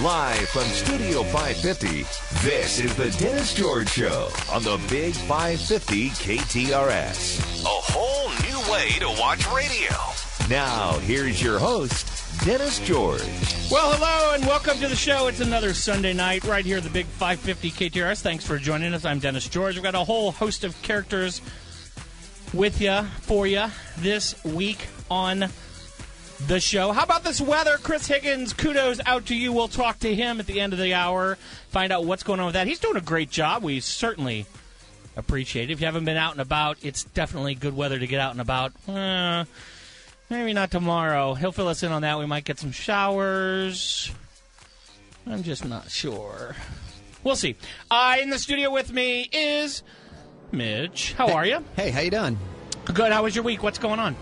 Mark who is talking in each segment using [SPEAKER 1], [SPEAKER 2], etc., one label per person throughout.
[SPEAKER 1] Live from Studio 550, this is the Dennis George Show on the Big 550 KTRS. A whole new way to watch radio. Now, here's your host, Dennis George.
[SPEAKER 2] Well, hello and welcome to the show. It's another Sunday night right here at the Big 550 KTRS. Thanks for joining us. I'm Dennis George. We've got a whole host of characters with you, for you, this week on the show. How about this weather? Chris Higgins, kudos out to you. We'll talk to him at the end of the hour, find out what's going on with that. He's doing a great job. We certainly appreciate it. If you haven't been out and about, it's definitely good weather to get out and about. Uh, Maybe not tomorrow. He'll fill us in on that. We might get some showers. I'm just not sure. We'll see. Uh, in the studio with me is Midge. How are you?
[SPEAKER 3] Hey, how you doing?
[SPEAKER 2] Good. How was your week? What's going on?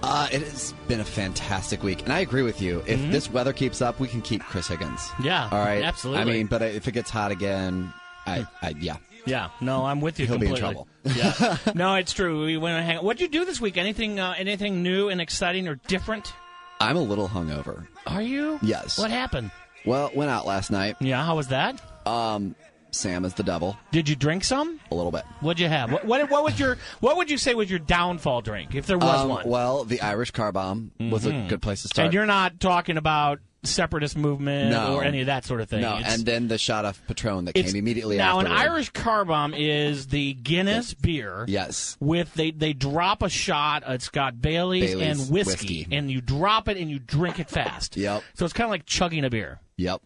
[SPEAKER 3] Uh, it has been a fantastic week, and I agree with you. If this weather keeps up, we can keep Chris Higgins.
[SPEAKER 2] Mm-hmm. Yeah,
[SPEAKER 3] all right,
[SPEAKER 2] absolutely. Hmm.
[SPEAKER 3] I mean, but if it gets hot again, I, I yeah,
[SPEAKER 2] Yeah. No, I'm with you
[SPEAKER 3] He'll be in
[SPEAKER 2] completely.
[SPEAKER 3] trouble.
[SPEAKER 2] yeah. No, it's true. We went and hang. What'd you do this week? Anything? Uh, anything new and exciting or different?
[SPEAKER 3] I'm a little hungover.
[SPEAKER 2] Are you?
[SPEAKER 3] Yes.
[SPEAKER 2] What happened?
[SPEAKER 3] Well, went out last night.
[SPEAKER 2] Yeah. How was that?
[SPEAKER 3] Um, Sam is the devil
[SPEAKER 2] Did you drink some?
[SPEAKER 3] a little bit.
[SPEAKER 2] What'd you have? What, what, what was your What would you say was your downfall drink, if there was
[SPEAKER 3] Um,
[SPEAKER 2] one? Mm-hmm.
[SPEAKER 3] Well, the Irish car bomb was a good place to start.
[SPEAKER 2] and you're not talking about separatist movement
[SPEAKER 3] No.
[SPEAKER 2] or any of that sort of thing.
[SPEAKER 3] no,
[SPEAKER 2] It's-
[SPEAKER 3] and then the shot of Patron that
[SPEAKER 2] it's-
[SPEAKER 3] came immediately
[SPEAKER 2] now an
[SPEAKER 3] afterward.
[SPEAKER 2] Irish car bomb is the Guinness beer.
[SPEAKER 3] Yes.
[SPEAKER 2] With they they drop a shot. It's got Bailey's,
[SPEAKER 3] Bailey's
[SPEAKER 2] and whiskey,
[SPEAKER 3] whiskey.
[SPEAKER 2] and you drop it and you drink it fast.
[SPEAKER 3] Yep.
[SPEAKER 2] So it's kind of like chugging a beer.
[SPEAKER 3] Yep.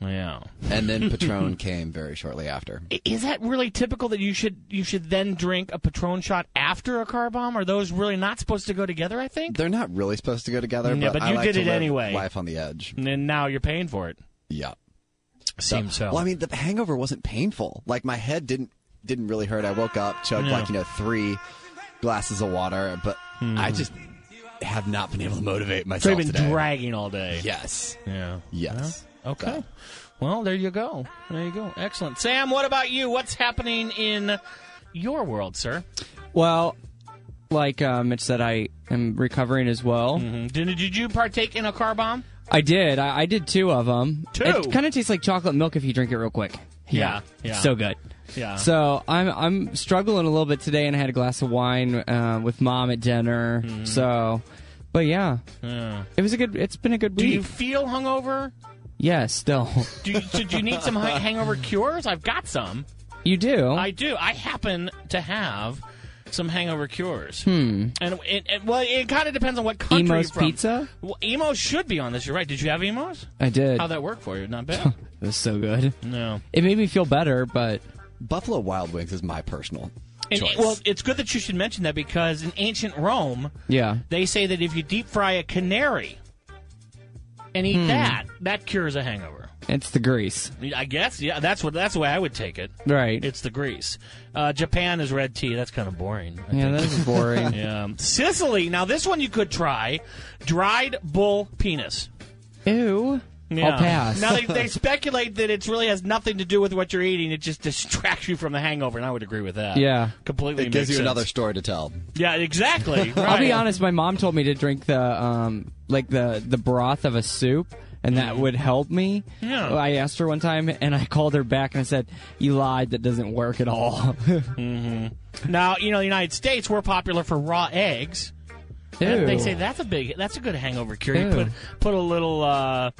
[SPEAKER 2] Yeah.
[SPEAKER 3] And then Patron came very shortly after.
[SPEAKER 2] Is that really typical that you should you should then drink a Patron shot after a car bomb? Are those really not supposed to go together? I think.
[SPEAKER 3] They're not really supposed to go together,
[SPEAKER 2] Yeah,
[SPEAKER 3] but,
[SPEAKER 2] but
[SPEAKER 3] I
[SPEAKER 2] you
[SPEAKER 3] like
[SPEAKER 2] did
[SPEAKER 3] to
[SPEAKER 2] it
[SPEAKER 3] live
[SPEAKER 2] anyway.
[SPEAKER 3] Life on the edge.
[SPEAKER 2] And then now you're paying for it.
[SPEAKER 3] Yep.
[SPEAKER 2] Seems so.
[SPEAKER 3] Well, I mean, the hangover wasn't painful. Like my head didn't didn't really hurt. I woke up, chugged
[SPEAKER 2] No.
[SPEAKER 3] like you know three glasses of water, but
[SPEAKER 2] Hmm.
[SPEAKER 3] I just have not been able to motivate
[SPEAKER 2] So
[SPEAKER 3] myself
[SPEAKER 2] you've been
[SPEAKER 3] today.
[SPEAKER 2] dragging all day.
[SPEAKER 3] yes,
[SPEAKER 2] Yeah.
[SPEAKER 3] yes.
[SPEAKER 2] Okay. Well, there you go. There you go. Excellent. Sam, what about you? What's happening in your world, sir?
[SPEAKER 4] Well, like uh, Mitch said, I am recovering as well.
[SPEAKER 2] Mm-hmm. Did, did you partake in a car bomb?
[SPEAKER 4] I did. I, I did two of them.
[SPEAKER 2] Two?
[SPEAKER 4] It kind of tastes like chocolate milk if you drink it real quick.
[SPEAKER 2] Yeah, yeah.
[SPEAKER 4] So good.
[SPEAKER 2] Yeah.
[SPEAKER 4] So I'm I'm struggling a little bit today, and I had a glass of wine uh, with mom at dinner.
[SPEAKER 2] Mm-hmm.
[SPEAKER 4] So, but yeah, it was a good. It's been a good
[SPEAKER 2] Do
[SPEAKER 4] week.
[SPEAKER 2] you feel hungover?
[SPEAKER 4] yeah, still,
[SPEAKER 2] Do you, do you need some hung- hangover cures? I've got some.
[SPEAKER 4] you do.
[SPEAKER 2] I do. I happen to have some hangover cures. And it, it- well, it kind of depends on what country
[SPEAKER 4] Hmm. Emo's
[SPEAKER 2] you're from.
[SPEAKER 4] Pizza?
[SPEAKER 2] Well, emos should be on this. You're right. Did you have emos?
[SPEAKER 4] I did.
[SPEAKER 2] How'd that work for you? Not bad.
[SPEAKER 4] it was so good.
[SPEAKER 2] no.
[SPEAKER 4] It made me feel better, but
[SPEAKER 3] Buffalo Wild Wings is my personal
[SPEAKER 2] And-
[SPEAKER 3] choice.
[SPEAKER 2] well, it's good that you should mention that because in ancient Rome,
[SPEAKER 4] yeah.
[SPEAKER 2] they say that if you deep fry a canary and
[SPEAKER 4] Hmm.
[SPEAKER 2] eat that, that cures a hangover.
[SPEAKER 4] It's the grease,
[SPEAKER 2] I guess, yeah, that's what that's the way I would take it.
[SPEAKER 4] right?
[SPEAKER 2] It's the grease. Uh, Japan is red tea. That's kind of boring. I
[SPEAKER 4] yeah,
[SPEAKER 2] think.
[SPEAKER 4] that is boring.
[SPEAKER 2] Yeah. Sicily. Now this one you could try: dried bull penis.
[SPEAKER 4] Ew.
[SPEAKER 2] Yeah.
[SPEAKER 4] I'll pass.
[SPEAKER 2] Now they, they speculate that it really has nothing to do with what you're eating. It just distracts you from the hangover, and I would agree with that.
[SPEAKER 4] Yeah.
[SPEAKER 2] completely.
[SPEAKER 3] it gives
[SPEAKER 2] makes
[SPEAKER 3] you
[SPEAKER 2] sense.
[SPEAKER 3] another story to tell.
[SPEAKER 2] Yeah, exactly.
[SPEAKER 4] I'll be
[SPEAKER 2] right.
[SPEAKER 4] honest. My mom told me to drink the um, like the the broth of a soup, and that would help me.
[SPEAKER 2] Mm. Yeah.
[SPEAKER 4] I asked her one time, and I called her back and I said, "You lied. That doesn't work at all." Ew.
[SPEAKER 2] Mm-hmm. Now, you know, the United States, we're popular for raw eggs. They say that's a big, that's a good hangover cure. You
[SPEAKER 4] Ew.
[SPEAKER 2] put put a little uh,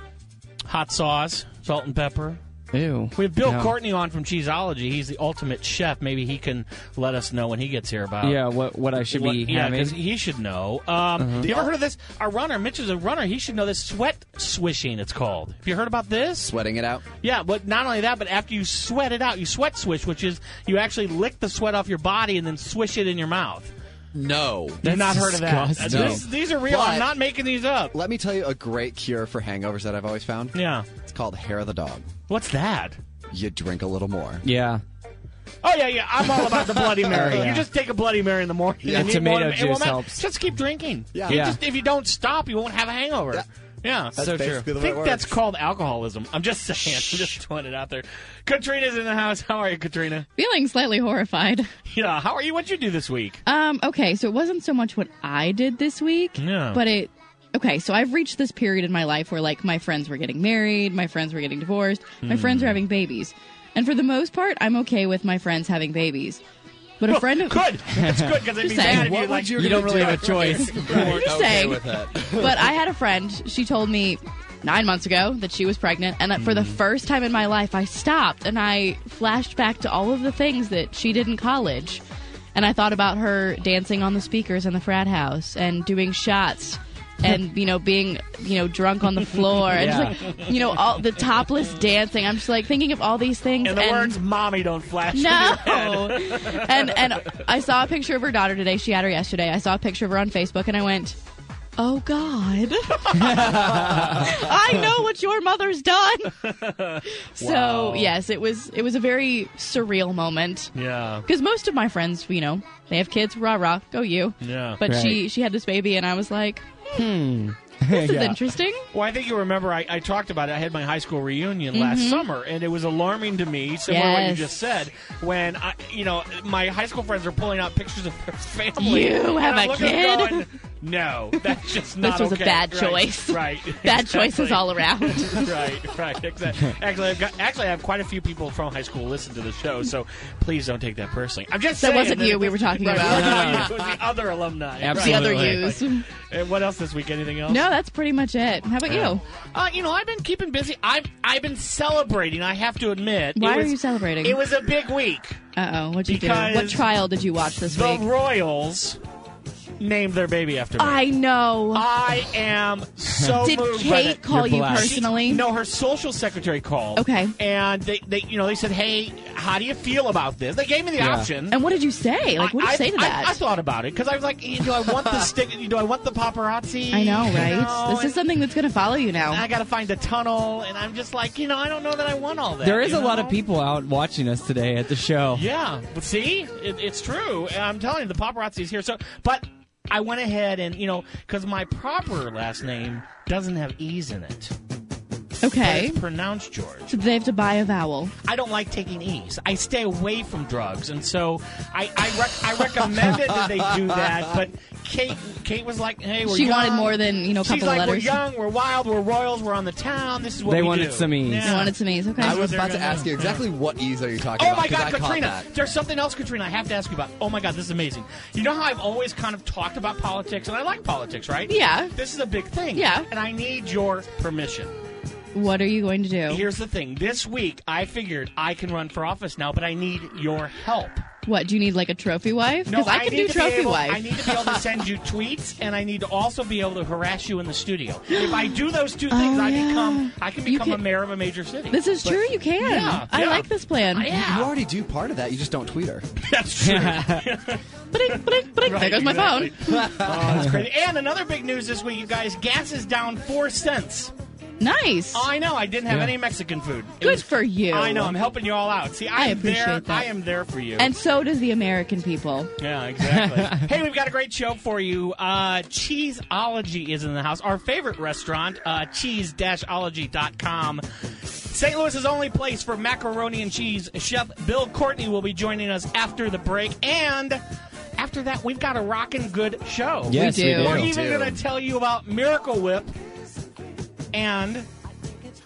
[SPEAKER 2] hot sauce, salt and pepper.
[SPEAKER 4] Ew.
[SPEAKER 2] We have Bill
[SPEAKER 4] No.
[SPEAKER 2] Courtney on from Cheeseology. He's the ultimate chef. Maybe he can let us know when he gets here about.
[SPEAKER 4] Yeah. What what I should
[SPEAKER 2] What,
[SPEAKER 4] be
[SPEAKER 2] yeah,
[SPEAKER 4] having? Uh-huh.
[SPEAKER 2] because he should know. Um, You ever heard of this? Our runner, Mitch is a runner. He should know this sweat swishing. It's called. Have you heard about this?
[SPEAKER 3] Sweating it out.
[SPEAKER 2] Yeah, but not only that, but after you sweat it out, you sweat swish, which is you actually lick the sweat off your body and then swish it in your mouth.
[SPEAKER 3] No.
[SPEAKER 2] I've not
[SPEAKER 4] That's
[SPEAKER 2] heard of that.
[SPEAKER 4] disgusting.
[SPEAKER 2] This- these are real. I'm
[SPEAKER 3] But-
[SPEAKER 2] not making these up.
[SPEAKER 3] Let me tell you a great cure for hangovers that I've always found.
[SPEAKER 2] Yeah.
[SPEAKER 3] It's called hair of the dog.
[SPEAKER 2] What's that?
[SPEAKER 3] You drink a little more.
[SPEAKER 4] yeah.
[SPEAKER 2] Oh yeah, yeah. I'm all about the Bloody Mary.
[SPEAKER 4] Yeah.
[SPEAKER 2] You just take a Bloody Mary in the morning.
[SPEAKER 4] Yeah,
[SPEAKER 2] and eat
[SPEAKER 4] tomato
[SPEAKER 2] one, it won't
[SPEAKER 4] juice
[SPEAKER 2] matter.
[SPEAKER 4] helps.
[SPEAKER 2] Just keep drinking.
[SPEAKER 3] Yeah.
[SPEAKER 2] You
[SPEAKER 4] Yeah.
[SPEAKER 2] Just, if you don't stop, you won't have a hangover. Yeah.
[SPEAKER 3] That's
[SPEAKER 4] So true.
[SPEAKER 3] basically
[SPEAKER 2] I
[SPEAKER 3] the way it
[SPEAKER 2] think
[SPEAKER 3] works.
[SPEAKER 2] that's called alcoholism. I'm just saying. I'm just throwing it out there. Katrina's in the house. How are you, Katrina?
[SPEAKER 5] feeling slightly horrified.
[SPEAKER 2] Yeah. How are you? What'd you do this week?
[SPEAKER 5] Um, okay, so it wasn't so much what I did this week,
[SPEAKER 2] Yeah.
[SPEAKER 5] but it. okay, so I've reached this period in my life where like my friends were getting married, my friends were getting divorced, my friends are
[SPEAKER 2] Hmm.
[SPEAKER 5] having babies. And for the most part, I'm okay with my friends having babies. But a friend of
[SPEAKER 2] Good. That's good because I'd be
[SPEAKER 5] Just saying.
[SPEAKER 2] mad if
[SPEAKER 5] What
[SPEAKER 2] you like.
[SPEAKER 4] You don't really have a choice.
[SPEAKER 5] just saying. but I had a friend. She told me nine months ago that she was pregnant, and that for the first time in my life, I stopped and I flashed back to all of the things that she did in college, and I thought about her dancing on the speakers in the frat house and doing shots. And you know, being you know drunk on the floor, and just like, you know all the topless dancing. I'm just like thinking of all these things.
[SPEAKER 2] In the
[SPEAKER 5] and
[SPEAKER 2] words, "Mommy, don't flash."
[SPEAKER 5] no. and and I saw a picture of her daughter today. She had her yesterday. I saw a picture of her on Facebook, and I went, "Oh God, I know what your mother's done." So yes, it was it was a very surreal moment
[SPEAKER 2] Yeah.
[SPEAKER 5] because most of my friends, you know, they have kids. Rah rah, go you.
[SPEAKER 2] Yeah.
[SPEAKER 5] But
[SPEAKER 4] Right.
[SPEAKER 5] she she had this baby, and I was like,
[SPEAKER 4] Hmm.
[SPEAKER 5] "This is interesting."
[SPEAKER 2] Well, I think you remember I, I talked about it. I had my high school reunion last summer, and it was alarming to me, similar to what you
[SPEAKER 5] Mm-hmm. Yes.
[SPEAKER 2] just said, when I, you know my high school friends are pulling out pictures of their family.
[SPEAKER 5] You
[SPEAKER 2] and
[SPEAKER 5] have
[SPEAKER 2] I'm
[SPEAKER 5] a
[SPEAKER 2] looking at them
[SPEAKER 5] kid?
[SPEAKER 2] Going, no, that's just not.
[SPEAKER 5] was a
[SPEAKER 2] okay."
[SPEAKER 5] bad
[SPEAKER 2] Right,
[SPEAKER 5] choice.
[SPEAKER 2] Right.
[SPEAKER 5] Bad
[SPEAKER 2] exactly.
[SPEAKER 5] choices all around.
[SPEAKER 2] right, right, exactly. Actually, I've got, actually, I have quite a few people from high school listen to the show, so please don't take that personally. I'm just
[SPEAKER 5] That
[SPEAKER 2] saying
[SPEAKER 5] wasn't you we were talking
[SPEAKER 2] Right,
[SPEAKER 5] about.
[SPEAKER 2] it wasn't you, it was the other alumni.
[SPEAKER 5] The
[SPEAKER 4] Absolutely.
[SPEAKER 5] other
[SPEAKER 2] Right.
[SPEAKER 5] use.
[SPEAKER 2] And what else this week? Anything else?
[SPEAKER 5] No, that's pretty much it. How about you?
[SPEAKER 2] Uh, you know, I've been keeping busy. I've I've been celebrating. I have to admit.
[SPEAKER 5] Why
[SPEAKER 2] It
[SPEAKER 5] are
[SPEAKER 2] was-
[SPEAKER 5] you celebrating?
[SPEAKER 2] It was a big week.
[SPEAKER 5] Uh oh, what'd you do?
[SPEAKER 2] Because
[SPEAKER 5] What trial did you watch this
[SPEAKER 2] The
[SPEAKER 5] week?
[SPEAKER 2] Royals named their baby after me.
[SPEAKER 5] I know.
[SPEAKER 2] I am so
[SPEAKER 5] Uh, Did
[SPEAKER 2] moved by
[SPEAKER 5] Kate
[SPEAKER 2] that.
[SPEAKER 5] call
[SPEAKER 4] You're
[SPEAKER 5] you
[SPEAKER 4] blessed.
[SPEAKER 5] personally?
[SPEAKER 2] No, her social secretary called.
[SPEAKER 5] Okay.
[SPEAKER 2] And they, they you know, they said, "Hey, how do you feel about this?" They gave me the
[SPEAKER 4] Yeah.
[SPEAKER 2] option.
[SPEAKER 5] And what did you say? Like, what did you
[SPEAKER 2] I-
[SPEAKER 5] say to
[SPEAKER 2] I-
[SPEAKER 5] that?
[SPEAKER 2] I, thought about it because I was like, "Do I want the stick? Do I want the paparazzi?"
[SPEAKER 5] I know,
[SPEAKER 2] You
[SPEAKER 5] right?
[SPEAKER 2] know,
[SPEAKER 5] this is
[SPEAKER 2] and-
[SPEAKER 5] something that's going to follow you now.
[SPEAKER 2] and I got to find a tunnel, and I'm just like, you know, I don't know that I want all that.
[SPEAKER 4] There is
[SPEAKER 2] you
[SPEAKER 4] a lot
[SPEAKER 2] know?
[SPEAKER 4] of people out watching us today at the show.
[SPEAKER 2] Yeah, but see, it, it's true. And I'm telling you, the paparazzi is here. So, but I went ahead and you know, because my proper last name doesn't have e's in it. But
[SPEAKER 5] okay.
[SPEAKER 2] It's pronounced George.
[SPEAKER 5] So they have to buy a vowel.
[SPEAKER 2] I don't like taking e's. I stay away from drugs, and so I I, rec- I recommended that they do that. But Kate Kate was like, hey, we're
[SPEAKER 5] She
[SPEAKER 2] young.
[SPEAKER 5] wanted more than, you know, a
[SPEAKER 2] She's
[SPEAKER 5] couple
[SPEAKER 2] like,
[SPEAKER 5] of letters.
[SPEAKER 2] we're young, we're wild, we're royals, we're on the town. This is what
[SPEAKER 4] They
[SPEAKER 2] we
[SPEAKER 4] wanted
[SPEAKER 2] do.
[SPEAKER 4] some e's.
[SPEAKER 5] They wanted some A's. Okay.
[SPEAKER 3] I was
[SPEAKER 2] they're
[SPEAKER 3] about to
[SPEAKER 2] gonna
[SPEAKER 3] ask
[SPEAKER 2] do.
[SPEAKER 3] you exactly what ease are you talking
[SPEAKER 2] Oh
[SPEAKER 3] about?
[SPEAKER 2] my
[SPEAKER 3] 'cause
[SPEAKER 2] God,
[SPEAKER 3] I caught
[SPEAKER 2] Katrina!
[SPEAKER 3] that.
[SPEAKER 2] There's something else, Katrina. I have to ask you about. Oh my God, this is amazing. You know how I've always kind of talked about politics, and I like politics, right?
[SPEAKER 5] Yeah.
[SPEAKER 2] This is a big thing.
[SPEAKER 5] Yeah.
[SPEAKER 2] And I need your permission.
[SPEAKER 5] what are you going to do?
[SPEAKER 2] Here's the thing. This week, I figured I can run for office now, but I need your help.
[SPEAKER 5] what, do you need like a trophy wife?
[SPEAKER 2] No,
[SPEAKER 5] Because I can
[SPEAKER 2] need
[SPEAKER 5] do
[SPEAKER 2] to be
[SPEAKER 5] trophy
[SPEAKER 2] able-
[SPEAKER 5] wife. Oh,
[SPEAKER 2] I need to be able to send you tweets, and I need to also be able to harass you in the studio. If I do those two things, I
[SPEAKER 5] yeah.
[SPEAKER 2] become I can
[SPEAKER 5] You
[SPEAKER 2] become a
[SPEAKER 5] can-
[SPEAKER 2] mayor of a major city.
[SPEAKER 5] this is true. You can.
[SPEAKER 2] Yeah,
[SPEAKER 5] I
[SPEAKER 2] yeah.
[SPEAKER 5] like this plan.
[SPEAKER 2] yeah.
[SPEAKER 3] You already do part of that. You just don't tweet her.
[SPEAKER 2] That's true.
[SPEAKER 5] Ba-ding, ba-ding, ba-ding. there goes my
[SPEAKER 2] exactly.
[SPEAKER 5] phone.
[SPEAKER 2] Oh, that's crazy. And another big news this week, you guys. Gas is down four cents.
[SPEAKER 5] Nice.
[SPEAKER 2] I know. I didn't have
[SPEAKER 4] Yeah.
[SPEAKER 2] any Mexican food. It
[SPEAKER 5] Good
[SPEAKER 2] was-
[SPEAKER 5] for you.
[SPEAKER 2] I know. I'm helping you all out. See, I,
[SPEAKER 5] I
[SPEAKER 2] am there.
[SPEAKER 5] appreciate that.
[SPEAKER 2] I am there for you.
[SPEAKER 5] And so does the American people.
[SPEAKER 2] yeah, exactly. hey, we've got a great show for you. Uh, Cheeseology is in the house. Our favorite restaurant, uh, cheese-ology.com. St. Louis's only place for macaroni and cheese. Chef Bill Courtney will be joining us after the break. And after that, we've got a rockin' good show.
[SPEAKER 4] Yes, we
[SPEAKER 5] do.
[SPEAKER 4] do.
[SPEAKER 2] We're
[SPEAKER 3] Ew.
[SPEAKER 2] even
[SPEAKER 3] Ew.
[SPEAKER 2] going to tell you about Miracle Whip and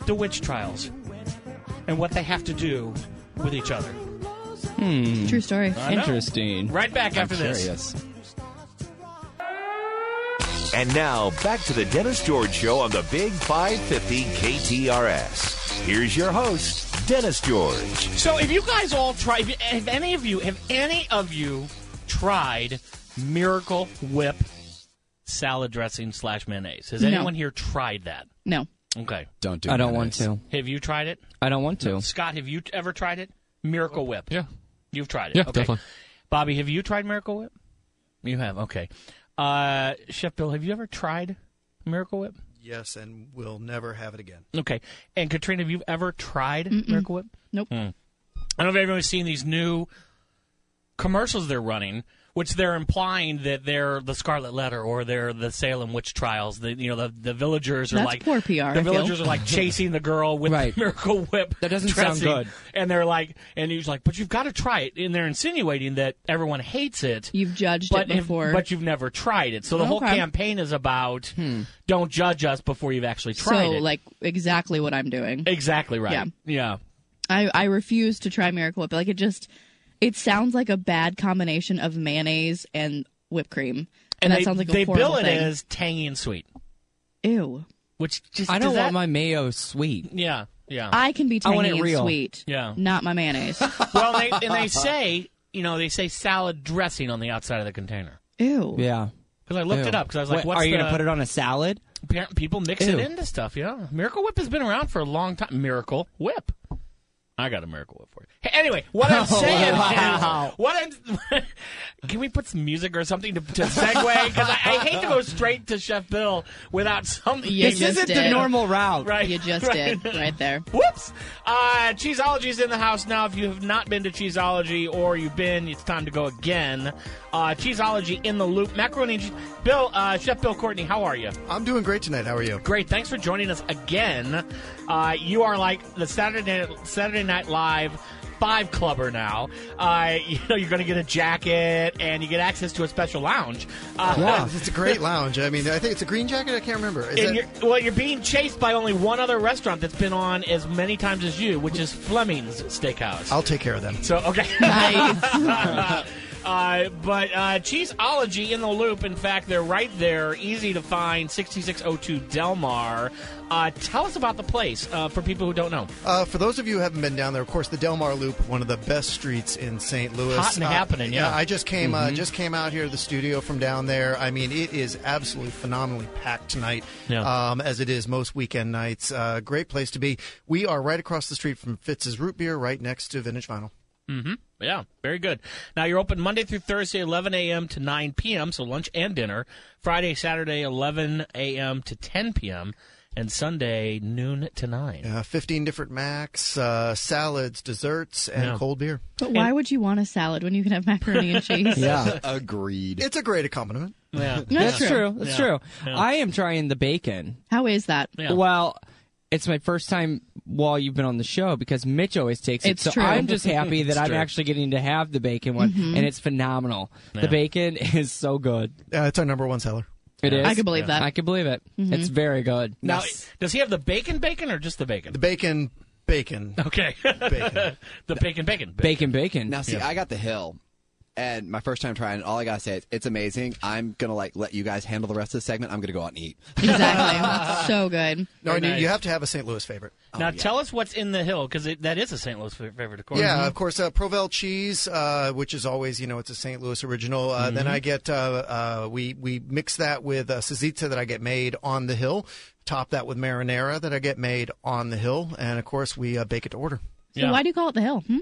[SPEAKER 2] the witch trials and what they have to do with each other.
[SPEAKER 5] True story.
[SPEAKER 4] Interesting.
[SPEAKER 2] Right back after this.
[SPEAKER 3] Curious.
[SPEAKER 1] And now back to the Dennis George Show on the Big 550 KTRS. Here's your host, Dennis George.
[SPEAKER 2] So, if you guys all try, if, if any of you, have any of you tried Miracle Whip salad dressing slash mayonnaise? Has
[SPEAKER 5] No.
[SPEAKER 2] anyone here tried that?
[SPEAKER 5] No.
[SPEAKER 2] Okay.
[SPEAKER 3] Don't do.
[SPEAKER 4] I don't want
[SPEAKER 3] mayonnaise.
[SPEAKER 4] to.
[SPEAKER 2] Have you tried it?
[SPEAKER 4] I don't want to.
[SPEAKER 2] Scott, have you ever tried it? Miracle Whip.
[SPEAKER 6] Yeah.
[SPEAKER 2] You've tried it.
[SPEAKER 6] Yeah,
[SPEAKER 2] okay.
[SPEAKER 6] definitely.
[SPEAKER 2] Bobby, have you tried Miracle Whip? You have. Okay. Uh, Chef Bill, have you ever tried Miracle Whip?
[SPEAKER 7] Yes, and we'll never have it again.
[SPEAKER 2] Okay. And Katrina, have you ever tried Miracle Whip?
[SPEAKER 5] Nope.
[SPEAKER 2] I don't know if everyone's seen these new commercials they're running which they're implying that they're the Scarlet Letter or they're the Salem witch trials. The you know the, the villagers are
[SPEAKER 5] That's
[SPEAKER 2] like
[SPEAKER 5] poor PR, I
[SPEAKER 2] The
[SPEAKER 5] feel.
[SPEAKER 2] villagers are like chasing the girl with
[SPEAKER 4] Right.
[SPEAKER 2] the miracle whip.
[SPEAKER 4] That doesn't sound
[SPEAKER 2] dressing,
[SPEAKER 4] good.
[SPEAKER 2] And they're like, and he's like, but you've got to try it. And they're insinuating that everyone hates it.
[SPEAKER 5] You've judged
[SPEAKER 2] but
[SPEAKER 5] it
[SPEAKER 2] if-
[SPEAKER 5] before.
[SPEAKER 2] but you've never tried it. So the whole
[SPEAKER 5] Okay.
[SPEAKER 2] campaign is about
[SPEAKER 4] Hmm.
[SPEAKER 2] don't judge us before you've actually tried
[SPEAKER 5] so
[SPEAKER 2] it.
[SPEAKER 5] like exactly what I'm doing.
[SPEAKER 2] exactly right.
[SPEAKER 5] Yeah.
[SPEAKER 2] yeah.
[SPEAKER 5] I, I refuse to try Miracle Whip. Like it just it sounds like a bad combination of mayonnaise and whipped cream. And, that
[SPEAKER 2] they,
[SPEAKER 5] sounds like a
[SPEAKER 2] they
[SPEAKER 5] horrible
[SPEAKER 2] bill it
[SPEAKER 5] thing.
[SPEAKER 2] as tangy and sweet,
[SPEAKER 5] ew.
[SPEAKER 2] which just
[SPEAKER 4] I don't
[SPEAKER 2] does
[SPEAKER 4] want
[SPEAKER 2] that-
[SPEAKER 4] my mayo sweet.
[SPEAKER 2] yeah yeah.
[SPEAKER 5] I can be tangy
[SPEAKER 4] want it
[SPEAKER 5] and
[SPEAKER 4] real.
[SPEAKER 5] sweet.
[SPEAKER 2] Yeah.
[SPEAKER 5] Not my mayonnaise.
[SPEAKER 2] well, they, and they say you know they say salad dressing on the outside of the container
[SPEAKER 5] ew.
[SPEAKER 4] Yeah.
[SPEAKER 2] because I looked it up because I was like,
[SPEAKER 4] What,
[SPEAKER 2] what's
[SPEAKER 4] are you
[SPEAKER 2] the,
[SPEAKER 4] gonna put it on a salad?
[SPEAKER 2] Apparent- People mix
[SPEAKER 4] Ew.
[SPEAKER 2] it into stuff. Yeah, Miracle Whip has been around for a long time. Miracle Whip. I got a Miracle Whip for you. Hey, anyway, what
[SPEAKER 4] Oh,
[SPEAKER 2] I'm saying is, what I'm, can we put some music or something to, to segue? Because I, I hate to go straight to Chef Bill without something.
[SPEAKER 5] Yeah,
[SPEAKER 4] this
[SPEAKER 5] you
[SPEAKER 4] isn't
[SPEAKER 5] did.
[SPEAKER 4] the normal route.
[SPEAKER 2] right?
[SPEAKER 5] You just
[SPEAKER 2] right.
[SPEAKER 5] did right there.
[SPEAKER 2] Whoops! Uh, Cheeseology's in the house now. If you have not been to Cheeseology or you've been, it's time to go again. Uh, Cheeseology in the loop. Macaroni and cheese. Bill, uh, Chef Bill Courtney, how are you?
[SPEAKER 7] I'm doing great tonight. How are you?
[SPEAKER 2] Great. Thanks for joining us again. Uh, you are like the Saturday Saturday Night Live five clubber now. Uh, you know, you're going to get a jacket and you get access to a special lounge. Uh,
[SPEAKER 7] It's a great lounge. I mean, I think it's a green jacket. I can't remember. Is
[SPEAKER 2] And
[SPEAKER 7] that-
[SPEAKER 2] you're, well, you're being chased by only one other restaurant that's been on as many times as you, which is Fleming's Steakhouse.
[SPEAKER 7] I'll take care of them.
[SPEAKER 2] So okay. Nice. uh, but uh, Cheeseology in the loop. In fact, they're right there, easy to find. Sixty-six oh two Delmar. Uh, tell us about the place uh, for people who don't know.
[SPEAKER 7] Uh, for those of you who haven't been down there, of course, the Delmar Loop, one of the best streets in St. Louis.
[SPEAKER 2] Hot and
[SPEAKER 7] Uh,
[SPEAKER 2] happening, yeah. Mm-hmm.
[SPEAKER 7] I just came uh, just came out here to the studio from down there. I mean, it is absolutely phenomenally packed tonight,
[SPEAKER 2] Yeah.
[SPEAKER 7] um, as it is most weekend nights. Uh, great place to be. We are right across the street from Fitz's Root Beer, right next to Vintage Vinyl.
[SPEAKER 2] Mm-hmm. Yeah, very good. Now you're open Monday through Thursday, 11 a.m. to 9 p.m. So lunch and dinner. Friday, Saturday, 11 a.m. to 10 p.m. And Sunday noon to nine.
[SPEAKER 7] Uh, 15 different Macs, uh, salads, desserts, and
[SPEAKER 2] Yeah.
[SPEAKER 7] cold beer.
[SPEAKER 5] But why would you want a salad when you can have macaroni and cheese?
[SPEAKER 3] Yeah, agreed.
[SPEAKER 7] It's a great accompaniment.
[SPEAKER 2] Yeah.
[SPEAKER 5] No,
[SPEAKER 4] That's true. That's true.
[SPEAKER 2] Yeah.
[SPEAKER 4] I am trying the bacon.
[SPEAKER 5] How is that?
[SPEAKER 2] Yeah.
[SPEAKER 4] Well, it's my first time while you've been on the show because Mitch always takes it.
[SPEAKER 5] It's
[SPEAKER 4] so
[SPEAKER 5] true. Mm-hmm.
[SPEAKER 4] I'm just happy that I'm actually getting to have the bacon one, and it's phenomenal. The bacon is so good.
[SPEAKER 7] Uh, it's our number one seller.
[SPEAKER 4] It is.
[SPEAKER 5] I can believe that. Mm-hmm.
[SPEAKER 4] I can believe it. It's very good.
[SPEAKER 2] Now, does he have the bacon bacon or just the bacon?
[SPEAKER 7] The bacon, bacon,
[SPEAKER 2] okay.
[SPEAKER 7] bacon.
[SPEAKER 2] the bacon bacon.
[SPEAKER 4] bacon, bacon.
[SPEAKER 3] Now, see, I got the hill, and my first time trying. it, All I gotta say is it's amazing. I'm gonna like let you guys handle the rest of the segment. I'm gonna go out and eat.
[SPEAKER 5] Exactly. so good.
[SPEAKER 7] No, and you-
[SPEAKER 2] nice.
[SPEAKER 7] you have Oh, to have a St. Louis favorite.
[SPEAKER 2] now tell us what's in the hill because that is a St. Louis fa- favorite, Oh, of course.
[SPEAKER 7] Yeah, of course, uh, Provel cheese, uh, which is always you know it's a St. Louis original.
[SPEAKER 2] Mm-hmm.
[SPEAKER 7] Uh, Then I get uh, uh, we we mix that with uh, Cizita that I get made on the hill. Top that with marinara that I get made on the hill, and of course we uh, bake it to order.
[SPEAKER 5] So why do you call it the hill? Hmm?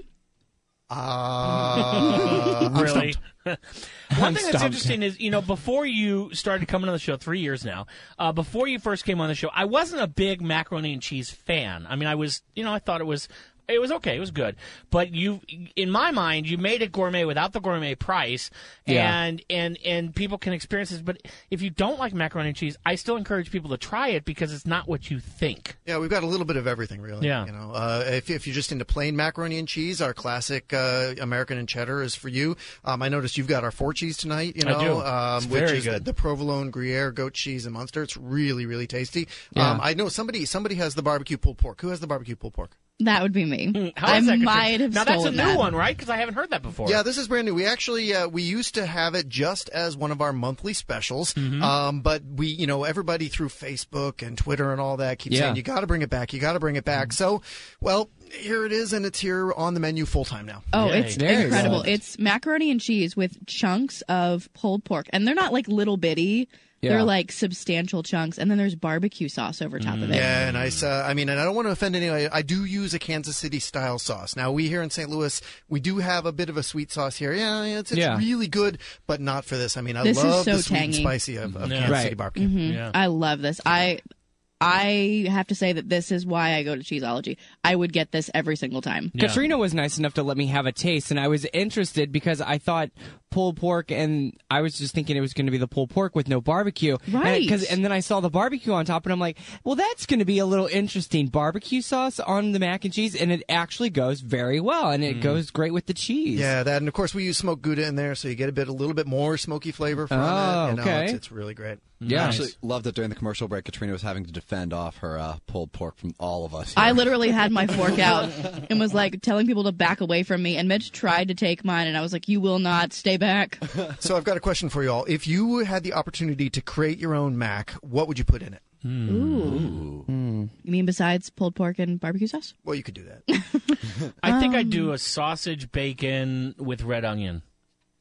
[SPEAKER 7] Uh, I'm
[SPEAKER 2] really.
[SPEAKER 7] stumped.
[SPEAKER 2] One thing that's
[SPEAKER 4] stumped.
[SPEAKER 2] interesting is, you know, before you started coming on the show, three years now, uh, before you first came on the show, I wasn't a big macaroni and cheese fan. I mean, I was, you know, I thought it was, it was okay, it was good, but you, in my mind, you made it gourmet without the gourmet price,
[SPEAKER 4] Yeah.
[SPEAKER 2] and and and people can experience this. But if you don't like macaroni and cheese, I still encourage people to try it because it's not what you think.
[SPEAKER 7] Yeah, we've got a little bit of everything, really.
[SPEAKER 2] Yeah.
[SPEAKER 7] You know, uh, if, if you're just into plain macaroni and cheese, our classic uh, American and cheddar is for you. Um, I noticed you've got our four cheese tonight. You
[SPEAKER 2] I
[SPEAKER 7] know,
[SPEAKER 2] do.
[SPEAKER 7] Um,
[SPEAKER 2] It's
[SPEAKER 7] which
[SPEAKER 2] very
[SPEAKER 7] is
[SPEAKER 2] good.
[SPEAKER 7] The provolone, Gruyere, goat cheese, and Munster. It's really, really tasty. Um, I know somebody somebody has the barbecue pulled pork. Who has the barbecue pulled pork?
[SPEAKER 5] That would be me.
[SPEAKER 2] Hmm, How
[SPEAKER 5] I
[SPEAKER 2] is that considered-
[SPEAKER 5] might have
[SPEAKER 2] now that's a
[SPEAKER 5] stolen
[SPEAKER 2] new
[SPEAKER 5] that.
[SPEAKER 2] one, right? Because I haven't heard that before.
[SPEAKER 7] Yeah, this is brand new. We actually uh, we used to have it just as one of our monthly specials,
[SPEAKER 4] Mm-hmm.
[SPEAKER 7] um, but we you know everybody through Facebook and Twitter and all that keeps
[SPEAKER 4] Yeah. Mm-hmm.
[SPEAKER 7] saying you got to bring it back, you got to bring it back. So, well, here it is, and it's here on the menu full time now.
[SPEAKER 5] Oh,
[SPEAKER 2] Yay.
[SPEAKER 5] it's
[SPEAKER 4] Very
[SPEAKER 5] incredible.
[SPEAKER 4] good.
[SPEAKER 5] It's macaroni and cheese with chunks of pulled pork. And they're not like little bitty.
[SPEAKER 4] Yeah.
[SPEAKER 5] They're like substantial chunks. And then there's barbecue sauce over top
[SPEAKER 4] Mm-hmm.
[SPEAKER 5] of it.
[SPEAKER 7] Mm. Yeah, and I, s- uh, I mean, and I don't want to offend anyone. I do use a Kansas City style sauce. Now we here in St. Louis, we do have a bit of a sweet sauce here. Yeah, it's, it's
[SPEAKER 4] Yeah.
[SPEAKER 7] really good, but not for this. I mean, I
[SPEAKER 5] This is
[SPEAKER 7] love
[SPEAKER 5] so
[SPEAKER 7] the sweet and
[SPEAKER 5] tangy. Mm-hmm.
[SPEAKER 7] spicy of, of Kansas
[SPEAKER 4] Mm-hmm. Right.
[SPEAKER 7] City barbecue.
[SPEAKER 2] yeah.
[SPEAKER 5] I love this. I I have to say that this is why I go to Cheeseology. I would get this every single time.
[SPEAKER 2] Yeah.
[SPEAKER 4] Katrina was nice enough to let me have a taste, and I was interested because I thought pulled pork, and I was just thinking it was going to be the pulled pork with no barbecue.
[SPEAKER 5] Right.
[SPEAKER 4] And, 'cause- and then I saw the barbecue on top, and I'm like, well, that's going to be a little interesting. Barbecue sauce on the mac and cheese, and it actually goes very well, and
[SPEAKER 2] Mm.
[SPEAKER 4] it goes great with the cheese.
[SPEAKER 7] Yeah, that and of course we use smoked gouda in there, so you get a bit, a little bit more smoky flavor from
[SPEAKER 4] Oh,
[SPEAKER 7] it. You know,
[SPEAKER 4] okay.
[SPEAKER 7] it's, it's really great.
[SPEAKER 2] Mm.
[SPEAKER 4] Yeah.
[SPEAKER 3] I actually loved that during the commercial break, Katrina was having to defend off her uh, pulled pork from all of us.
[SPEAKER 5] I literally had my fork out and was like telling people to back away from me. And Mitch tried to take mine, and I was like, "You will not stay back."
[SPEAKER 7] So I've got a question for you all. If you had the opportunity to create your own mac, what would you put in it?
[SPEAKER 4] Hmm.
[SPEAKER 5] You mean besides pulled pork and barbecue sauce?
[SPEAKER 7] Well, you could do that.
[SPEAKER 2] I think
[SPEAKER 7] Um,
[SPEAKER 2] I'd do a sausage bacon with red onion.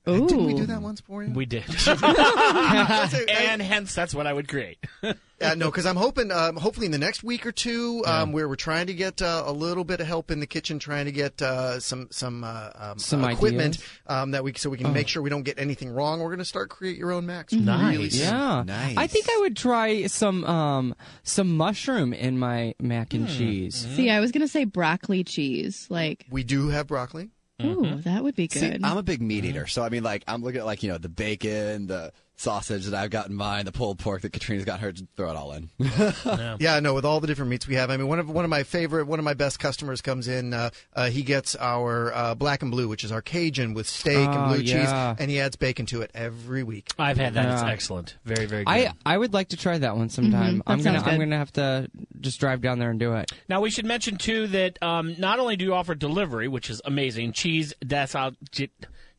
[SPEAKER 5] Ooh,
[SPEAKER 7] Didn't we do that once for you?
[SPEAKER 2] We did. and hence, that's what I would create.
[SPEAKER 7] Uh, no, because I'm hoping, um, hopefully in the next week or two, um, where we're trying to get uh, a little bit of help in the kitchen, trying to get uh, some some, uh, um,
[SPEAKER 4] Some
[SPEAKER 7] uh, equipment
[SPEAKER 4] ideas. Uh-huh.
[SPEAKER 7] um, that we so we can make sure we don't get anything wrong. We're going to start create your own Max. Really
[SPEAKER 2] Nice.
[SPEAKER 7] soon.
[SPEAKER 4] Yeah,
[SPEAKER 3] Nice.
[SPEAKER 4] I think I would try some um some mushroom in my mac and
[SPEAKER 2] Hmm.
[SPEAKER 4] cheese.
[SPEAKER 2] Mm-hmm.
[SPEAKER 5] See, I was gonna say broccoli cheese. Like,
[SPEAKER 7] We do have broccoli.
[SPEAKER 2] Mm-hmm.
[SPEAKER 5] ooh, that would be good.
[SPEAKER 3] See, I'm a big meat eater, so I mean, like, I'm looking at like you know the bacon, the sausage that I've got in mine, the pulled pork that Katrina's got her. Just throw it all in.
[SPEAKER 7] Yeah, no, with all the different meats we have. I mean, one of one of my favorite, one of my best customers comes in. Uh, uh, he gets our uh, black and blue, which is our Cajun with steak and
[SPEAKER 4] Oh,
[SPEAKER 7] blue
[SPEAKER 4] yeah.
[SPEAKER 7] cheese, and he adds bacon to it every week.
[SPEAKER 2] I've had that. It's
[SPEAKER 4] Yeah.
[SPEAKER 2] excellent. Very, very good.
[SPEAKER 4] I I would like to try that one sometime. I'm gonna
[SPEAKER 5] Mm-hmm. sounds
[SPEAKER 4] I'm
[SPEAKER 5] good.
[SPEAKER 4] gonna have to just drive down there and do it.
[SPEAKER 2] now, we should mention, too, that um, not only do you offer delivery, which is amazing, cheese dash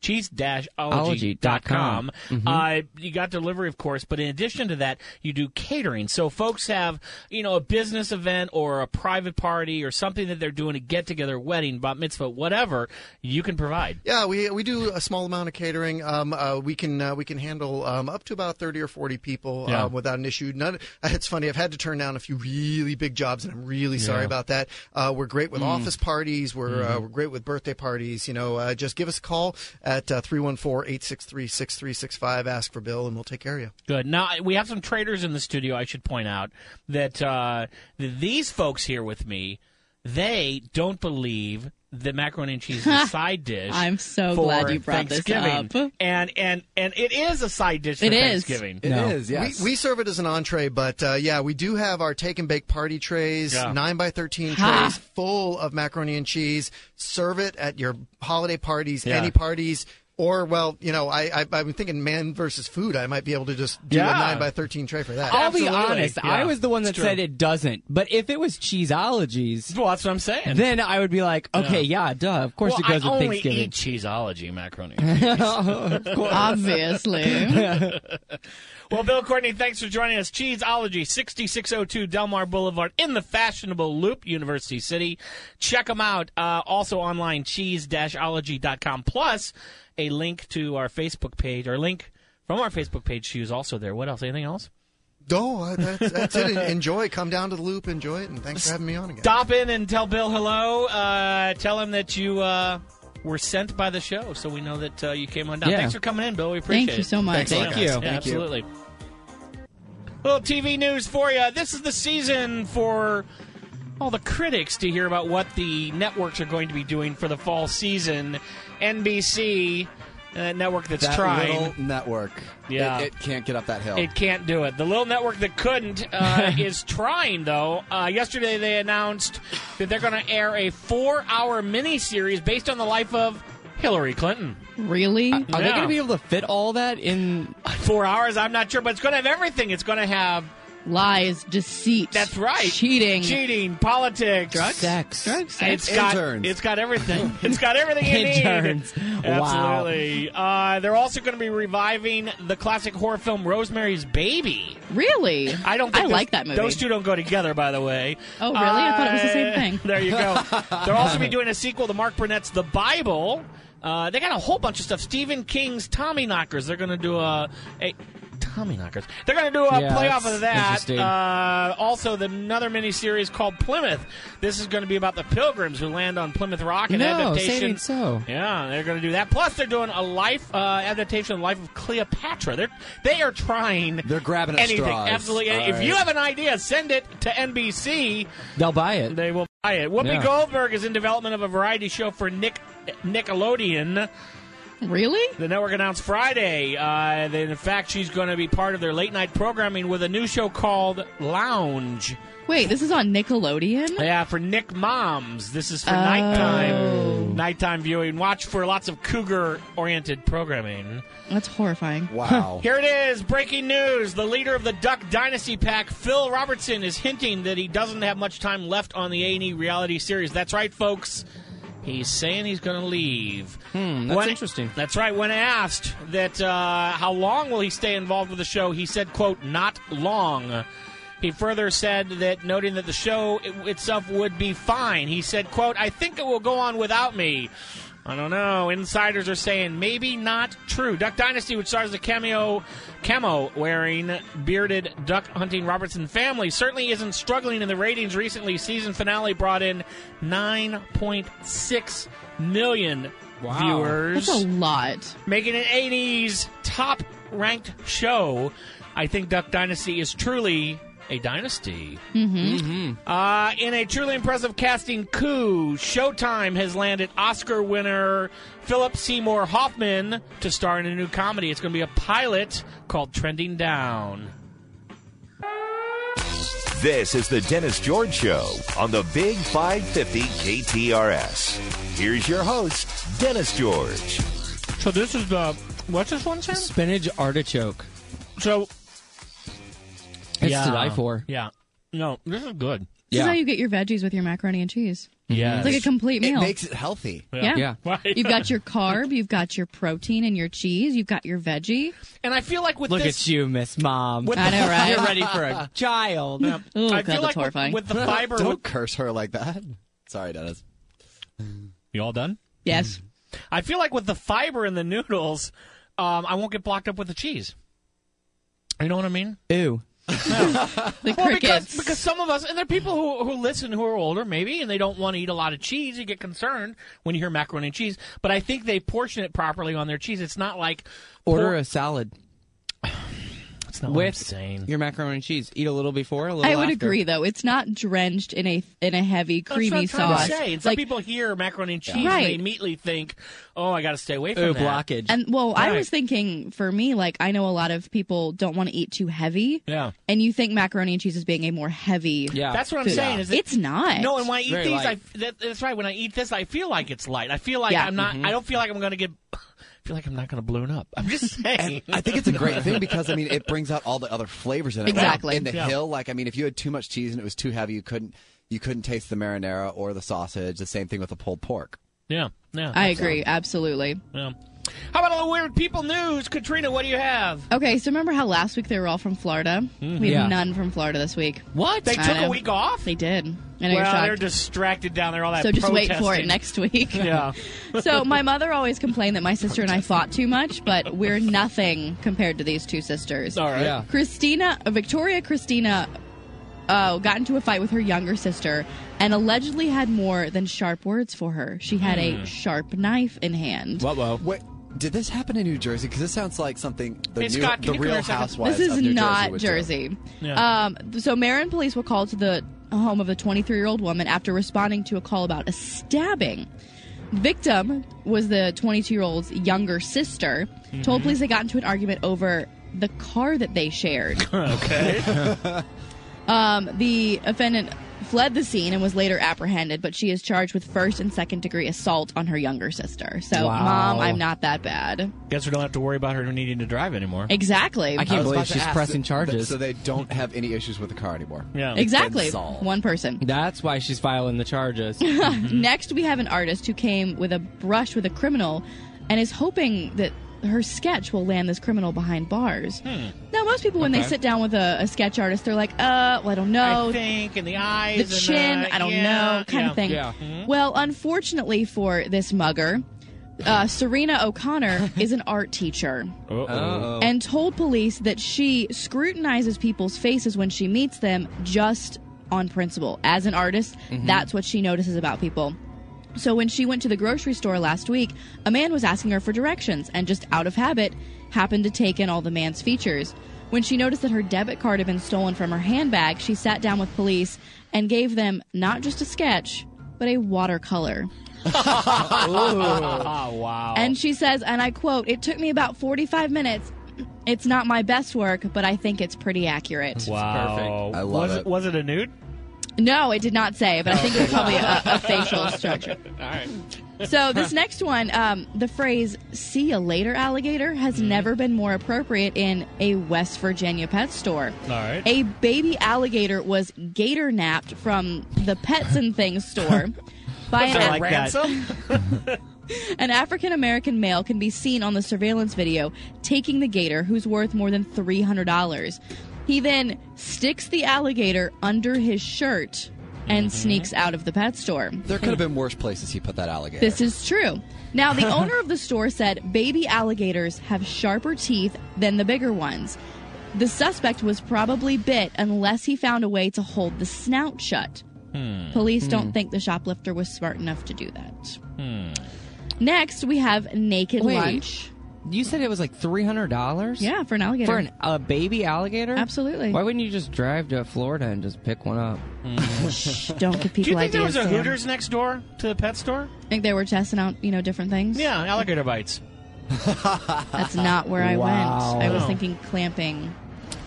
[SPEAKER 2] cheese dash
[SPEAKER 4] Allergy.com.
[SPEAKER 2] uh, you got delivery of course but in addition to that you do catering so folks have you know a business event or a private party or something that they're doing a get together wedding bat mitzvah whatever you can provide
[SPEAKER 7] Yeah, we we do a small amount of catering. Um, uh, we can uh, we can handle um, up to about thirty or forty people
[SPEAKER 2] Yeah.
[SPEAKER 7] um, without an issue. None. It's funny. I've had to turn down a few really big jobs, and I'm really sorry about that. Uh, we're great
[SPEAKER 2] Mm.
[SPEAKER 7] with office parties. We're
[SPEAKER 2] Mm-hmm.
[SPEAKER 7] uh, we're great with birthday parties. You know, uh, just give us a call at uh, 314 863 6365 Ask for Bill, and we'll take care of you.
[SPEAKER 2] Good. Now we have some traders in the studio. I should point out that uh, th- these folks here with me, they don't believe the macaroni and cheese is a side dish.
[SPEAKER 5] I'm so
[SPEAKER 2] for
[SPEAKER 5] glad you brought this
[SPEAKER 2] Thanksgiving.
[SPEAKER 5] up.
[SPEAKER 2] And and and it is a side dish for
[SPEAKER 5] It is.
[SPEAKER 2] Thanksgiving.
[SPEAKER 3] It
[SPEAKER 4] No.
[SPEAKER 3] is, yes.
[SPEAKER 7] We, we serve it as an entree, but uh, yeah, we do have our take and bake party trays,
[SPEAKER 2] Yeah.
[SPEAKER 7] nine by thirteen
[SPEAKER 5] Ha.
[SPEAKER 7] trays full of macaroni and cheese. Serve it at your holiday parties,
[SPEAKER 2] Yeah.
[SPEAKER 7] any parties. Or well, you know, I, I I'm thinking man versus food. I might be able to just do
[SPEAKER 2] Yeah.
[SPEAKER 7] a nine by thirteen tray for that.
[SPEAKER 4] I'll be
[SPEAKER 2] Absolutely.
[SPEAKER 4] honest.
[SPEAKER 2] Yeah.
[SPEAKER 4] I was the one that
[SPEAKER 2] It's true.
[SPEAKER 4] said it doesn't. But if it was cheeseologies,
[SPEAKER 2] Well, that's what I'm saying.
[SPEAKER 4] then I would be like, okay, yeah, duh. Of course
[SPEAKER 2] well,
[SPEAKER 4] it goes
[SPEAKER 2] I
[SPEAKER 4] with
[SPEAKER 2] only
[SPEAKER 4] Thanksgiving.
[SPEAKER 2] eat cheeseology macaroni. and cheese.
[SPEAKER 4] of course.
[SPEAKER 5] Obviously,
[SPEAKER 2] well, Bill Courtney, thanks for joining us. Cheeseology, 6602 Delmar Boulevard in the fashionable loop, University City. Check them out. Uh, also online, cheese-ology.com. Plus, a link to our Facebook page, or link from our Facebook page to is also there. What else? Anything else?
[SPEAKER 7] No, I- Oh, that's, that's it. Enjoy. Come down to the loop. Enjoy it, and thanks for having me on again.
[SPEAKER 2] Stop in and tell Bill hello. Uh, tell him that you uh, were sent by the show, so we know that uh, you came on down.
[SPEAKER 4] Yeah.
[SPEAKER 2] Thanks for coming in, Bill. We appreciate it.
[SPEAKER 5] thank you so much.
[SPEAKER 4] Thank you.
[SPEAKER 2] Yeah, absolutely. Well, TV news for you. This is the season for all the critics to hear about what the networks are going to be doing for the fall season. NBC, uh, network that's
[SPEAKER 3] that
[SPEAKER 2] trying.
[SPEAKER 3] little network.
[SPEAKER 2] Yeah.
[SPEAKER 3] it, it can't get up that hill.
[SPEAKER 2] It can't do it. The little network that couldn't uh, is trying, though. Uh, yesterday, they announced that they're going to air a four-hour miniseries based on the life of Hillary Clinton.
[SPEAKER 5] Really?
[SPEAKER 4] Are they
[SPEAKER 2] Yeah.
[SPEAKER 4] going to be able to fit all that in?
[SPEAKER 2] Four hours? I'm not sure, but it's going to have everything. It's going to have
[SPEAKER 5] Lies, deceit.
[SPEAKER 2] That's right.
[SPEAKER 5] Cheating.
[SPEAKER 2] cheating, politics,
[SPEAKER 4] Sex.
[SPEAKER 2] It's got
[SPEAKER 3] Interns.
[SPEAKER 2] it's got everything. It's got everything you
[SPEAKER 4] Interns.
[SPEAKER 2] need.
[SPEAKER 4] Wow.
[SPEAKER 2] Absolutely. Uh, they're also going to be reviving the classic horror film Rosemary's Baby.
[SPEAKER 5] Really?
[SPEAKER 2] I don't. Think
[SPEAKER 5] I
[SPEAKER 2] those-
[SPEAKER 5] like that movie.
[SPEAKER 2] Those two don't go together, by the way.
[SPEAKER 5] Oh, really? I thought it was the same
[SPEAKER 2] Uh,
[SPEAKER 5] thing.
[SPEAKER 2] There you go. They'll also be doing a sequel to Mark Burnett's The Bible. Uh, they got a whole bunch of stuff. Stephen King's Tommy Knockers. They're going to do a. a Tommy Knockers. They're going to do a
[SPEAKER 4] Yeah,
[SPEAKER 2] playoff
[SPEAKER 4] that's
[SPEAKER 2] of that.
[SPEAKER 4] interesting.
[SPEAKER 2] Uh, also, the, another miniseries called Plymouth. This is going to be about the pilgrims who land on Plymouth Rock. An
[SPEAKER 4] No,
[SPEAKER 2] adaptation.
[SPEAKER 4] saving so.
[SPEAKER 2] Yeah, they're going to do that. Plus, they're doing a life uh, adaptation of the life of Cleopatra. They're they are trying.
[SPEAKER 3] They're grabbing at
[SPEAKER 2] anything.
[SPEAKER 3] straws.
[SPEAKER 2] Absolutely.
[SPEAKER 3] All
[SPEAKER 2] If
[SPEAKER 3] right.
[SPEAKER 2] you have an idea, send it to NBC.
[SPEAKER 4] They'll buy it.
[SPEAKER 2] They will buy it. Whoopi
[SPEAKER 4] Yeah.
[SPEAKER 2] Goldberg is in development of a variety show for Nick Nickelodeon.
[SPEAKER 5] Really?
[SPEAKER 2] The network announced Friday uh, that, in fact, she's going to be part of their late night programming with a new show called Lounge.
[SPEAKER 5] Wait, this is on Nickelodeon?
[SPEAKER 2] Yeah, for Nick Moms. This is for
[SPEAKER 4] Oh.
[SPEAKER 2] nighttime nighttime viewing. Watch for lots of cougar oriented programming.
[SPEAKER 5] That's horrifying.
[SPEAKER 3] Wow.
[SPEAKER 2] Here it is, breaking news. The leader of the Duck Dynasty pack, Phil Robertson, is hinting that he doesn't have much time left on the A&E reality series. That's right, folks. He's saying he's going to leave.
[SPEAKER 4] Hmm, that's
[SPEAKER 2] When-
[SPEAKER 4] interesting.
[SPEAKER 2] That's right. When asked that uh, how long will he stay involved with the show, he said, "quote Not long." He further said that, noting that the show it- itself would be fine, he said, "quote I think it will go on without me." I don't know. Insiders are saying maybe not true. Duck Dynasty, which stars the cameo camo wearing bearded duck hunting Robertson family, certainly isn't struggling in the ratings recently. Season finale brought in 9.6 million
[SPEAKER 4] Wow.
[SPEAKER 2] viewers
[SPEAKER 5] That's a lot.
[SPEAKER 2] making an 80s top ranked show. I think Duck Dynasty is truly a dynasty. Mm-hmm. Uh, in a truly impressive casting coup, Showtime has landed Oscar winner Philip Seymour Hoffman to star in a new comedy. It's going to be a pilot called Trending Down.
[SPEAKER 1] This is the Dennis George Show on the Big 550 KTRS. Here's your host, Dennis George.
[SPEAKER 2] So this is the what's this one saying?
[SPEAKER 4] Spinach artichoke.
[SPEAKER 2] So
[SPEAKER 4] It's to die for.
[SPEAKER 2] Yeah. No, this is good.
[SPEAKER 5] This
[SPEAKER 4] Yeah.
[SPEAKER 5] is how you get your veggies with your macaroni and cheese.
[SPEAKER 2] Yeah.
[SPEAKER 5] It's like a complete
[SPEAKER 3] It
[SPEAKER 5] meal.
[SPEAKER 3] makes it healthy.
[SPEAKER 5] yeah.
[SPEAKER 4] Yeah.
[SPEAKER 5] You've got your carb, you've got your protein and your cheese, you've got your veggie.
[SPEAKER 2] and I feel like with
[SPEAKER 4] Look
[SPEAKER 2] this
[SPEAKER 4] at you, Miss Mom.
[SPEAKER 5] I know, right?
[SPEAKER 4] You're ready for a child.
[SPEAKER 5] Ooh,
[SPEAKER 2] I
[SPEAKER 5] God,
[SPEAKER 2] feel
[SPEAKER 5] that's
[SPEAKER 2] like with-
[SPEAKER 5] horrifying.
[SPEAKER 2] With, the fiber,
[SPEAKER 3] Don't curse her like that. Sorry, Dennis.
[SPEAKER 2] you all done?
[SPEAKER 5] Yes.
[SPEAKER 2] I feel like with the fiber in the noodles, um, I won't get blocked up with the cheese. You know what I mean?
[SPEAKER 4] Ew.
[SPEAKER 5] The
[SPEAKER 2] Well,
[SPEAKER 5] crickets.
[SPEAKER 2] because because some of us, and there are people who who listen who are older maybe, and they don't want to eat a lot of cheese. You get concerned when you hear macaroni and cheese, but I think they portion it properly on their cheese. It's not like
[SPEAKER 4] Order
[SPEAKER 2] pour-
[SPEAKER 4] a salad
[SPEAKER 2] It's not what I'm
[SPEAKER 4] with
[SPEAKER 2] saying.
[SPEAKER 4] your macaroni and cheese. Eat a little before, a little
[SPEAKER 5] I would
[SPEAKER 4] after.
[SPEAKER 5] agree though. It's not drenched in a in a heavy
[SPEAKER 2] That's
[SPEAKER 5] creamy
[SPEAKER 2] what I'm trying to
[SPEAKER 5] sauce.
[SPEAKER 2] say. And some
[SPEAKER 5] Like
[SPEAKER 2] people hear macaroni and cheese, and they
[SPEAKER 5] Right.
[SPEAKER 2] immediately think, "Oh, I got to stay away from
[SPEAKER 4] Ew,
[SPEAKER 2] that."
[SPEAKER 4] blockage.
[SPEAKER 5] and well, I
[SPEAKER 2] Right.
[SPEAKER 5] was thinking for me like I know a lot of people don't want to eat too heavy.
[SPEAKER 2] Yeah.
[SPEAKER 5] And you think macaroni and cheese is being a more heavy.
[SPEAKER 4] yeah.
[SPEAKER 2] That's what I'm
[SPEAKER 5] food.
[SPEAKER 2] saying. Is that
[SPEAKER 5] it's not.
[SPEAKER 2] No, and when I eat
[SPEAKER 4] Very
[SPEAKER 2] these, I,
[SPEAKER 4] light.
[SPEAKER 2] that, that's right. When I eat this, I feel like it's light. I feel like
[SPEAKER 5] Yeah.
[SPEAKER 2] I'm not. I don't feel like I'm going to get. I feel like I'm not going to balloon up. I'm just saying.
[SPEAKER 3] I think it's a great thing because I mean it brings out all the other flavors in it. Like,
[SPEAKER 5] Exactly.
[SPEAKER 3] in the
[SPEAKER 2] Yeah.
[SPEAKER 3] hill, like I mean, if you had too much cheese and it was too heavy, you couldn't you couldn't taste the marinara or the sausage. The same thing with the pulled pork.
[SPEAKER 2] yeah, yeah.
[SPEAKER 5] I agree, absolutely.
[SPEAKER 2] yeah. How about all the weird people news, Katrina? What do you have?
[SPEAKER 5] Okay, so remember how last week they were all from Florida? We have
[SPEAKER 4] Mm-hmm. Yeah.
[SPEAKER 5] none from Florida this week.
[SPEAKER 4] what?
[SPEAKER 2] They
[SPEAKER 5] I
[SPEAKER 2] took a
[SPEAKER 5] know.
[SPEAKER 2] week off.
[SPEAKER 5] They did. I know you're
[SPEAKER 2] well,
[SPEAKER 5] shocked.
[SPEAKER 2] they're distracted down there. All that.
[SPEAKER 5] so just wait
[SPEAKER 2] protesting.
[SPEAKER 5] for it next week.
[SPEAKER 2] Yeah.
[SPEAKER 5] so my mother always complained that my sister and I fought too much, but we're nothing compared to these two sisters.
[SPEAKER 2] All right.
[SPEAKER 4] Yeah.
[SPEAKER 5] Christina, uh, Victoria Christina, uh, got into a fight with her younger sister and allegedly had more than sharp words for her. She had
[SPEAKER 2] Hmm.
[SPEAKER 5] a sharp knife in hand.
[SPEAKER 4] Whoa.
[SPEAKER 3] What did this happen in New Jersey? Because this sounds like something the
[SPEAKER 2] Hey,
[SPEAKER 3] new,
[SPEAKER 2] Scott, can
[SPEAKER 3] the
[SPEAKER 2] you come here
[SPEAKER 3] Real
[SPEAKER 2] a second?
[SPEAKER 3] Housewives.
[SPEAKER 5] This is
[SPEAKER 3] of New
[SPEAKER 5] not
[SPEAKER 3] would do.
[SPEAKER 5] Jersey.
[SPEAKER 2] Yeah.
[SPEAKER 5] Um, so Marin police were called to the home of a 23 year old woman after responding to a call about a stabbing. Victim was the 22 year old's younger sister.
[SPEAKER 2] Mm-hmm.
[SPEAKER 5] Told police they got into an argument over the car that they shared. okay. um, the offendant fled the scene and was later apprehended, but she is charged with first and second degree assault on her younger sister. So,
[SPEAKER 4] Wow.
[SPEAKER 5] mom, I'm not that bad.
[SPEAKER 2] Guess we don't have to worry about her needing to drive anymore.
[SPEAKER 5] Exactly.
[SPEAKER 4] I
[SPEAKER 3] I
[SPEAKER 4] can't
[SPEAKER 3] was
[SPEAKER 4] believe
[SPEAKER 3] about to
[SPEAKER 4] she's
[SPEAKER 3] ask,
[SPEAKER 4] pressing
[SPEAKER 3] th-
[SPEAKER 4] charges.
[SPEAKER 3] so they don't have any issues with the car anymore.
[SPEAKER 2] Yeah.
[SPEAKER 5] Exactly.
[SPEAKER 3] solved.
[SPEAKER 5] One person.
[SPEAKER 4] That's why she's filing the charges.
[SPEAKER 2] Mm-hmm.
[SPEAKER 5] Next, we have an artist who came with a brush with a criminal and is hoping that her sketch will land this criminal behind bars.
[SPEAKER 2] Hmm.
[SPEAKER 5] Now, most people, when they sit down with a, a sketch artist, they're like, uh, well, I don't know.
[SPEAKER 2] I think and the eyes,
[SPEAKER 5] the
[SPEAKER 2] and
[SPEAKER 5] chin, I don't
[SPEAKER 2] yeah,
[SPEAKER 5] know, kind
[SPEAKER 2] yeah. mm-hmm.
[SPEAKER 5] of thing.
[SPEAKER 4] yeah.
[SPEAKER 5] Well, unfortunately for this mugger, uh, Serena O'Connor is an art teacher
[SPEAKER 4] Uh-oh.
[SPEAKER 5] and told police that she scrutinizes people's faces when she meets them just on principle. As an artist, that's what she notices about people. So when she went to the grocery store last week, a man was asking her for directions and just out of habit happened to take in all the man's features. When she noticed that her debit card had been stolen from her handbag, she sat down with police and gave them not just a sketch, but a watercolor.
[SPEAKER 2] oh, Mm-hmm. wow.
[SPEAKER 5] And she says, and I quote, it took me about 45 minutes. It's not my best work, but I think it's pretty accurate.
[SPEAKER 2] wow.
[SPEAKER 3] perfect. I love
[SPEAKER 2] was
[SPEAKER 3] it.
[SPEAKER 2] Was it a nude?
[SPEAKER 5] No, it did not say, but I think it was probably a, a facial structure.
[SPEAKER 2] All right.
[SPEAKER 5] So this next one, um, the phrase "see you later, alligator" has
[SPEAKER 2] Mm-hmm.
[SPEAKER 5] never been more appropriate in a West Virginia pet store.
[SPEAKER 2] All right.
[SPEAKER 5] A baby alligator was gator napped from the Pets and Things store by an,
[SPEAKER 2] I like
[SPEAKER 7] Ransom?
[SPEAKER 5] an African American male can be seen on the surveillance video taking the gator, who's worth more than three hundred dollars. He then sticks the alligator under his shirt and sneaks out of the pet store.
[SPEAKER 3] Mm-hmm. There could have been worse places he put that alligator.
[SPEAKER 5] This is true. Now, the owner of the store said baby alligators have sharper teeth than the bigger ones. The suspect was probably bit unless he found a way to hold the snout shut.
[SPEAKER 3] Hmm.
[SPEAKER 5] Police don't think the shoplifter was smart enough to do that. Next, we have naked
[SPEAKER 4] Hmm. Wait.
[SPEAKER 5] lunch.
[SPEAKER 4] You said it was like three hundred dollars.
[SPEAKER 5] Yeah, for an alligator.
[SPEAKER 4] For an, a baby alligator?
[SPEAKER 5] Absolutely.
[SPEAKER 4] Why wouldn't you just drive to Florida and just pick one up?
[SPEAKER 5] Mm. Shh, don't give people
[SPEAKER 2] Do you think there
[SPEAKER 5] ideas.
[SPEAKER 2] was a
[SPEAKER 5] Sam.
[SPEAKER 2] Hooters next door to the pet store?
[SPEAKER 5] I think they were testing out, you know, different things.
[SPEAKER 2] Yeah, alligator bites.
[SPEAKER 5] That's not where I
[SPEAKER 4] Wow.
[SPEAKER 5] went. I was
[SPEAKER 2] No.
[SPEAKER 5] thinking clamping.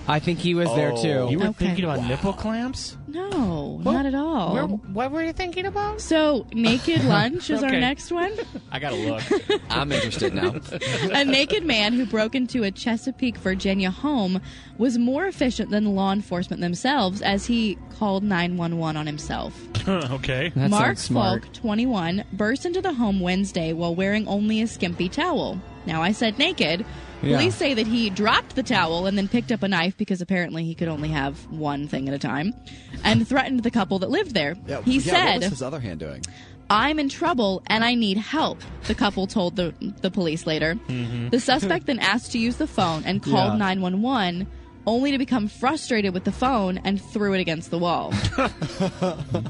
[SPEAKER 4] I think he was there too.
[SPEAKER 2] Oh. You were
[SPEAKER 5] Okay.
[SPEAKER 2] thinking about nipple clamps?
[SPEAKER 5] No, not at all.
[SPEAKER 2] Where- what were you thinking about?
[SPEAKER 5] So, naked lunch is our
[SPEAKER 2] Okay.
[SPEAKER 5] next one.
[SPEAKER 2] I gotta look.
[SPEAKER 3] I'm interested now.
[SPEAKER 5] a naked man who broke into a Chesapeake, Virginia home was more efficient than law enforcement themselves as he called 911 on himself.
[SPEAKER 2] okay.
[SPEAKER 4] that
[SPEAKER 5] Mark
[SPEAKER 4] sounds smart.
[SPEAKER 5] Falk, 21, burst into the home Wednesday while wearing only a skimpy towel. Now, I said naked.
[SPEAKER 4] Yeah.
[SPEAKER 5] Police say that he dropped the towel and then picked up a knife because apparently he could only have one thing at a time and threatened the couple that lived there.
[SPEAKER 3] Yeah,
[SPEAKER 5] he
[SPEAKER 3] yeah,
[SPEAKER 5] said,
[SPEAKER 3] what was his other hand doing?
[SPEAKER 5] I'm in trouble and I need help, the couple told the, the police later.
[SPEAKER 4] Mm-hmm.
[SPEAKER 5] The suspect then asked to use the phone and called
[SPEAKER 4] Yeah.
[SPEAKER 5] 911, only to become frustrated with the phone and threw it against the wall.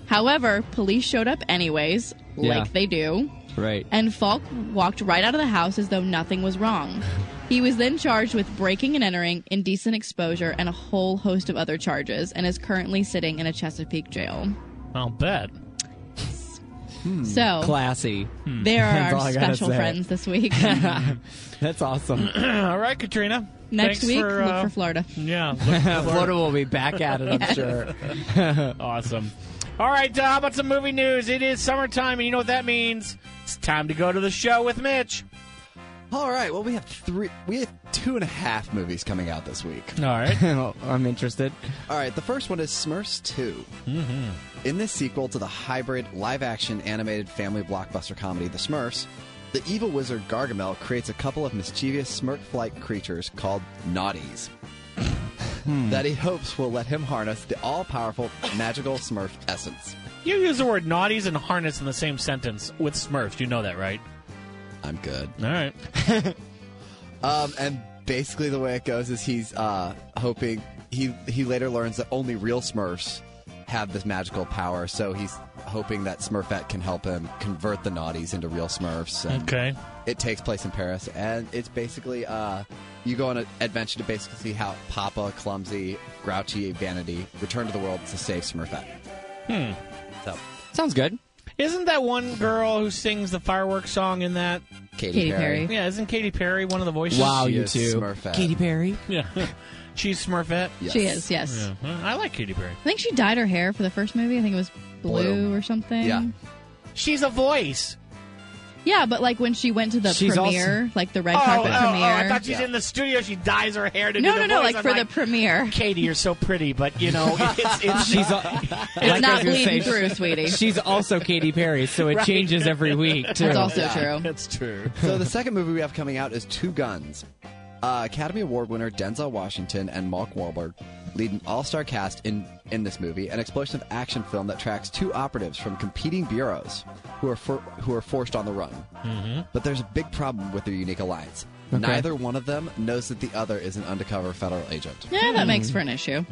[SPEAKER 5] However, police showed up anyways,
[SPEAKER 4] Yeah.
[SPEAKER 5] like they do,
[SPEAKER 4] Right.
[SPEAKER 5] and Falk walked right out of the house as though nothing was wrong. He was then charged with breaking and entering, indecent exposure, and a whole host of other charges, and is currently sitting in a Chesapeake jail.
[SPEAKER 2] I'll bet.
[SPEAKER 5] So,
[SPEAKER 4] Hmm. Classy.
[SPEAKER 2] Hmm.
[SPEAKER 5] There
[SPEAKER 4] That's
[SPEAKER 5] are
[SPEAKER 4] all
[SPEAKER 5] our
[SPEAKER 4] I gotta
[SPEAKER 5] special
[SPEAKER 4] say.
[SPEAKER 5] friends this week.
[SPEAKER 4] That's awesome.
[SPEAKER 2] All right, Katrina.
[SPEAKER 5] Next
[SPEAKER 2] Thanks
[SPEAKER 5] week,
[SPEAKER 2] for,
[SPEAKER 5] look
[SPEAKER 2] uh,
[SPEAKER 5] for Florida.
[SPEAKER 2] Yeah. look for-
[SPEAKER 4] Florida will be back at it, I'm sure.
[SPEAKER 2] Awesome. All right, uh, how about some movie news? It is summertime, and you know what that means. It's time to go to the show with Mitch.
[SPEAKER 3] All right. Well, we have three. We have two and a half movies coming out this week.
[SPEAKER 2] All right.
[SPEAKER 4] Well, I'm interested.
[SPEAKER 3] All right. The first one is Smurfs 2 Mm-hmm. In this sequel to the hybrid live-action animated family blockbuster comedy The Smurfs, the evil wizard Gargamel creates a couple of mischievous Smurf-like creatures called Naughties. That he hopes will let him harness the all powerful magical Smurf essence.
[SPEAKER 2] You use the word naughties and harness in the same sentence with Smurfs. You know that, right?
[SPEAKER 3] I'm good.
[SPEAKER 2] All right.
[SPEAKER 3] Um, and basically, the way it goes is he's uh, hoping he he later learns that only real Smurfs have this magical power. So he's hoping that Smurfette can help him convert the Naughties into real Smurfs. And
[SPEAKER 2] Okay.
[SPEAKER 3] It takes place in Paris, and it's basically uh, you go on an adventure to basically see how Papa, clumsy, grouchy, vanity return to the world to save Smurfette. Hmm. So
[SPEAKER 4] Sounds good.
[SPEAKER 2] Isn't that one girl who sings the fireworks song in that?
[SPEAKER 3] Katy,
[SPEAKER 5] Katy Perry.
[SPEAKER 2] Yeah, isn't Katy Perry one of the voices?
[SPEAKER 4] Wow,
[SPEAKER 3] She
[SPEAKER 4] you
[SPEAKER 3] is
[SPEAKER 4] two.
[SPEAKER 3] Smurfette.
[SPEAKER 4] Katy Perry.
[SPEAKER 2] Yeah. She's Smurfette.
[SPEAKER 3] Yes.
[SPEAKER 5] She is, yes.
[SPEAKER 2] Yeah. I like Katy Perry.
[SPEAKER 5] I think she dyed her hair for the first movie. I think it was blue,
[SPEAKER 3] Blue.
[SPEAKER 5] or something.
[SPEAKER 3] Yeah.
[SPEAKER 2] She's a voice.
[SPEAKER 5] Yeah, but like when she went to the
[SPEAKER 4] She's
[SPEAKER 5] premiere, like the red
[SPEAKER 2] Oh, oh, oh,
[SPEAKER 5] carpet premiere.
[SPEAKER 2] I thought she's
[SPEAKER 3] Yeah.
[SPEAKER 2] in the studio. She dyes her hair to
[SPEAKER 5] no,
[SPEAKER 2] do
[SPEAKER 5] no,
[SPEAKER 2] the
[SPEAKER 5] no,
[SPEAKER 2] voice.
[SPEAKER 5] like
[SPEAKER 2] I'm
[SPEAKER 5] for the premiere.
[SPEAKER 2] Katie, you're so pretty, but you know, it's, it's
[SPEAKER 4] She's a,
[SPEAKER 5] It's not
[SPEAKER 4] I was gonna
[SPEAKER 5] bleeding
[SPEAKER 4] say,
[SPEAKER 5] through, sweetie.
[SPEAKER 4] She's also Katy Perry, so it changes every week too.
[SPEAKER 5] That's also true.
[SPEAKER 2] That's true.
[SPEAKER 3] So the second movie we have coming out is Two Guns. Uh, Academy Award winner Denzel Washington and Mark Wahlberg lead an all-star cast in in this movie, an explosive action film that tracks two operatives from competing bureaus who are for, who are forced on the run.
[SPEAKER 4] Mm-hmm.
[SPEAKER 3] But there's a big problem with their unique alliance. Neither one of them knows that the other is an undercover federal agent.
[SPEAKER 5] Yeah, that
[SPEAKER 3] Mm-hmm.
[SPEAKER 4] Mm.
[SPEAKER 5] makes for an issue.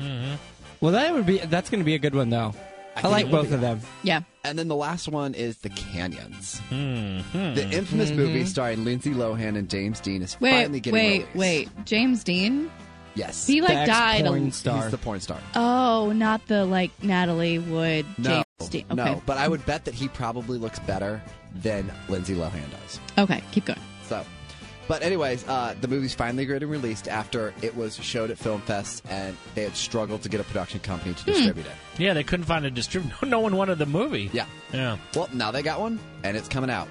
[SPEAKER 4] Well, that would be. That's going to be a good one though. I,
[SPEAKER 3] think
[SPEAKER 4] like
[SPEAKER 3] it will
[SPEAKER 4] both
[SPEAKER 3] be.
[SPEAKER 4] of them.
[SPEAKER 5] Yeah.
[SPEAKER 3] And then the last one is The Canyons.
[SPEAKER 4] Mm-hmm.
[SPEAKER 3] The infamous movie starring Lindsay Lohan and James Dean is
[SPEAKER 5] Mm-hmm. Wait,
[SPEAKER 3] finally getting
[SPEAKER 5] wait,
[SPEAKER 3] released.
[SPEAKER 5] wait. James Dean?
[SPEAKER 3] Yes.
[SPEAKER 5] He like died. a-
[SPEAKER 4] porn star.
[SPEAKER 3] He's the porn star.
[SPEAKER 5] oh, not the like Natalie Wood.
[SPEAKER 3] No,
[SPEAKER 5] James Dean. Okay.
[SPEAKER 3] no, but I would bet that he probably looks better than Lindsay Lohan does.
[SPEAKER 5] Okay, keep going.
[SPEAKER 3] So, but anyways, uh, the movie's finally getting released after it was showed at film fests, and they had struggled to get a production company
[SPEAKER 5] Hmm.
[SPEAKER 3] to distribute it.
[SPEAKER 2] Yeah, they couldn't find a distributor. No one wanted the movie.
[SPEAKER 3] Yeah.
[SPEAKER 2] Yeah.
[SPEAKER 3] Well, now Oh, they got one, and it's coming out.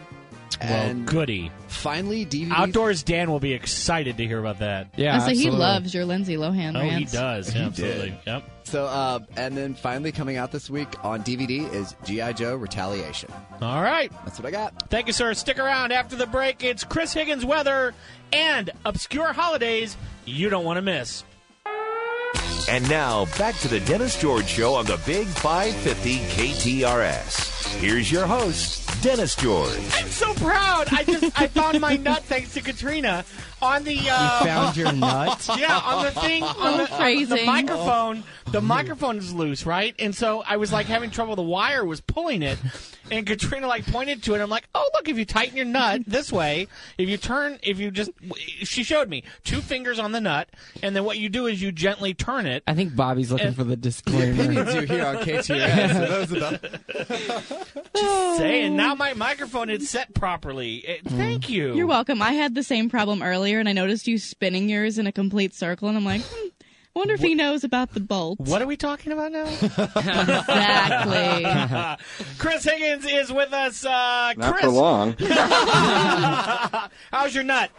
[SPEAKER 2] Well,
[SPEAKER 3] And
[SPEAKER 2] goody.
[SPEAKER 3] finally, DVDs.
[SPEAKER 2] Outdoors Dan will be excited to hear about that.
[SPEAKER 4] yeah,
[SPEAKER 5] Honestly, he
[SPEAKER 4] absolutely.
[SPEAKER 5] loves your Lindsay Lohan
[SPEAKER 2] Oh, he
[SPEAKER 5] rants.
[SPEAKER 2] does. Yeah, absolutely. Yep.
[SPEAKER 3] So, uh, and then finally coming out this week on DVD is G.I. Joe Retaliation.
[SPEAKER 2] All right.
[SPEAKER 3] That's what I got.
[SPEAKER 2] Thank you, sir. Stick around after the break. It's Chris Higgins weather and obscure holidays you don't want to miss.
[SPEAKER 1] And now back to the Dennis George Show on the Big 550 KTRS. Here's your host, Dennis George.
[SPEAKER 2] I'm so proud. I just I found my nut thanks to Katrina on the uh,
[SPEAKER 4] Found your nut.
[SPEAKER 2] yeah on the thing on
[SPEAKER 5] Oh,
[SPEAKER 2] the,
[SPEAKER 5] phrasing.
[SPEAKER 2] the microphone. The microphone is loose, right? And so I was like having trouble. The wire was pulling it, and Katrina like pointed to it. I'm like, oh look, if you tighten your nut this way, if you turn, if you just, she showed me two fingers on the nut, and then what you do is you gently turn it.
[SPEAKER 4] I think Bobby's looking for the disclaimer.
[SPEAKER 3] Opinions you hear on KTRS. are those about-
[SPEAKER 2] saying now my microphone is set properly. Eh, Thank you.
[SPEAKER 5] Mm. You're welcome. I had the same problem earlier, and I noticed you spinning yours in a complete circle, and I'm like, hmm, I wonder if he knows about the bolt.
[SPEAKER 2] What are we talking about now?
[SPEAKER 5] Exactly.
[SPEAKER 2] Chris Higgins is with us. Uh,
[SPEAKER 6] Not
[SPEAKER 2] Chris,
[SPEAKER 6] for long.
[SPEAKER 2] how's your nut?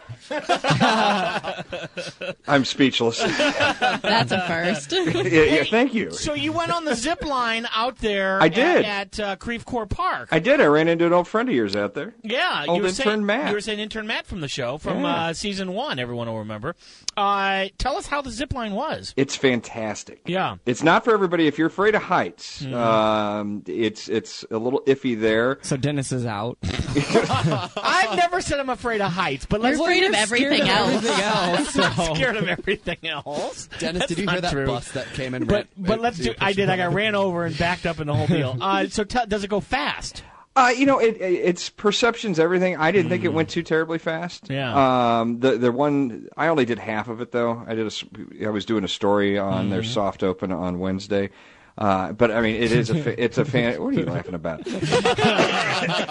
[SPEAKER 6] I'm speechless. yeah,
[SPEAKER 5] That's a first.
[SPEAKER 6] yeah, thank you.
[SPEAKER 2] So you went on the zip line out there.
[SPEAKER 6] I did.
[SPEAKER 2] at, at uh, Creve Coeur Park.
[SPEAKER 6] I did. I ran into an old friend of yours out there.
[SPEAKER 2] yeah, you
[SPEAKER 6] Old
[SPEAKER 2] were
[SPEAKER 6] intern
[SPEAKER 2] saying
[SPEAKER 6] Matt.
[SPEAKER 2] you were saying intern Matt from the show from
[SPEAKER 6] Yeah.
[SPEAKER 2] uh, season one. Everyone will remember. Uh, tell us how the zip line was.
[SPEAKER 6] It's fantastic.
[SPEAKER 2] Yeah. Hmm.
[SPEAKER 6] It's not for everybody. If you're afraid of heights, um, it's it's a little iffy there.
[SPEAKER 4] so Dennis is out.
[SPEAKER 2] I've never said I'm afraid of heights, but
[SPEAKER 5] You're
[SPEAKER 2] let's
[SPEAKER 5] afraid of
[SPEAKER 4] You're scared
[SPEAKER 5] everything
[SPEAKER 4] of
[SPEAKER 5] else.
[SPEAKER 4] everything else, so-
[SPEAKER 2] I'm scared of everything else.
[SPEAKER 3] Dennis,
[SPEAKER 2] That's
[SPEAKER 3] did you
[SPEAKER 2] not
[SPEAKER 3] hear that
[SPEAKER 2] true.
[SPEAKER 3] bus that came in?
[SPEAKER 2] But but let's do. I did. I got ran over and backed up in the whole deal. Uh, so tell does it go fast?
[SPEAKER 6] Uh, you know, it, it, it's perceptions, everything. I didn't think it went too terribly fast.
[SPEAKER 2] Yeah.
[SPEAKER 6] Um, the the one I only did half of it though. I did a s I was doing a story on their soft open on Wednesday. Uh, but I mean, it is a fa- it's a fan. What are you laughing about? Uh,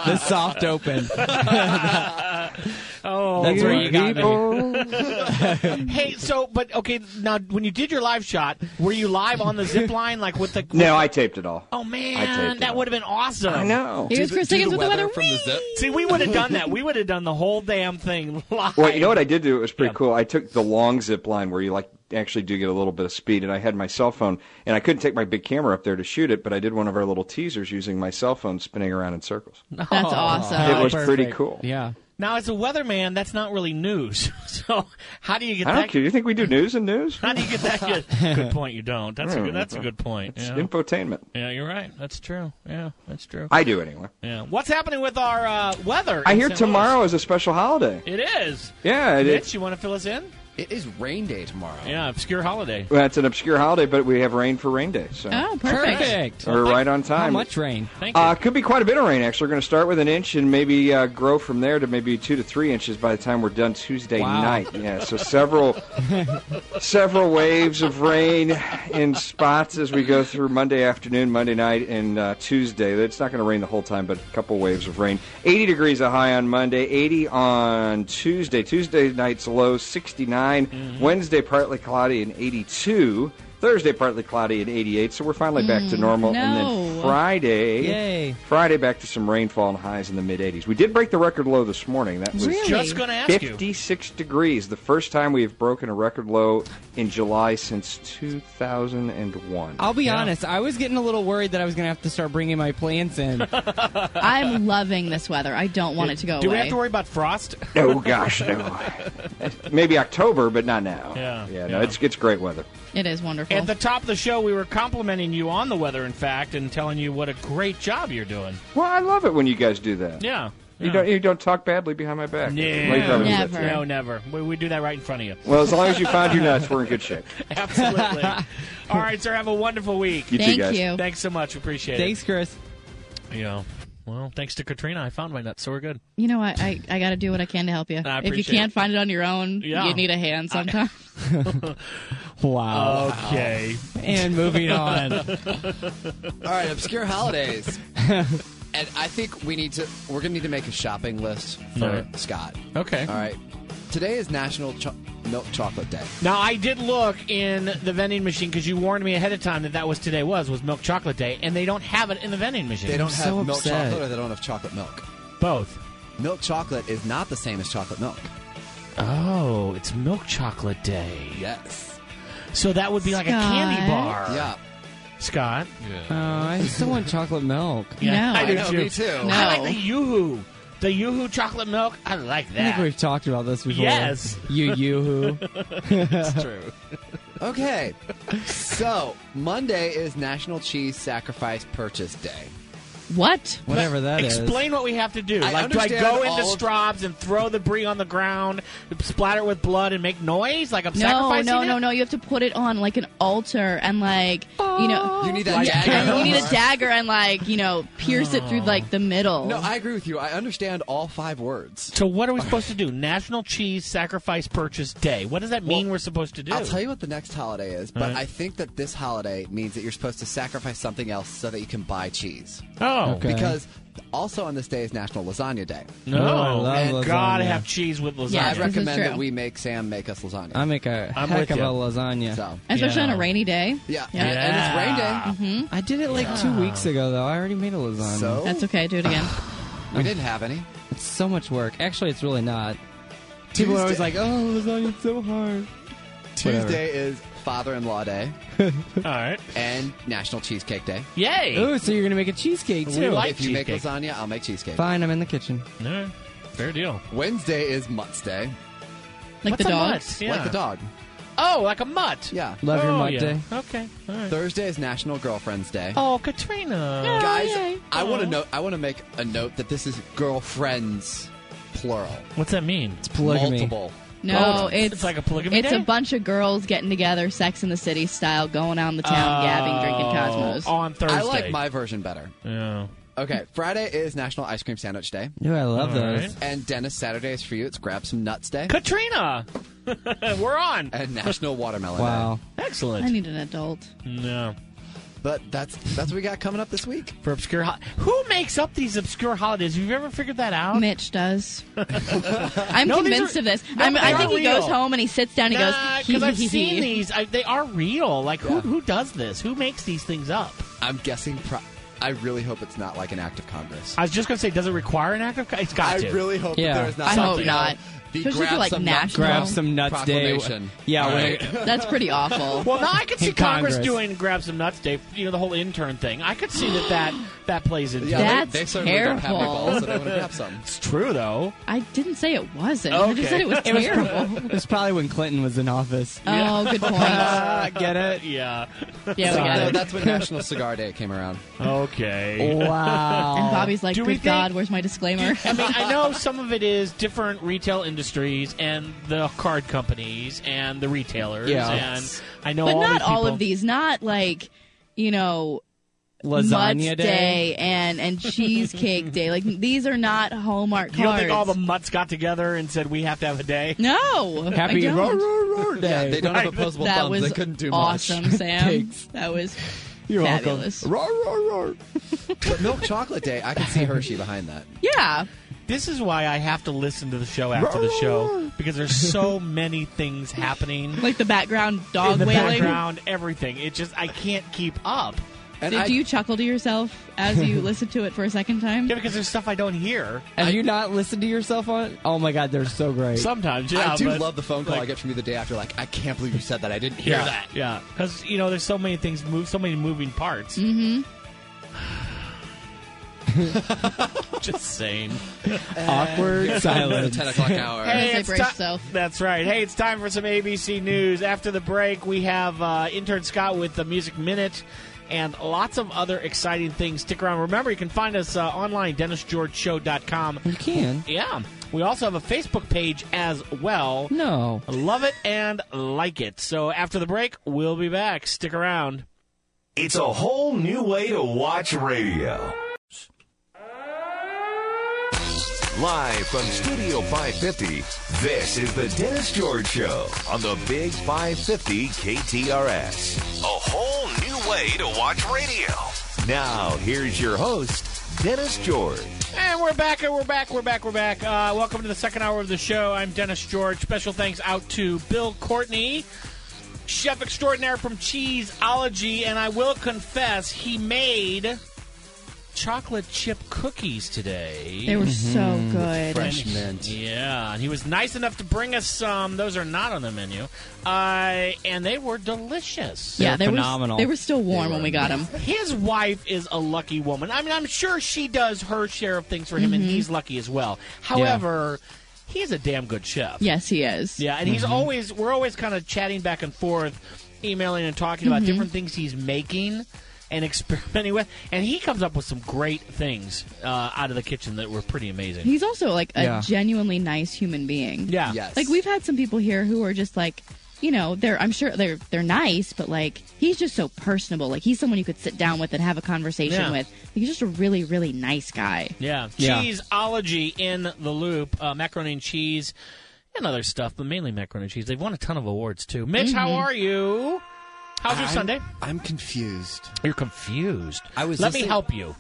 [SPEAKER 4] the soft open.
[SPEAKER 2] Oh,
[SPEAKER 4] That's where you got me.
[SPEAKER 2] Hey, so but okay. Now, when you did your live shot, were you live on the zip line like with the?
[SPEAKER 6] No, I taped it all.
[SPEAKER 2] Oh
[SPEAKER 6] I taped
[SPEAKER 2] man,
[SPEAKER 6] it
[SPEAKER 2] that
[SPEAKER 6] all.
[SPEAKER 2] would have been awesome.
[SPEAKER 6] I know.
[SPEAKER 5] Here's Chris Higgins with the weather.
[SPEAKER 3] from the zip.
[SPEAKER 2] See, we would have done that. We would have done the whole damn thing live.
[SPEAKER 6] Well, you know what I did do? It was pretty
[SPEAKER 2] Yeah.
[SPEAKER 6] cool. I took the long zip line where you like actually do get a little bit of speed, and I had my cell phone, and I couldn't take my big camera up there to shoot it, but I did one of our little teasers using my cell phone spinning around in circles.
[SPEAKER 5] That's awesome.
[SPEAKER 6] it was
[SPEAKER 4] perfect.
[SPEAKER 6] pretty cool.
[SPEAKER 4] Yeah.
[SPEAKER 2] Now, as a weatherman, that's not really news. So, how do you get
[SPEAKER 6] I
[SPEAKER 2] that?
[SPEAKER 6] don't care. You think we do news and news?
[SPEAKER 2] How do you get that? Good, good point. You don't. That's a good. That's a good point.
[SPEAKER 6] It's
[SPEAKER 2] Yeah.
[SPEAKER 6] infotainment.
[SPEAKER 2] yeah, you're right. That's true. Yeah, that's true.
[SPEAKER 6] I do anyway.
[SPEAKER 2] Yeah. What's happening with our uh, weather?
[SPEAKER 6] I
[SPEAKER 2] in
[SPEAKER 6] hear
[SPEAKER 2] St.
[SPEAKER 6] tomorrow is a special holiday.
[SPEAKER 2] Louis? It is.
[SPEAKER 6] Yeah, it
[SPEAKER 2] Mitch,
[SPEAKER 6] is.
[SPEAKER 2] you want to fill us in?
[SPEAKER 3] It is rain day tomorrow.
[SPEAKER 2] Yeah, obscure holiday.
[SPEAKER 6] Well, it's an obscure holiday, but we have rain for rain day, so
[SPEAKER 5] Oh, perfect.
[SPEAKER 4] Perfect.
[SPEAKER 6] we're right on time.
[SPEAKER 4] How much rain?
[SPEAKER 2] Thank you.
[SPEAKER 6] Uh, could be quite a bit of rain, actually. We're going to start with an inch and maybe uh, grow from there to maybe two to three inches by the time we're done Tuesday
[SPEAKER 4] Wow.
[SPEAKER 6] night. Yeah, so several several waves of rain in spots as we go through Monday afternoon, Monday night, and uh, Tuesday. It's not going to rain the whole time, but a couple waves of rain. 80 degrees a high on Monday, 80 on Tuesday. Tuesday night's low 69.
[SPEAKER 5] Mm-hmm.
[SPEAKER 6] Wednesday partly cloudy and 82. Thursday partly cloudy and 88, so we're finally back to normal. And
[SPEAKER 5] Mm, no.
[SPEAKER 6] then Friday,
[SPEAKER 4] Yay.
[SPEAKER 6] Friday back to some rainfall and highs in the mid 80s. We did break the record low this morning. That was
[SPEAKER 5] Really?
[SPEAKER 2] Just going to ask you.
[SPEAKER 6] 56 degrees, the first time we have broken a record low in July since 2001.
[SPEAKER 4] I'll be honest. I was getting a little worried that I was going to have to start bringing my plants in.
[SPEAKER 5] I'm loving this weather. I don't want it to go
[SPEAKER 2] Do we
[SPEAKER 5] away.
[SPEAKER 2] have to worry about frost?
[SPEAKER 6] oh gosh, no. Maybe October, but not now.
[SPEAKER 2] Yeah,
[SPEAKER 6] yeah, no,
[SPEAKER 2] yeah.
[SPEAKER 6] it's it's great weather.
[SPEAKER 5] it is wonderful.
[SPEAKER 2] At the top of the show, we were complimenting you on the weather, in fact, and telling you what a great job you're doing.
[SPEAKER 6] Well, I love it when you guys do that.
[SPEAKER 2] Yeah.
[SPEAKER 6] You don't you don't talk badly behind my back.
[SPEAKER 2] Yeah.
[SPEAKER 6] Late Robin said.
[SPEAKER 5] Never.
[SPEAKER 2] No, never. We, we do that right in front of you.
[SPEAKER 6] Well, as long as you find your nuts, we're in good shape.
[SPEAKER 2] Absolutely. All right, sir. Have a wonderful week.
[SPEAKER 6] You too,
[SPEAKER 5] Thank
[SPEAKER 6] guys.
[SPEAKER 5] you.
[SPEAKER 2] Thanks so much. Appreciate
[SPEAKER 4] Thanks, Chris.
[SPEAKER 2] it. You know, Well, thanks to Katrina, I found my nuts, so we're good.
[SPEAKER 5] You know, I I, I got to do what I can to help you.
[SPEAKER 2] I
[SPEAKER 5] if you
[SPEAKER 2] appreciate
[SPEAKER 5] can't
[SPEAKER 2] it.
[SPEAKER 5] find it on your own,
[SPEAKER 2] Yeah.
[SPEAKER 5] you need a hand sometime.
[SPEAKER 4] Wow.
[SPEAKER 2] Okay.
[SPEAKER 4] And moving on.
[SPEAKER 3] All right, obscure holidays. and I think we need to. We're gonna need to make a shopping list for
[SPEAKER 2] All right.
[SPEAKER 3] Scott.
[SPEAKER 2] Okay.
[SPEAKER 3] All right. Today is National Cho- Milk Chocolate Day.
[SPEAKER 2] Now I did look in the vending machine because you warned me ahead of time that that was today was was milk chocolate day, and they don't have it in the vending machine.
[SPEAKER 3] They don't
[SPEAKER 4] I'm
[SPEAKER 3] have
[SPEAKER 4] so
[SPEAKER 3] milk
[SPEAKER 4] upset.
[SPEAKER 3] chocolate, or they don't have chocolate milk.
[SPEAKER 2] both.
[SPEAKER 3] Milk chocolate is not the same as chocolate milk.
[SPEAKER 2] Oh, it's milk chocolate day.
[SPEAKER 3] Yes.
[SPEAKER 2] So that would be like a
[SPEAKER 5] Scott.
[SPEAKER 2] candy bar.
[SPEAKER 3] Yeah.
[SPEAKER 2] Scott.
[SPEAKER 4] Oh, I still want chocolate milk.
[SPEAKER 5] No.
[SPEAKER 2] I do
[SPEAKER 5] I
[SPEAKER 3] know,
[SPEAKER 2] too.
[SPEAKER 3] me too. No.
[SPEAKER 2] I like the yoo-hoo. The yoo-hoo chocolate milk. I like
[SPEAKER 4] I think
[SPEAKER 2] that.
[SPEAKER 4] we've talked about this before.
[SPEAKER 2] Yes.
[SPEAKER 4] You yoo-hoo.
[SPEAKER 3] That's true. okay. So Monday is National Cheese Sacrifice Purchase Day.
[SPEAKER 5] What?
[SPEAKER 4] Whatever that is.
[SPEAKER 2] Explain what we have to do.
[SPEAKER 3] I
[SPEAKER 2] like, do I
[SPEAKER 3] understand
[SPEAKER 2] go
[SPEAKER 3] all
[SPEAKER 2] into
[SPEAKER 3] of-
[SPEAKER 2] Straub's and throw the brie on the ground, splatter it with blood, and make noise like I'm
[SPEAKER 5] No,
[SPEAKER 2] sacrificing
[SPEAKER 5] no,
[SPEAKER 2] it?
[SPEAKER 5] no, no. You have to put it on like an altar and like you
[SPEAKER 2] Oh.
[SPEAKER 5] know
[SPEAKER 3] You need that
[SPEAKER 5] like,
[SPEAKER 3] dagger.
[SPEAKER 5] and you need a dagger and like you know pierce it
[SPEAKER 2] Oh.
[SPEAKER 5] through like the middle.
[SPEAKER 3] No, I agree with you. I understand all five words.
[SPEAKER 2] So what are we supposed to do? National Cheese Sacrifice Purchase Day. What does that mean we're supposed to do?
[SPEAKER 3] I'll tell you what the next holiday is, but
[SPEAKER 2] right.
[SPEAKER 3] I think that this holiday means that you're supposed to sacrifice something else so that you can buy cheese.
[SPEAKER 2] oh,
[SPEAKER 4] Okay.
[SPEAKER 3] Because also on this day is National Lasagna Day.
[SPEAKER 2] no.
[SPEAKER 4] Oh, I love
[SPEAKER 2] and gotta
[SPEAKER 4] lasagna.
[SPEAKER 2] have cheese with lasagna.
[SPEAKER 5] Yeah,
[SPEAKER 3] I
[SPEAKER 5] this is
[SPEAKER 3] recommend
[SPEAKER 5] true.
[SPEAKER 3] that we make Sam make us lasagna.
[SPEAKER 4] I make a
[SPEAKER 2] I'm
[SPEAKER 4] heck
[SPEAKER 2] with
[SPEAKER 4] of
[SPEAKER 2] ya.
[SPEAKER 4] a lasagna.
[SPEAKER 3] so,
[SPEAKER 5] especially on
[SPEAKER 2] Yeah.
[SPEAKER 5] a rainy day.
[SPEAKER 3] yeah.
[SPEAKER 5] Yeah.
[SPEAKER 3] And, and it's rain day.
[SPEAKER 4] I did it like Ah. two weeks ago, though. I already made a lasagna.
[SPEAKER 3] So,
[SPEAKER 5] That's okay. Do it again.
[SPEAKER 3] we didn't have any.
[SPEAKER 4] It's so much work. Actually, it's really not. People are always
[SPEAKER 3] Tuesday-
[SPEAKER 4] like, oh, lasagna's so hard.
[SPEAKER 3] Tuesday
[SPEAKER 4] Whatever.
[SPEAKER 3] is Father in Law Day
[SPEAKER 2] All right.
[SPEAKER 3] and National Cheesecake Day.
[SPEAKER 2] Yay.
[SPEAKER 4] Ooh, so you're going to make a cheesecake,
[SPEAKER 2] We
[SPEAKER 4] too.
[SPEAKER 2] like-
[SPEAKER 3] if you make
[SPEAKER 2] cheesecake.
[SPEAKER 3] lasagna, I'll make cheesecake.
[SPEAKER 4] Fine, I'm in the kitchen.
[SPEAKER 2] All right. Fair deal.
[SPEAKER 3] Wednesday is Mutts Day.
[SPEAKER 5] Like
[SPEAKER 2] What's
[SPEAKER 5] the
[SPEAKER 2] a
[SPEAKER 5] dog.
[SPEAKER 2] mutt? Yeah.
[SPEAKER 3] Like the dog.
[SPEAKER 2] Oh, like a mutt.
[SPEAKER 3] Yeah.
[SPEAKER 4] Love your
[SPEAKER 2] Oh,
[SPEAKER 4] mug
[SPEAKER 2] yeah.
[SPEAKER 4] day.
[SPEAKER 2] Okay. All right.
[SPEAKER 3] Thursday is National Girlfriends Day.
[SPEAKER 2] Oh, Katrina.
[SPEAKER 3] Guys,
[SPEAKER 5] yay.
[SPEAKER 3] I want to
[SPEAKER 2] Aw.
[SPEAKER 3] note. I want to make a note that this is girlfriends, plural,
[SPEAKER 2] What's that mean?
[SPEAKER 4] Polygamy.
[SPEAKER 3] multiple.
[SPEAKER 5] No,
[SPEAKER 2] Oh,
[SPEAKER 5] it's
[SPEAKER 2] it's like a polygamy
[SPEAKER 5] It's
[SPEAKER 2] day?
[SPEAKER 5] a bunch of girls getting together, Sex in the City style, going out in the town, gabbing, drinking cosmos.
[SPEAKER 2] Oh, on Thursday.
[SPEAKER 3] I like my version better.
[SPEAKER 2] Yeah.
[SPEAKER 3] Okay, Friday is National Ice Cream Sandwich Day,
[SPEAKER 4] Ooh, I love
[SPEAKER 2] All
[SPEAKER 4] those.
[SPEAKER 2] right.
[SPEAKER 3] and Dennis Saturday is for you. It's Grab Some Nuts Day,
[SPEAKER 2] Katrina. We're on.
[SPEAKER 3] and National Watermelon
[SPEAKER 4] Wow.
[SPEAKER 3] Day.
[SPEAKER 5] I
[SPEAKER 2] Excellent.
[SPEAKER 5] need an adult.
[SPEAKER 2] No.
[SPEAKER 3] But that's that's what we got coming up this week.
[SPEAKER 2] For obscure ho- Who makes up these obscure holidays? Have you ever figured that out?
[SPEAKER 5] Mitch does. I'm
[SPEAKER 2] No, these
[SPEAKER 5] convinced
[SPEAKER 2] are-
[SPEAKER 5] of this.
[SPEAKER 2] no,
[SPEAKER 5] I'm,
[SPEAKER 2] they
[SPEAKER 5] I
[SPEAKER 2] are
[SPEAKER 5] think he
[SPEAKER 2] real.
[SPEAKER 5] goes home and he sits down. and
[SPEAKER 2] Nah,
[SPEAKER 5] He goes, he,
[SPEAKER 2] I've
[SPEAKER 5] he, he,
[SPEAKER 2] seen
[SPEAKER 5] he.
[SPEAKER 2] these. I, they are real. Like who
[SPEAKER 3] Yeah.
[SPEAKER 2] who does this? Who makes these things up?
[SPEAKER 3] I'm guessing. Pro- I really hope it's not like an act of Congress.
[SPEAKER 2] I was just gonna say, does it require an act of? It's got
[SPEAKER 3] I
[SPEAKER 2] to.
[SPEAKER 3] really hope
[SPEAKER 4] Yeah.
[SPEAKER 3] that there is not.
[SPEAKER 5] I hope
[SPEAKER 3] something
[SPEAKER 5] not.
[SPEAKER 3] of The
[SPEAKER 5] Especially if
[SPEAKER 3] grab
[SPEAKER 5] you're, like,
[SPEAKER 3] some nuts
[SPEAKER 5] national.
[SPEAKER 4] Grab some nuts day.
[SPEAKER 3] Proclamation.
[SPEAKER 4] Yeah,
[SPEAKER 3] All
[SPEAKER 4] when
[SPEAKER 3] right.
[SPEAKER 4] it-
[SPEAKER 5] That's pretty awful.
[SPEAKER 2] Well, now I could see
[SPEAKER 4] In
[SPEAKER 2] Congress.
[SPEAKER 4] Congress.
[SPEAKER 2] doing grab some nuts day. You know the whole intern thing. I could see that that that plays into.
[SPEAKER 3] Yeah,
[SPEAKER 2] it.
[SPEAKER 5] That's
[SPEAKER 3] they, they certainly don't have any
[SPEAKER 5] terrible.
[SPEAKER 3] balls, so they want to grab some.
[SPEAKER 2] It's true though.
[SPEAKER 5] I didn't say it wasn't. I
[SPEAKER 2] Okay.
[SPEAKER 5] just said it was
[SPEAKER 4] it was
[SPEAKER 5] terrible.
[SPEAKER 4] pro- it was probably when Clinton was in office.
[SPEAKER 5] oh, good point.
[SPEAKER 4] Ah, get it?
[SPEAKER 2] Yeah.
[SPEAKER 5] Yeah, we
[SPEAKER 3] No,
[SPEAKER 5] got it.
[SPEAKER 3] that's when National Cigar Day came around.
[SPEAKER 2] Okay.
[SPEAKER 4] Wow.
[SPEAKER 5] And Bobby's like,
[SPEAKER 2] Do
[SPEAKER 5] good
[SPEAKER 2] we think-
[SPEAKER 5] God, where's my disclaimer?
[SPEAKER 2] I mean, I know some of it is different retail industries and the card companies and the retailers.
[SPEAKER 4] Yeah.
[SPEAKER 2] And I know
[SPEAKER 5] but
[SPEAKER 2] all
[SPEAKER 5] not
[SPEAKER 2] these
[SPEAKER 5] all
[SPEAKER 2] people-
[SPEAKER 5] of these. Not like, you know,
[SPEAKER 4] Lasagna
[SPEAKER 5] Mutt's Day and and Cheesecake Day. Like these are not Hallmark cards.
[SPEAKER 2] You don't think all the mutts got together and said we have to have a day?
[SPEAKER 5] no
[SPEAKER 4] Happy
[SPEAKER 5] I
[SPEAKER 4] roar,
[SPEAKER 5] don't.
[SPEAKER 4] roar, roar day.
[SPEAKER 3] Yeah, they don't have opposable
[SPEAKER 5] That
[SPEAKER 3] thumbs.
[SPEAKER 5] was
[SPEAKER 3] they couldn't do
[SPEAKER 5] awesome,
[SPEAKER 3] much.
[SPEAKER 5] Sam.
[SPEAKER 4] Thanks.
[SPEAKER 5] That was
[SPEAKER 4] You're welcome.
[SPEAKER 5] fabulous.
[SPEAKER 3] Roar, roar, roar. but Milk Chocolate Day, I can see Hershey behind that.
[SPEAKER 5] Yeah,
[SPEAKER 2] This is why I have to listen to the show after the show because there's so many things happening
[SPEAKER 5] like the background dog
[SPEAKER 2] in the
[SPEAKER 5] wailing.
[SPEAKER 2] background, everything. It just I can't keep up.
[SPEAKER 3] And
[SPEAKER 5] Did
[SPEAKER 3] I,
[SPEAKER 5] you chuckle to yourself as you listen to it for a second time?
[SPEAKER 2] Yeah, because there's stuff I don't hear.
[SPEAKER 4] Have you not listened to yourself on? Oh my god, they're so great.
[SPEAKER 2] Sometimes, yeah.
[SPEAKER 3] I do
[SPEAKER 2] but-
[SPEAKER 3] love the phone call I
[SPEAKER 2] like-
[SPEAKER 3] get from you the day after. Like, I can't believe you said that. I didn't hear
[SPEAKER 2] yeah,
[SPEAKER 3] that.
[SPEAKER 2] Yeah, because Uh, you know there's so many things move, so many moving parts. Mm-hmm. Just saying.
[SPEAKER 4] Awkward
[SPEAKER 3] The
[SPEAKER 4] silence.
[SPEAKER 3] 10 Uh, o'clock hour.
[SPEAKER 5] Hey. say brace
[SPEAKER 2] ti-
[SPEAKER 5] yourself.
[SPEAKER 2] That's right. Hey, it's time for some ABC news. After the break, we have uh, intern Scott with the Music Minute and lots of other exciting things. Stick around. Remember, you can find us uh, online, DennisGeorgeShow.com.
[SPEAKER 4] You can.
[SPEAKER 2] Yeah. We also have a Facebook page as well.
[SPEAKER 4] No.
[SPEAKER 2] Love it and like it. So after the break, we'll be back. Stick around.
[SPEAKER 1] It's a whole new way to watch radio. Live from Studio 550, this is the Dennis George Show on the Big 550 KTRS. A whole new way to watch radio. Now, here's your host, Dennis George.
[SPEAKER 2] And we're back, and we're back, we're back, we're back. Uh, welcome to the second hour of the show. I'm Dennis George. Special thanks out to Bill Courtney, chef extraordinaire from Cheeseology, and I will confess, he made chocolate chip cookies today.
[SPEAKER 5] They were so good.
[SPEAKER 3] Fresh mint.
[SPEAKER 2] Yeah, and he was nice enough to bring us some. Those are not on the menu, uh, and they were delicious.
[SPEAKER 4] They're
[SPEAKER 5] yeah, they
[SPEAKER 4] phenomenal.
[SPEAKER 5] were. They were still warm when we got them.
[SPEAKER 2] His wife is a lucky woman. I mean, I'm sure she does her share of things for him,
[SPEAKER 5] Mm-hmm.
[SPEAKER 2] and he's lucky as well. However, he is a damn good chef.
[SPEAKER 5] Yes, he is. Mm-hmm.
[SPEAKER 2] Yeah, and he's always we're always kind of chatting back and forth, emailing and talking about
[SPEAKER 5] Mm-hmm.
[SPEAKER 2] different things he's making and experimenting with, and he comes up with some great things uh, out of the kitchen that were pretty amazing.
[SPEAKER 5] He's also like a
[SPEAKER 4] Yeah.
[SPEAKER 5] genuinely nice human being.
[SPEAKER 2] yeah,
[SPEAKER 3] Yes.
[SPEAKER 5] Like we've had some people here who are just like, you know, they're I'm sure they're they're nice, but like he's just so personable. Like he's someone you could sit down with and have a conversation
[SPEAKER 2] Yeah.
[SPEAKER 5] with. Like, he's just a really really nice guy.
[SPEAKER 2] Yeah.
[SPEAKER 4] Yeah.
[SPEAKER 2] Cheeseology in the loop. Uh, macaroni and cheese and other stuff, but mainly macaroni and cheese. They've won a ton of awards, too.
[SPEAKER 8] Mm-hmm.
[SPEAKER 2] Mitch, how are you? How's your
[SPEAKER 3] I'm-
[SPEAKER 2] Sunday?
[SPEAKER 3] I'm confused.
[SPEAKER 2] You're confused.
[SPEAKER 3] I was
[SPEAKER 2] Let me
[SPEAKER 3] listening-
[SPEAKER 2] help you.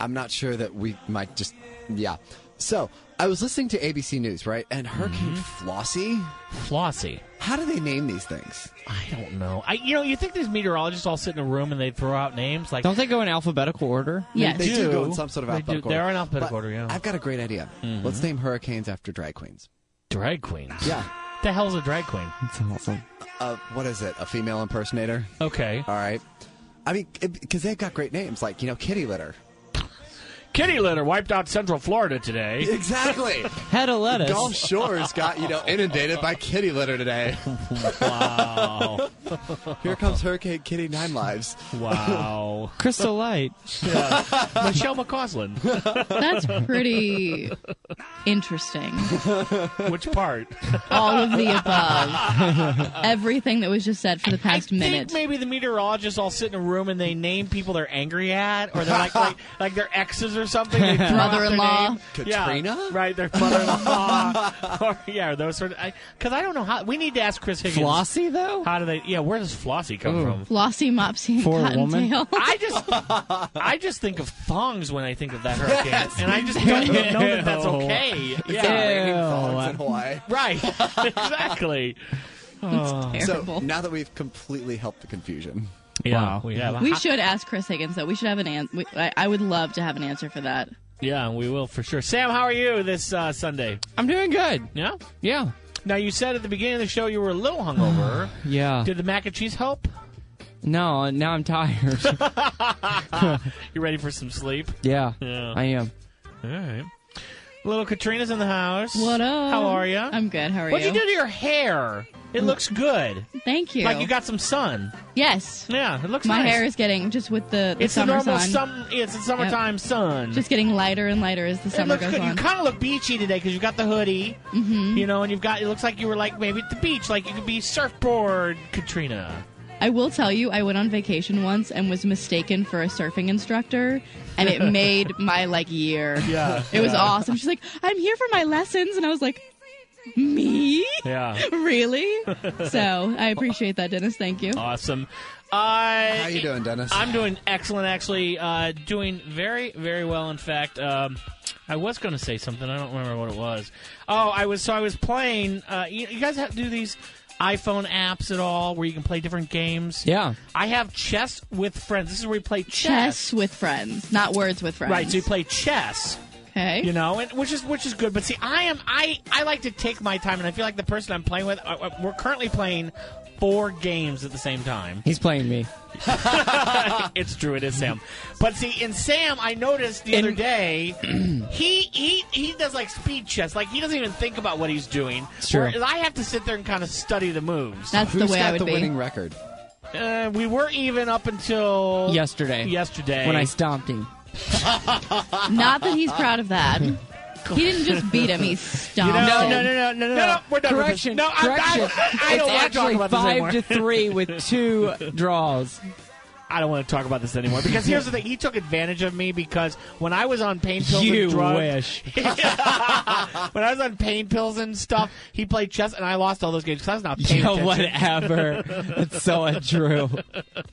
[SPEAKER 3] I'm not sure that we might just. Yeah. So I was listening to ABC News, right? And Hurricane Flossie.
[SPEAKER 2] Mm-hmm. Flossie.
[SPEAKER 3] How do they name these things?
[SPEAKER 2] I don't know. I you know, you think these meteorologists all sit in a room and they throw out names like
[SPEAKER 4] Don't they go in alphabetical order?
[SPEAKER 5] Yes.
[SPEAKER 3] They do,
[SPEAKER 2] do.
[SPEAKER 3] go in some sort of
[SPEAKER 2] They do.
[SPEAKER 3] alphabetical
[SPEAKER 2] They
[SPEAKER 3] order.
[SPEAKER 2] are in alphabetical
[SPEAKER 3] But
[SPEAKER 2] order, yeah. Mm-hmm.
[SPEAKER 3] I've got a great idea. Let's name hurricanes after drag queens.
[SPEAKER 2] drag queens.
[SPEAKER 3] Yeah.
[SPEAKER 2] The hell's a drag queen?
[SPEAKER 4] That's awesome.
[SPEAKER 3] Uh, what is it? A female impersonator?
[SPEAKER 2] Okay.
[SPEAKER 3] All right. I mean, because they've got great names, like, you know, Kitty Litter.
[SPEAKER 2] Kitty litter wiped out Central Florida today.
[SPEAKER 3] Exactly.
[SPEAKER 4] Head of lettuce.
[SPEAKER 3] Gulf Shores got, you know, inundated by kitty litter today.
[SPEAKER 2] Wow.
[SPEAKER 3] Here comes Hurricane Kitty Nine Lives.
[SPEAKER 2] wow.
[SPEAKER 4] Crystal Light.
[SPEAKER 2] Michelle McCausland.
[SPEAKER 5] That's pretty interesting.
[SPEAKER 2] Which part?
[SPEAKER 5] All of the above. Everything that was just said for the past
[SPEAKER 2] I
[SPEAKER 5] minute.
[SPEAKER 2] Think maybe the meteorologists all sit in a room and they name people they're angry at, or they're like like, like their exes or something. They throw out their
[SPEAKER 5] Mother-in-law.
[SPEAKER 2] name.
[SPEAKER 3] Katrina?
[SPEAKER 2] yeah, right? Their mother-in-law, or yeah, or those sort of. Because I, don't know how. We need to ask Chris Higgins.
[SPEAKER 4] Flossie, though?
[SPEAKER 2] How do they? Yeah, where does Flossie come from?
[SPEAKER 5] Flossie, Mopsy, and
[SPEAKER 4] For a woman?
[SPEAKER 5] Cottontail.
[SPEAKER 2] I just, I just think of thongs when I think of that hurricane, and I just don't even know that that's okay. Yeah,
[SPEAKER 4] Ew.
[SPEAKER 3] Songs in Hawaii.
[SPEAKER 2] right, exactly.
[SPEAKER 5] It's terrible.
[SPEAKER 3] So now that we've completely helped the confusion,
[SPEAKER 2] Yeah,
[SPEAKER 4] Wow.
[SPEAKER 2] we have.
[SPEAKER 5] we should ask Chris Higgins though. We should have an answer. I, I would love to have an answer for that.
[SPEAKER 2] yeah, we will for sure. Sam, how are you this uh, Sunday?
[SPEAKER 4] I'm doing good.
[SPEAKER 2] Yeah.
[SPEAKER 4] Yeah.
[SPEAKER 2] Now you said at the beginning of the show you were a little hungover.
[SPEAKER 4] Yeah.
[SPEAKER 2] Did the mac and cheese help?
[SPEAKER 4] No, now I'm tired.
[SPEAKER 2] Uh-huh. You ready for some sleep?
[SPEAKER 4] yeah,
[SPEAKER 2] Yeah.
[SPEAKER 4] I am.
[SPEAKER 2] All right. Little Katrina's in the house.
[SPEAKER 5] What up?
[SPEAKER 2] How are you?
[SPEAKER 5] I'm good. How are
[SPEAKER 2] What'd
[SPEAKER 5] you?
[SPEAKER 2] you do to your hair?
[SPEAKER 4] Mm.
[SPEAKER 2] It looks good.
[SPEAKER 5] Thank you.
[SPEAKER 2] Like you got some sun.
[SPEAKER 5] yes.
[SPEAKER 2] Yeah, it looks
[SPEAKER 5] My
[SPEAKER 2] nice.
[SPEAKER 5] hair is getting just with the, the
[SPEAKER 2] It's a
[SPEAKER 5] summer
[SPEAKER 2] normal
[SPEAKER 5] sun.
[SPEAKER 2] sum. It's a summertime sun.
[SPEAKER 5] just getting lighter and lighter as the
[SPEAKER 2] it
[SPEAKER 5] summer
[SPEAKER 2] looks
[SPEAKER 5] goes
[SPEAKER 2] good. You
[SPEAKER 5] on.
[SPEAKER 2] kind of look beachy today because you got the hoodie,
[SPEAKER 5] Mm.
[SPEAKER 2] mm-hmm. you know, and you've got. It looks like you were like maybe at the beach, like you could be surfboard Katrina.
[SPEAKER 5] I will tell you, I went on vacation once and was mistaken for a surfing instructor, and it made my like year.
[SPEAKER 2] Yeah.
[SPEAKER 5] It was awesome. She's like, "I'm here for my lessons," and I was like, "Me?
[SPEAKER 2] Yeah,
[SPEAKER 5] really?" so I appreciate that, Dennis. Thank you.
[SPEAKER 2] awesome. Uh,
[SPEAKER 3] how you doing, Dennis?
[SPEAKER 2] I'm doing excellent, actually. Uh, doing very, very well. In fact, um, I was going to say something. I don't remember what it was. Oh, I was. So I was playing. Uh, you, you guys have to do these iPhone apps at all, where you can play different games.
[SPEAKER 4] Yeah.
[SPEAKER 2] I have chess with friends. This is where you play chess.
[SPEAKER 5] Chess with friends, not words with friends.
[SPEAKER 2] Right. So you play chess.
[SPEAKER 5] okay.
[SPEAKER 2] You know, and which is which is good. But see, I am I I like to take my time, and I feel like the person I'm playing with. Uh, uh, we're currently playing four games at the same time.
[SPEAKER 4] He's playing me.
[SPEAKER 2] it's true. It is Sam. But see, in Sam, I noticed the
[SPEAKER 4] In-
[SPEAKER 2] other day he he he does like speed chess. Like he doesn't even think about what he's doing.
[SPEAKER 4] true.
[SPEAKER 2] Whereas I have to sit there and kind of study the moves.
[SPEAKER 5] That's
[SPEAKER 3] Who's
[SPEAKER 5] the way
[SPEAKER 3] got
[SPEAKER 5] I would
[SPEAKER 3] the
[SPEAKER 5] be.
[SPEAKER 3] winning record?
[SPEAKER 2] Uh, we were even up until
[SPEAKER 4] Yesterday.
[SPEAKER 2] Yesterday,
[SPEAKER 4] When I stomped him.
[SPEAKER 5] Not that
[SPEAKER 2] Uh-huh.
[SPEAKER 5] he's proud of that. He didn't just beat him; he stomped
[SPEAKER 2] No,
[SPEAKER 5] him.
[SPEAKER 2] no, no, no, no, no, no. We're done with this.
[SPEAKER 4] Correction.
[SPEAKER 2] No, I- I-
[SPEAKER 4] correction.
[SPEAKER 2] I- I don't
[SPEAKER 4] it's
[SPEAKER 2] wanna talk
[SPEAKER 4] actually
[SPEAKER 2] about this
[SPEAKER 4] five
[SPEAKER 2] anymore.
[SPEAKER 4] to three with two draws.
[SPEAKER 2] I don't want to talk about this anymore because here's the thing: he took advantage of me because when I was on pain pills
[SPEAKER 4] You
[SPEAKER 2] and drugs,
[SPEAKER 4] wish.
[SPEAKER 2] when I was on pain pills and stuff, he played chess and I lost all those games because I was not paying
[SPEAKER 4] You know,
[SPEAKER 2] attention.
[SPEAKER 4] whatever. It's so untrue.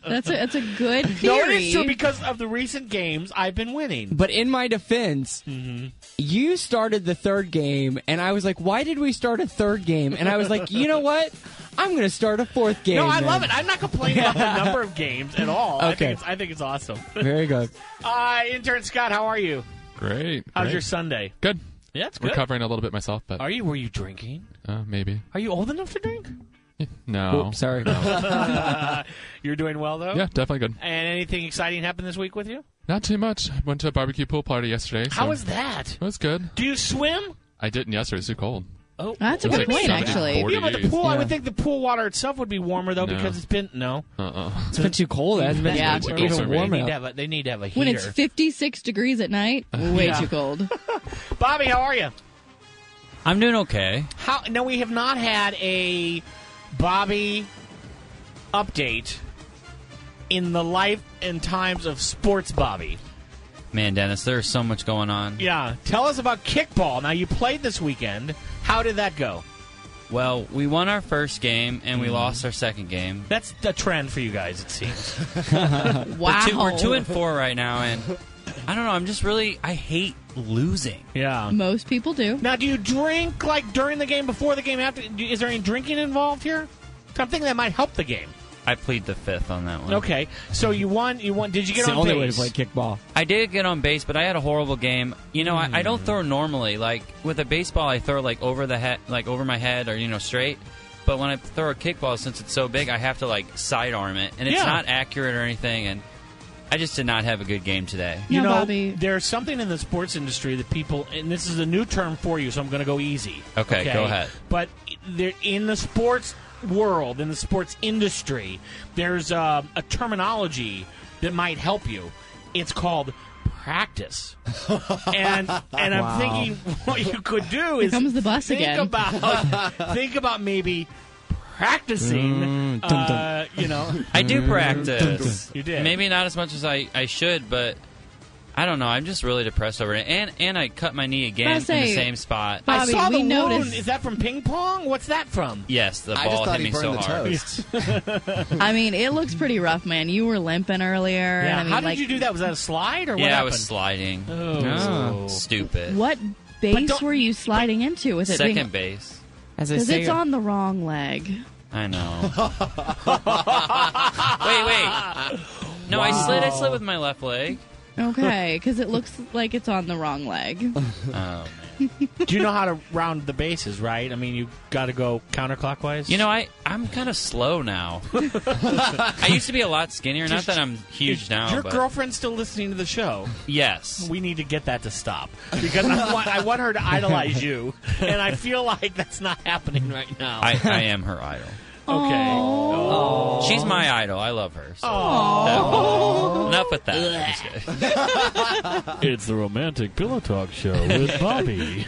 [SPEAKER 5] That's a that's a good
[SPEAKER 2] No,
[SPEAKER 5] theory.
[SPEAKER 2] it is true because of the recent games I've been winning.
[SPEAKER 4] But in my defense,
[SPEAKER 2] Mm-hmm.
[SPEAKER 4] you started the third game, and I was like, why did we start a third game? And I was like, you know what? I'm going to start a fourth game.
[SPEAKER 2] No, I
[SPEAKER 4] then.
[SPEAKER 2] love it. I'm not complaining about the number of games at all. I
[SPEAKER 4] Okay.
[SPEAKER 2] think it's, I think it's awesome.
[SPEAKER 4] Very good.
[SPEAKER 2] Uh, intern Scott, how are you?
[SPEAKER 9] Great.
[SPEAKER 2] How's
[SPEAKER 9] great.
[SPEAKER 2] your Sunday?
[SPEAKER 9] good?
[SPEAKER 2] Yeah, it's
[SPEAKER 9] Recovering a little bit myself, but
[SPEAKER 2] Are you? Were you drinking?
[SPEAKER 9] uh, maybe.
[SPEAKER 2] Are you old enough to drink?
[SPEAKER 9] No.
[SPEAKER 4] Oops, sorry.
[SPEAKER 2] You're doing well though.
[SPEAKER 9] Yeah, definitely good.
[SPEAKER 2] And anything exciting happened this week with you?
[SPEAKER 9] Not too much. Went to a barbecue pool party yesterday.
[SPEAKER 2] How
[SPEAKER 9] so
[SPEAKER 2] was that?
[SPEAKER 9] It was good.
[SPEAKER 2] Do you swim?
[SPEAKER 9] I didn't yesterday. It's too cold.
[SPEAKER 2] Oh,
[SPEAKER 5] That's
[SPEAKER 9] It
[SPEAKER 5] a
[SPEAKER 9] was
[SPEAKER 5] good
[SPEAKER 9] like
[SPEAKER 5] point,
[SPEAKER 9] seven,
[SPEAKER 5] actually.
[SPEAKER 9] forty
[SPEAKER 2] Yeah, but the
[SPEAKER 9] degrees.
[SPEAKER 2] pool. I
[SPEAKER 4] Yeah.
[SPEAKER 2] would think the pool water itself would be warmer though
[SPEAKER 9] No.
[SPEAKER 2] because it's been no.
[SPEAKER 9] Uh-uh.
[SPEAKER 4] It's been too cold. It hasn't been
[SPEAKER 5] Yeah.
[SPEAKER 9] It's
[SPEAKER 4] even
[SPEAKER 9] cold for me.
[SPEAKER 4] warmer.
[SPEAKER 2] They need to have a, they need to have a heater.
[SPEAKER 5] when it's 56 degrees at night, way
[SPEAKER 2] Yeah.
[SPEAKER 5] too cold.
[SPEAKER 2] Bobby, how are you?
[SPEAKER 8] I'm doing okay.
[SPEAKER 2] How? No, we have not had a Bobby update in the life and times of sports Bobby.
[SPEAKER 8] Man, Dennis, there's so much going on.
[SPEAKER 2] Yeah, tell us about kickball. Now you played this weekend. How did that go?
[SPEAKER 8] Well, we won our first game and we lost our second game.
[SPEAKER 2] Mm. That's the trend for you guys, it seems.
[SPEAKER 5] Wow.
[SPEAKER 8] Two, we're two and four right now, and I don't know. I'm just really I hate losing.
[SPEAKER 2] Yeah.
[SPEAKER 5] Most people do.
[SPEAKER 2] Now, do you drink like during the game, before the game, after? do- Is there any drinking involved here? I'm thinking that might help the game.
[SPEAKER 8] I plead the fifth on that one.
[SPEAKER 2] Okay, so you won. You won. Did you get
[SPEAKER 4] It's the
[SPEAKER 2] on
[SPEAKER 4] only
[SPEAKER 2] base?
[SPEAKER 4] way to play kickball.
[SPEAKER 8] I did get on base, but I had a horrible game. You know, I, I don't throw normally. Like with a baseball, I throw like over the head, like over my head, or you know, straight. But when I throw a kickball, since it's so big, I have to like sidearm it, and it's
[SPEAKER 2] Yeah.
[SPEAKER 8] not accurate or anything. And I just did not have a good game today.
[SPEAKER 2] you
[SPEAKER 5] No,
[SPEAKER 2] know,
[SPEAKER 5] Bobby.
[SPEAKER 2] there's something in the sports industry that people, and this is a new term for you, so I'm going to go easy.
[SPEAKER 8] Okay, go ahead.
[SPEAKER 2] But there, in the sports world, in the sports industry, there's uh, a terminology that might help you. It's called practice, and and I'm thinking what you could do is
[SPEAKER 5] comes the bus
[SPEAKER 2] think
[SPEAKER 5] again.
[SPEAKER 2] about think about maybe practicing. uh, you know,
[SPEAKER 8] Mm, I do practice.
[SPEAKER 2] You did.
[SPEAKER 8] Maybe not as much as I, I should, but I don't know. I'm just really depressed over it. And and I cut my knee again
[SPEAKER 5] I
[SPEAKER 8] in the
[SPEAKER 5] say-
[SPEAKER 8] same spot.
[SPEAKER 5] I-
[SPEAKER 2] I
[SPEAKER 5] Bobby,
[SPEAKER 2] saw the
[SPEAKER 5] we
[SPEAKER 2] wound.
[SPEAKER 5] noticed-
[SPEAKER 2] Is that from ping pong? What's that from?
[SPEAKER 8] yes, the
[SPEAKER 3] I just
[SPEAKER 8] ball hit
[SPEAKER 3] thought he
[SPEAKER 8] me
[SPEAKER 3] burned
[SPEAKER 8] so
[SPEAKER 3] the
[SPEAKER 8] hard.
[SPEAKER 3] toast.
[SPEAKER 5] I mean, it looks pretty rough, man. You were limping earlier. and I
[SPEAKER 2] Yeah,
[SPEAKER 5] mean,
[SPEAKER 2] how did
[SPEAKER 5] like,
[SPEAKER 2] you do that? Was that a slide or what
[SPEAKER 8] Yeah, I
[SPEAKER 2] happened?
[SPEAKER 8] was sliding.
[SPEAKER 2] Oh.
[SPEAKER 8] Stupid.
[SPEAKER 5] What
[SPEAKER 2] But
[SPEAKER 5] base
[SPEAKER 2] don't-
[SPEAKER 5] were you sliding into with it
[SPEAKER 8] Second
[SPEAKER 5] being?
[SPEAKER 8] base.
[SPEAKER 4] As I
[SPEAKER 5] Because
[SPEAKER 4] say,
[SPEAKER 5] it's on the wrong leg.
[SPEAKER 8] I know. wait, wait. No, I slid. I slid with my left leg.
[SPEAKER 5] Okay, because it looks like it's on the wrong leg.
[SPEAKER 8] Oh man.
[SPEAKER 2] Do you know how to round the bases, right? I mean, you got to go counterclockwise.
[SPEAKER 8] You know, I I'm kind of slow now. I used to be a lot skinnier. Not that I'm huge now.
[SPEAKER 2] your
[SPEAKER 8] but
[SPEAKER 2] girlfriend's still listening to the show.
[SPEAKER 8] Yes.
[SPEAKER 2] We need to get that to stop because I want, I want her to idolize you, and I feel like that's not happening right now.
[SPEAKER 8] I, I am her idol.
[SPEAKER 2] okay.
[SPEAKER 8] She's my idol. I love her. So That- enough with that. I'm just kidding.
[SPEAKER 2] It's the romantic pillow talk show with Bobby.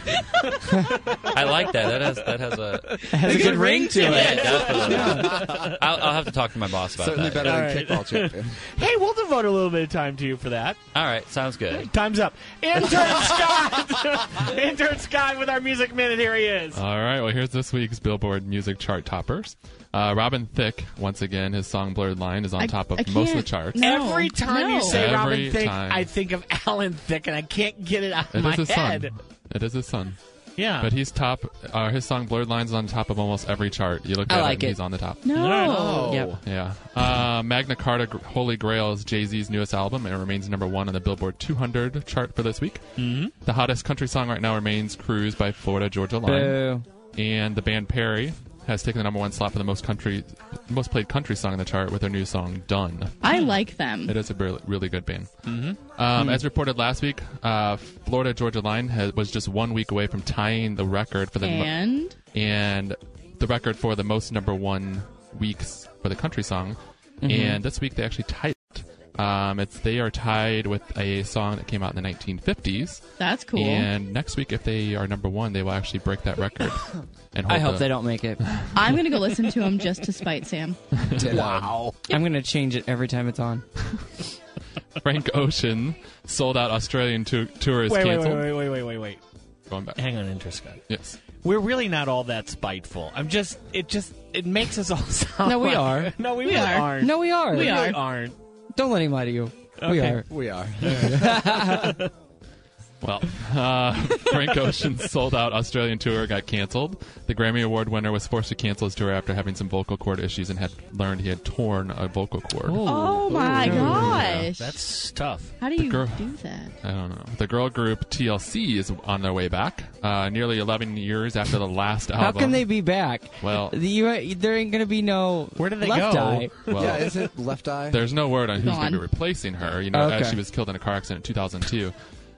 [SPEAKER 8] I like that. That has that has a
[SPEAKER 4] it has a good ring to it.
[SPEAKER 8] yeah, definitely. I'll, I'll have to talk to my boss about
[SPEAKER 3] Certainly
[SPEAKER 8] that.
[SPEAKER 3] better than
[SPEAKER 2] All right.
[SPEAKER 3] kickball champion.
[SPEAKER 2] hey, we'll devote a little bit of time to you for that.
[SPEAKER 8] All right, sounds good.
[SPEAKER 2] Time's up. Intern Scott, intern Scott, with our music minute. Here he is.
[SPEAKER 9] All right. Well, here's this week's Billboard Music Chart toppers. Uh, Robin Thicke, once again, his song "Blurred Line" is on
[SPEAKER 5] I-
[SPEAKER 9] top of
[SPEAKER 5] I
[SPEAKER 9] most of the
[SPEAKER 5] can't-
[SPEAKER 9] charts.
[SPEAKER 5] no,
[SPEAKER 2] Every time you
[SPEAKER 5] no.
[SPEAKER 2] say Robin
[SPEAKER 9] Every
[SPEAKER 2] Thicke,
[SPEAKER 9] time.
[SPEAKER 2] I think of Alan Thicke, and I can't get it out of
[SPEAKER 9] It
[SPEAKER 2] my
[SPEAKER 9] is his
[SPEAKER 2] head.
[SPEAKER 9] son. It is his son.
[SPEAKER 2] Yeah.
[SPEAKER 9] But he's top. Uh, his song "Blurred Lines" is on top of almost every chart. You look
[SPEAKER 4] I
[SPEAKER 9] at
[SPEAKER 4] like
[SPEAKER 9] it, and
[SPEAKER 4] it.
[SPEAKER 9] he's on the top.
[SPEAKER 5] No.
[SPEAKER 4] Yep.
[SPEAKER 9] Yeah. Uh, Magna Carta Gr- Holy Grail is Jay Z's newest album and it remains number one on the Billboard 200 chart for this week. Mm-hmm. The hottest country song right now remains Cruise by Florida Georgia Line.
[SPEAKER 4] Boo.
[SPEAKER 9] And the band Perry has taken the number one slot for the most country, most played country song in the chart with their new song Done.
[SPEAKER 5] I like them. Hmm.
[SPEAKER 9] It is a really, really good band. Mm-hmm. Um, As reported last week, uh, Florida Georgia Line has, was just one week away from tying the record for the mo-
[SPEAKER 5] And
[SPEAKER 9] and the record for
[SPEAKER 5] Mm-hmm.
[SPEAKER 9] the most number one weeks for the country song. And this week they actually tied it Um, it's they are tied with a song that came out in the 1950s.
[SPEAKER 5] That's cool.
[SPEAKER 9] And next week, if they are number one, they will actually break that record. And
[SPEAKER 4] I
[SPEAKER 9] hold
[SPEAKER 4] hope
[SPEAKER 9] the-
[SPEAKER 4] they don't make it.
[SPEAKER 5] I'm going to go listen to him just to spite Sam.
[SPEAKER 3] Wow.
[SPEAKER 4] I'm gonna change it every time it's on.
[SPEAKER 9] Frank Ocean sold out Australian tou- tour is
[SPEAKER 2] Wait, wait,
[SPEAKER 9] canceled.
[SPEAKER 2] wait, wait, wait, wait, wait, wait.
[SPEAKER 9] Going back.
[SPEAKER 2] Hang on, interest Scott.
[SPEAKER 9] Yes.
[SPEAKER 2] We're really not all that spiteful. I'm just. It just. It makes us all sound.
[SPEAKER 4] No, we
[SPEAKER 2] like-
[SPEAKER 4] are.
[SPEAKER 2] No, we,
[SPEAKER 4] We
[SPEAKER 2] really
[SPEAKER 4] are.
[SPEAKER 2] aren't.
[SPEAKER 4] No, we are.
[SPEAKER 2] we
[SPEAKER 4] We
[SPEAKER 2] really
[SPEAKER 4] are.
[SPEAKER 2] aren't.
[SPEAKER 4] Don't let him lie to you. We
[SPEAKER 2] Okay.
[SPEAKER 4] are.
[SPEAKER 3] We are.
[SPEAKER 9] Well, uh, Frank Ocean's sold out Australian tour got canceled. The Grammy Award winner was forced to cancel his tour after having some vocal cord issues and had learned he had torn a vocal cord.
[SPEAKER 5] Oh my gosh.
[SPEAKER 2] That's tough.
[SPEAKER 5] How do you
[SPEAKER 9] girl-
[SPEAKER 5] do that?
[SPEAKER 9] I don't know. The girl group TLC is on their way back, uh, nearly 11 years after the last
[SPEAKER 4] How
[SPEAKER 9] album.
[SPEAKER 4] can they be back?
[SPEAKER 9] Well-
[SPEAKER 4] The- you, there ain't gonna be no.
[SPEAKER 2] Where did they
[SPEAKER 4] left
[SPEAKER 2] go?
[SPEAKER 4] Eye.
[SPEAKER 9] Well,
[SPEAKER 3] Yeah, is it Left Eye?
[SPEAKER 9] There's no word on who's going
[SPEAKER 5] Gone.
[SPEAKER 9] to be replacing her. You know, as
[SPEAKER 4] Okay.
[SPEAKER 9] she was killed in a car accident in 2002.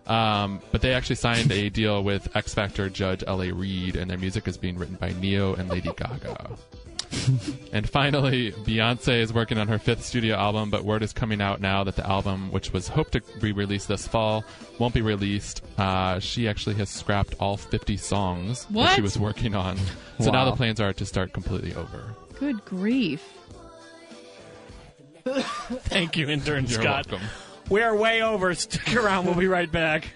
[SPEAKER 9] Um, but they actually signed a deal with X Factor judge L.A. Reid, and their music is being written by Neo and Lady Gaga. and finally, Beyonce is working on her fifth studio album, but word is coming out now that the album, which was hoped to be released this fall, won't be released. Uh, she actually has scrapped all 50 songs that she
[SPEAKER 5] What?
[SPEAKER 9] was working on. So now
[SPEAKER 4] Wow.
[SPEAKER 9] the plans are to start completely over.
[SPEAKER 5] Good grief.
[SPEAKER 2] Thank you, intern
[SPEAKER 9] You're
[SPEAKER 2] Scott.
[SPEAKER 9] welcome.
[SPEAKER 2] We are way over. Stick around. We'll be right back.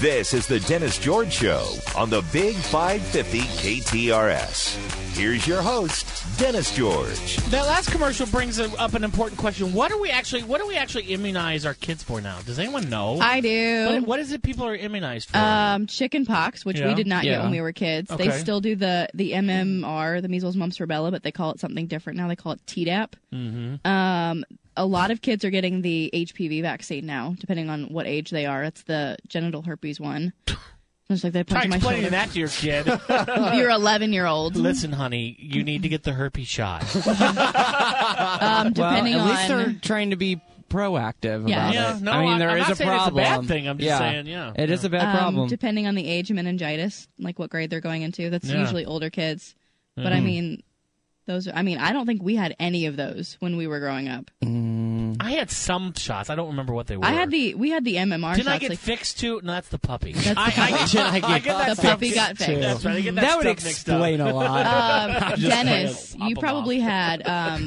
[SPEAKER 1] This is the Dennis George Show on the Big 550 KTRS. Here's your host, Dennis George.
[SPEAKER 2] That last commercial brings up an important question. What are we actually? What do we actually immunize our kids for now? Does anyone know?
[SPEAKER 5] I
[SPEAKER 2] What,
[SPEAKER 5] do.
[SPEAKER 2] what is it people are immunized for?
[SPEAKER 5] Um, chicken pox, which
[SPEAKER 2] Yeah.
[SPEAKER 5] we did not get
[SPEAKER 4] Yeah.
[SPEAKER 5] when we were kids.
[SPEAKER 2] Okay.
[SPEAKER 5] They still do the the MMR, the measles, mumps, rubella, but they call it something different now. They call it Tdap. Mm-hmm. Um, a lot of kids are getting the HPV vaccine now, depending on what age they are. It's the genital herpes one. It's like they
[SPEAKER 2] Try
[SPEAKER 5] punch my
[SPEAKER 2] explaining
[SPEAKER 5] shoulder.
[SPEAKER 2] that to your kid.
[SPEAKER 5] You're 11 year old.
[SPEAKER 2] Listen, honey, you need to get the herpes shot.
[SPEAKER 5] Um, depending
[SPEAKER 4] well, at least
[SPEAKER 5] on
[SPEAKER 4] they're trying to be proactive
[SPEAKER 5] Yeah.
[SPEAKER 4] about
[SPEAKER 2] Yeah,
[SPEAKER 4] it.
[SPEAKER 2] no,
[SPEAKER 4] I
[SPEAKER 2] I-
[SPEAKER 4] mean, there
[SPEAKER 2] I'm
[SPEAKER 4] is
[SPEAKER 2] not
[SPEAKER 4] a
[SPEAKER 2] saying it's a
[SPEAKER 4] problem.
[SPEAKER 2] bad thing, I'm just saying, yeah.
[SPEAKER 4] It is a bad
[SPEAKER 5] um,
[SPEAKER 4] problem.
[SPEAKER 5] depending on the age, meningitis, like what grade they're going into. That's
[SPEAKER 2] Yeah.
[SPEAKER 5] usually older kids. But
[SPEAKER 4] Mm-hmm.
[SPEAKER 5] I mean, those. Are, I mean, I don't think we had any of those when we were growing up.
[SPEAKER 2] I had some shots. I don't remember what they were.
[SPEAKER 5] Mm. I had the. We had the MMR.
[SPEAKER 2] Didn't I
[SPEAKER 5] shots,
[SPEAKER 2] get
[SPEAKER 5] like-
[SPEAKER 2] fixed too? No, that's the puppy.
[SPEAKER 5] That's the
[SPEAKER 2] I, I,
[SPEAKER 5] puppy.
[SPEAKER 2] get, I, get, that
[SPEAKER 5] the
[SPEAKER 2] stuff
[SPEAKER 5] puppy got
[SPEAKER 2] mixed-
[SPEAKER 5] fixed.
[SPEAKER 2] That's right. I get that,
[SPEAKER 4] that would
[SPEAKER 2] stuff mixed up.
[SPEAKER 4] explain a lot.
[SPEAKER 5] um,
[SPEAKER 2] Just
[SPEAKER 5] Dennis,
[SPEAKER 2] pop 'em
[SPEAKER 5] you probably had um,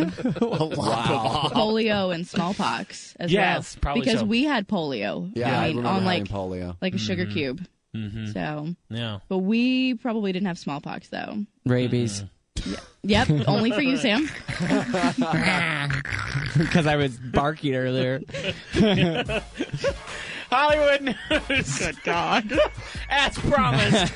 [SPEAKER 5] polio and smallpox as
[SPEAKER 2] Yes,
[SPEAKER 5] well.
[SPEAKER 2] probably
[SPEAKER 5] because
[SPEAKER 2] so.
[SPEAKER 5] we had polio.
[SPEAKER 3] yeah, I,
[SPEAKER 5] I mean,
[SPEAKER 3] remember
[SPEAKER 5] on like
[SPEAKER 3] having polio.
[SPEAKER 5] like a sugar
[SPEAKER 4] Mm-hmm.
[SPEAKER 5] cube. So,
[SPEAKER 2] Mm-hmm. Yeah.
[SPEAKER 5] but we probably didn't have smallpox though.
[SPEAKER 4] Rabies,
[SPEAKER 5] Yep, only for you, Sam.
[SPEAKER 2] Mm-hmm.
[SPEAKER 4] because I was barking earlier.
[SPEAKER 2] Hollywood news. Good God. As promised.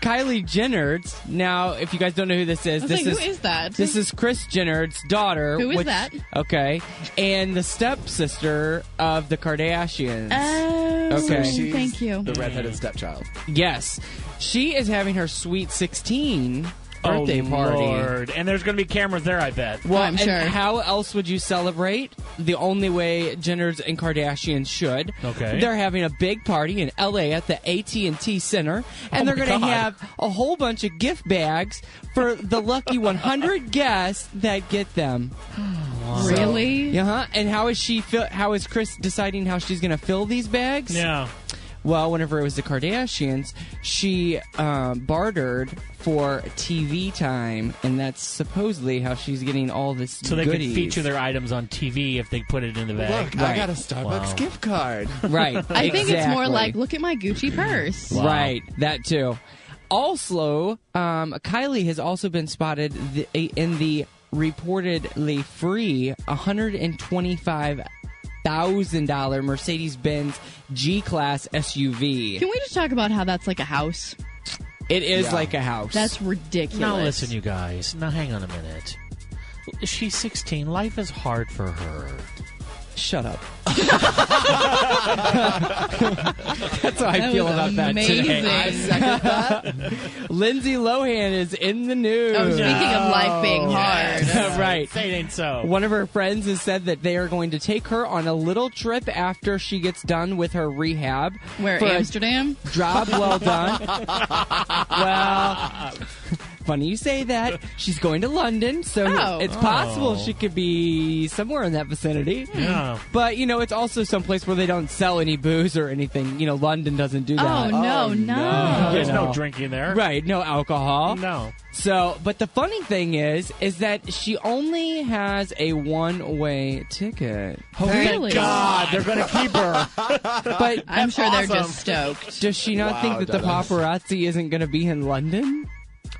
[SPEAKER 4] Kylie Jenner's. Now, if you guys don't know who this is,
[SPEAKER 5] I was
[SPEAKER 4] this
[SPEAKER 5] like,
[SPEAKER 4] is
[SPEAKER 5] who is that?
[SPEAKER 4] This is Chris Jenner's daughter.
[SPEAKER 5] Who is
[SPEAKER 4] which-
[SPEAKER 5] that?
[SPEAKER 4] Okay, and the stepsister of the Kardashians.
[SPEAKER 5] Oh,
[SPEAKER 4] Okay.
[SPEAKER 3] She's
[SPEAKER 5] thank you.
[SPEAKER 3] The redheaded stepchild.
[SPEAKER 4] yes, she is having her sweet sixteen birthday
[SPEAKER 2] oh,
[SPEAKER 4] party.
[SPEAKER 2] Lord. And there's going to be cameras there, I bet.
[SPEAKER 4] Well,
[SPEAKER 5] I'm
[SPEAKER 4] and
[SPEAKER 5] sure.
[SPEAKER 4] how else would you celebrate? The only way Jenners and Kardashians should.
[SPEAKER 2] Okay.
[SPEAKER 4] They're having a big party in L.A. at the AT&T Center, and they're
[SPEAKER 2] Oh my
[SPEAKER 4] going to
[SPEAKER 2] God.
[SPEAKER 4] have a whole bunch of gift bags for the lucky 100 guests that get them.
[SPEAKER 5] Really?
[SPEAKER 4] Yeah, huh? Uh-huh. And how is she? Fill, how is Chris deciding how she's going to fill these bags?
[SPEAKER 2] Yeah.
[SPEAKER 4] Well, whenever it was the Kardashians, she um, bartered for TV time, and that's supposedly how she's getting all this.
[SPEAKER 2] So they
[SPEAKER 4] goodies.
[SPEAKER 2] could feature their items on TV if they put it in the bag.
[SPEAKER 3] Look, I got a Starbucks gift card.
[SPEAKER 4] Right.
[SPEAKER 5] I think it's more
[SPEAKER 4] exactly.
[SPEAKER 5] like, look at my Gucci purse.
[SPEAKER 4] Right. That too. Also, um, Kylie has also been spotted the, in the reportedly free $125,000 Mercedes Benz G Class SUV.
[SPEAKER 5] Can we just talk about how that's like a house?
[SPEAKER 4] It is
[SPEAKER 3] Yeah.
[SPEAKER 4] like a house.
[SPEAKER 5] That's ridiculous.
[SPEAKER 2] Now listen, you guys. Now hang on a minute. She's 16. Life is hard for her.
[SPEAKER 4] Shut up. That's how I
[SPEAKER 5] That
[SPEAKER 4] feel
[SPEAKER 5] was
[SPEAKER 4] about that
[SPEAKER 5] amazing.
[SPEAKER 4] today. Lindsay Lohan is in the news.
[SPEAKER 5] Oh, speaking of life being hard.
[SPEAKER 4] right.
[SPEAKER 2] Say it ain't so.
[SPEAKER 4] One of her friends has said that they are going to take her on a little trip after she gets done with her rehab.
[SPEAKER 5] Where
[SPEAKER 4] for a
[SPEAKER 5] Amsterdam?
[SPEAKER 4] job well done. well, funny you say that. She's going to London, so
[SPEAKER 5] Oh.
[SPEAKER 4] it's
[SPEAKER 5] Oh.
[SPEAKER 4] possible she could be somewhere in that vicinity.
[SPEAKER 2] Yeah.
[SPEAKER 4] But, you know, it's also someplace where they don't sell any booze or anything. You know, London doesn't do
[SPEAKER 5] Oh,
[SPEAKER 4] that.
[SPEAKER 5] no, no. Oh.
[SPEAKER 4] You
[SPEAKER 2] There's
[SPEAKER 4] know.
[SPEAKER 2] no drinking there.
[SPEAKER 4] Right, no alcohol.
[SPEAKER 2] No.
[SPEAKER 4] So, but the funny thing is, is that she only has a one-way ticket.
[SPEAKER 5] Really?
[SPEAKER 2] Oh, God, they're going to keep her.
[SPEAKER 4] But
[SPEAKER 5] I'm sure they're just stoked.
[SPEAKER 4] does she not
[SPEAKER 3] Wow,
[SPEAKER 4] think that the
[SPEAKER 3] Dennis.
[SPEAKER 4] paparazzi isn't going to be in London?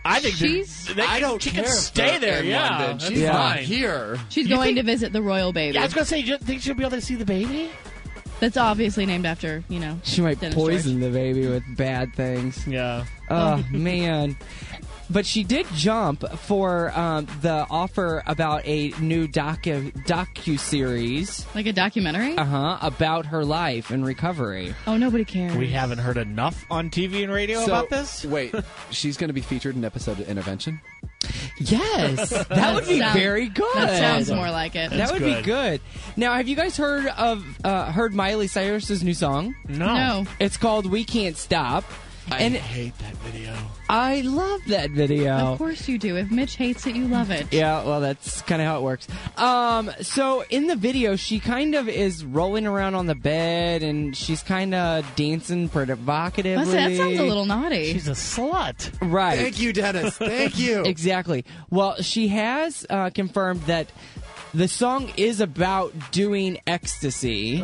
[SPEAKER 2] I think
[SPEAKER 5] She's-
[SPEAKER 2] they, they,
[SPEAKER 3] I don't
[SPEAKER 2] she
[SPEAKER 3] care.
[SPEAKER 2] can
[SPEAKER 3] if
[SPEAKER 2] stay
[SPEAKER 3] they're
[SPEAKER 2] there.
[SPEAKER 3] in
[SPEAKER 2] yeah,
[SPEAKER 3] London.
[SPEAKER 2] that's
[SPEAKER 3] she's
[SPEAKER 4] Yeah.
[SPEAKER 3] not
[SPEAKER 2] fine.
[SPEAKER 3] here.
[SPEAKER 5] She's
[SPEAKER 2] You
[SPEAKER 5] going
[SPEAKER 2] think-
[SPEAKER 5] to visit the royal baby.
[SPEAKER 2] Yeah, I was going to say, you think she'll be able to see the baby?
[SPEAKER 5] That's obviously named after, you know.
[SPEAKER 4] She might
[SPEAKER 5] Dennis
[SPEAKER 4] poison the baby with bad things.
[SPEAKER 2] Yeah.
[SPEAKER 4] Oh man. But she did jump for um, the offer about a new docu docu series,
[SPEAKER 5] Like a documentary?
[SPEAKER 4] uh huh, about her life and recovery.
[SPEAKER 5] oh, nobody cares.
[SPEAKER 2] We haven't heard enough on TV and radio
[SPEAKER 3] So,
[SPEAKER 2] about this.
[SPEAKER 3] Wait, she's going to be featured in an episode of Intervention.
[SPEAKER 4] Yes, that, would be
[SPEAKER 5] sound-
[SPEAKER 4] very good.
[SPEAKER 5] That sounds more like it.
[SPEAKER 4] That would be
[SPEAKER 2] good.
[SPEAKER 4] good. Now, have you guys heard of uh, heard Miley Cyrus's new song?
[SPEAKER 2] No.
[SPEAKER 5] no.
[SPEAKER 4] It's called "We Can't Stop,"
[SPEAKER 2] I
[SPEAKER 4] and
[SPEAKER 2] hate that video.
[SPEAKER 4] I love that video.
[SPEAKER 5] Of course you do. If Mitch hates it, you love it.
[SPEAKER 4] Yeah, well, that's kind of how it works. Um, so in the video, she kind of is rolling around on the bed and she's kind of dancing provocatively.
[SPEAKER 5] Must say, that sounds a little naughty.
[SPEAKER 2] She's a slut.
[SPEAKER 4] right.
[SPEAKER 7] Thank you, Dennis. Thank you.
[SPEAKER 4] Exactly. Well, she has uh, confirmed that the song is about doing ecstasy.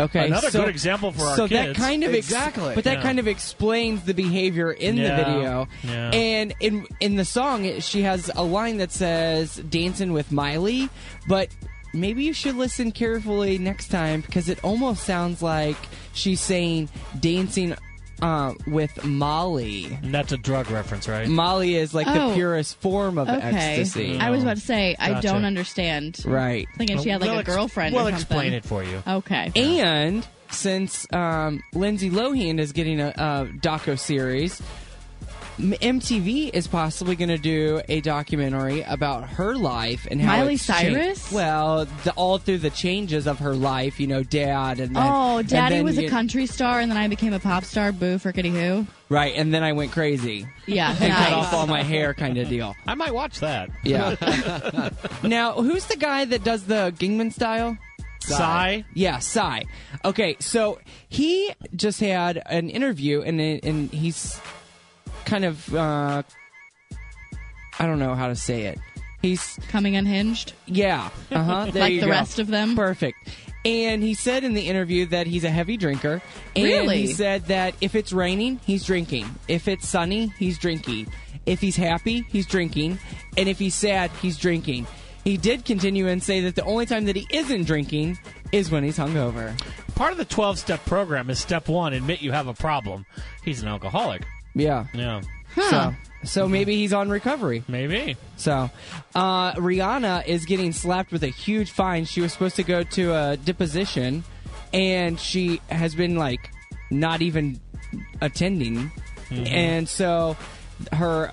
[SPEAKER 4] Okay,
[SPEAKER 2] Another
[SPEAKER 4] so,
[SPEAKER 2] good example for our
[SPEAKER 4] so that
[SPEAKER 2] kids.
[SPEAKER 4] kind of ex-
[SPEAKER 3] Exactly.
[SPEAKER 4] but that
[SPEAKER 2] Yeah.
[SPEAKER 4] kind of explains the behavior in
[SPEAKER 2] Yeah.
[SPEAKER 4] the video.
[SPEAKER 2] Yeah.
[SPEAKER 4] And in in the song, it- she has a line that says "dancing with Miley," but maybe you should listen carefully next time because it almost sounds like she's saying "dancing uh, with Molly."
[SPEAKER 2] And that's a drug reference, right?
[SPEAKER 4] Molly is like
[SPEAKER 5] Oh.
[SPEAKER 4] the purest form of
[SPEAKER 5] okay.
[SPEAKER 4] ecstasy.
[SPEAKER 5] I was about to say, I
[SPEAKER 2] Gotcha.
[SPEAKER 5] don't understand.
[SPEAKER 4] Right.
[SPEAKER 5] Thinking she had like
[SPEAKER 2] We'll
[SPEAKER 5] a
[SPEAKER 2] ex-
[SPEAKER 5] girlfriend
[SPEAKER 2] We'll
[SPEAKER 5] or something.
[SPEAKER 2] explain it for you.
[SPEAKER 5] Okay.
[SPEAKER 4] And since um, Lindsay Lohan is getting a, a doco series, MTV is possibly going to do a documentary about her life and how
[SPEAKER 5] Miley
[SPEAKER 4] it's changed.
[SPEAKER 5] Cyrus?
[SPEAKER 4] Well, the, all through the changes of her life, you know, dad and then,
[SPEAKER 5] Oh,
[SPEAKER 4] and
[SPEAKER 5] Daddy
[SPEAKER 4] then
[SPEAKER 5] was a
[SPEAKER 4] you-
[SPEAKER 5] country star, and then I became a pop star. Boo, frickety who?
[SPEAKER 4] right, and then I went crazy
[SPEAKER 5] Yeah,
[SPEAKER 4] and cut
[SPEAKER 5] nice.
[SPEAKER 4] off all my hair, kind of deal.
[SPEAKER 2] I might watch that.
[SPEAKER 4] Yeah. now, who's the guy that does the Gingman style?
[SPEAKER 2] Sigh.
[SPEAKER 4] Yeah, Psy. Okay, so he just had an interview, and it- and he's kind of uh, I don't know how to say it. He's
[SPEAKER 5] Coming unhinged,
[SPEAKER 4] yeah, uh huh.
[SPEAKER 5] like the rest of them.
[SPEAKER 4] Perfect. And he said in the interview that he's a heavy drinker. And
[SPEAKER 5] Really?
[SPEAKER 4] He said that if it's raining, he's drinking. If it's sunny, he's drinking. If he's happy, he's drinking. And if he's sad, he's drinking. He did continue and say that the only time that he isn't drinking is when he's hungover.
[SPEAKER 2] Part of the 12 step program is step one admit you have a problem. He's an alcoholic.
[SPEAKER 4] Yeah.
[SPEAKER 2] Yeah.
[SPEAKER 5] Huh.
[SPEAKER 4] So, so maybe he's on recovery.
[SPEAKER 2] Maybe.
[SPEAKER 4] So, uh, Rihanna is getting slapped with a huge fine. She was supposed to go to a deposition, and she has been like not even attending.
[SPEAKER 2] Mm-hmm.
[SPEAKER 4] And so, her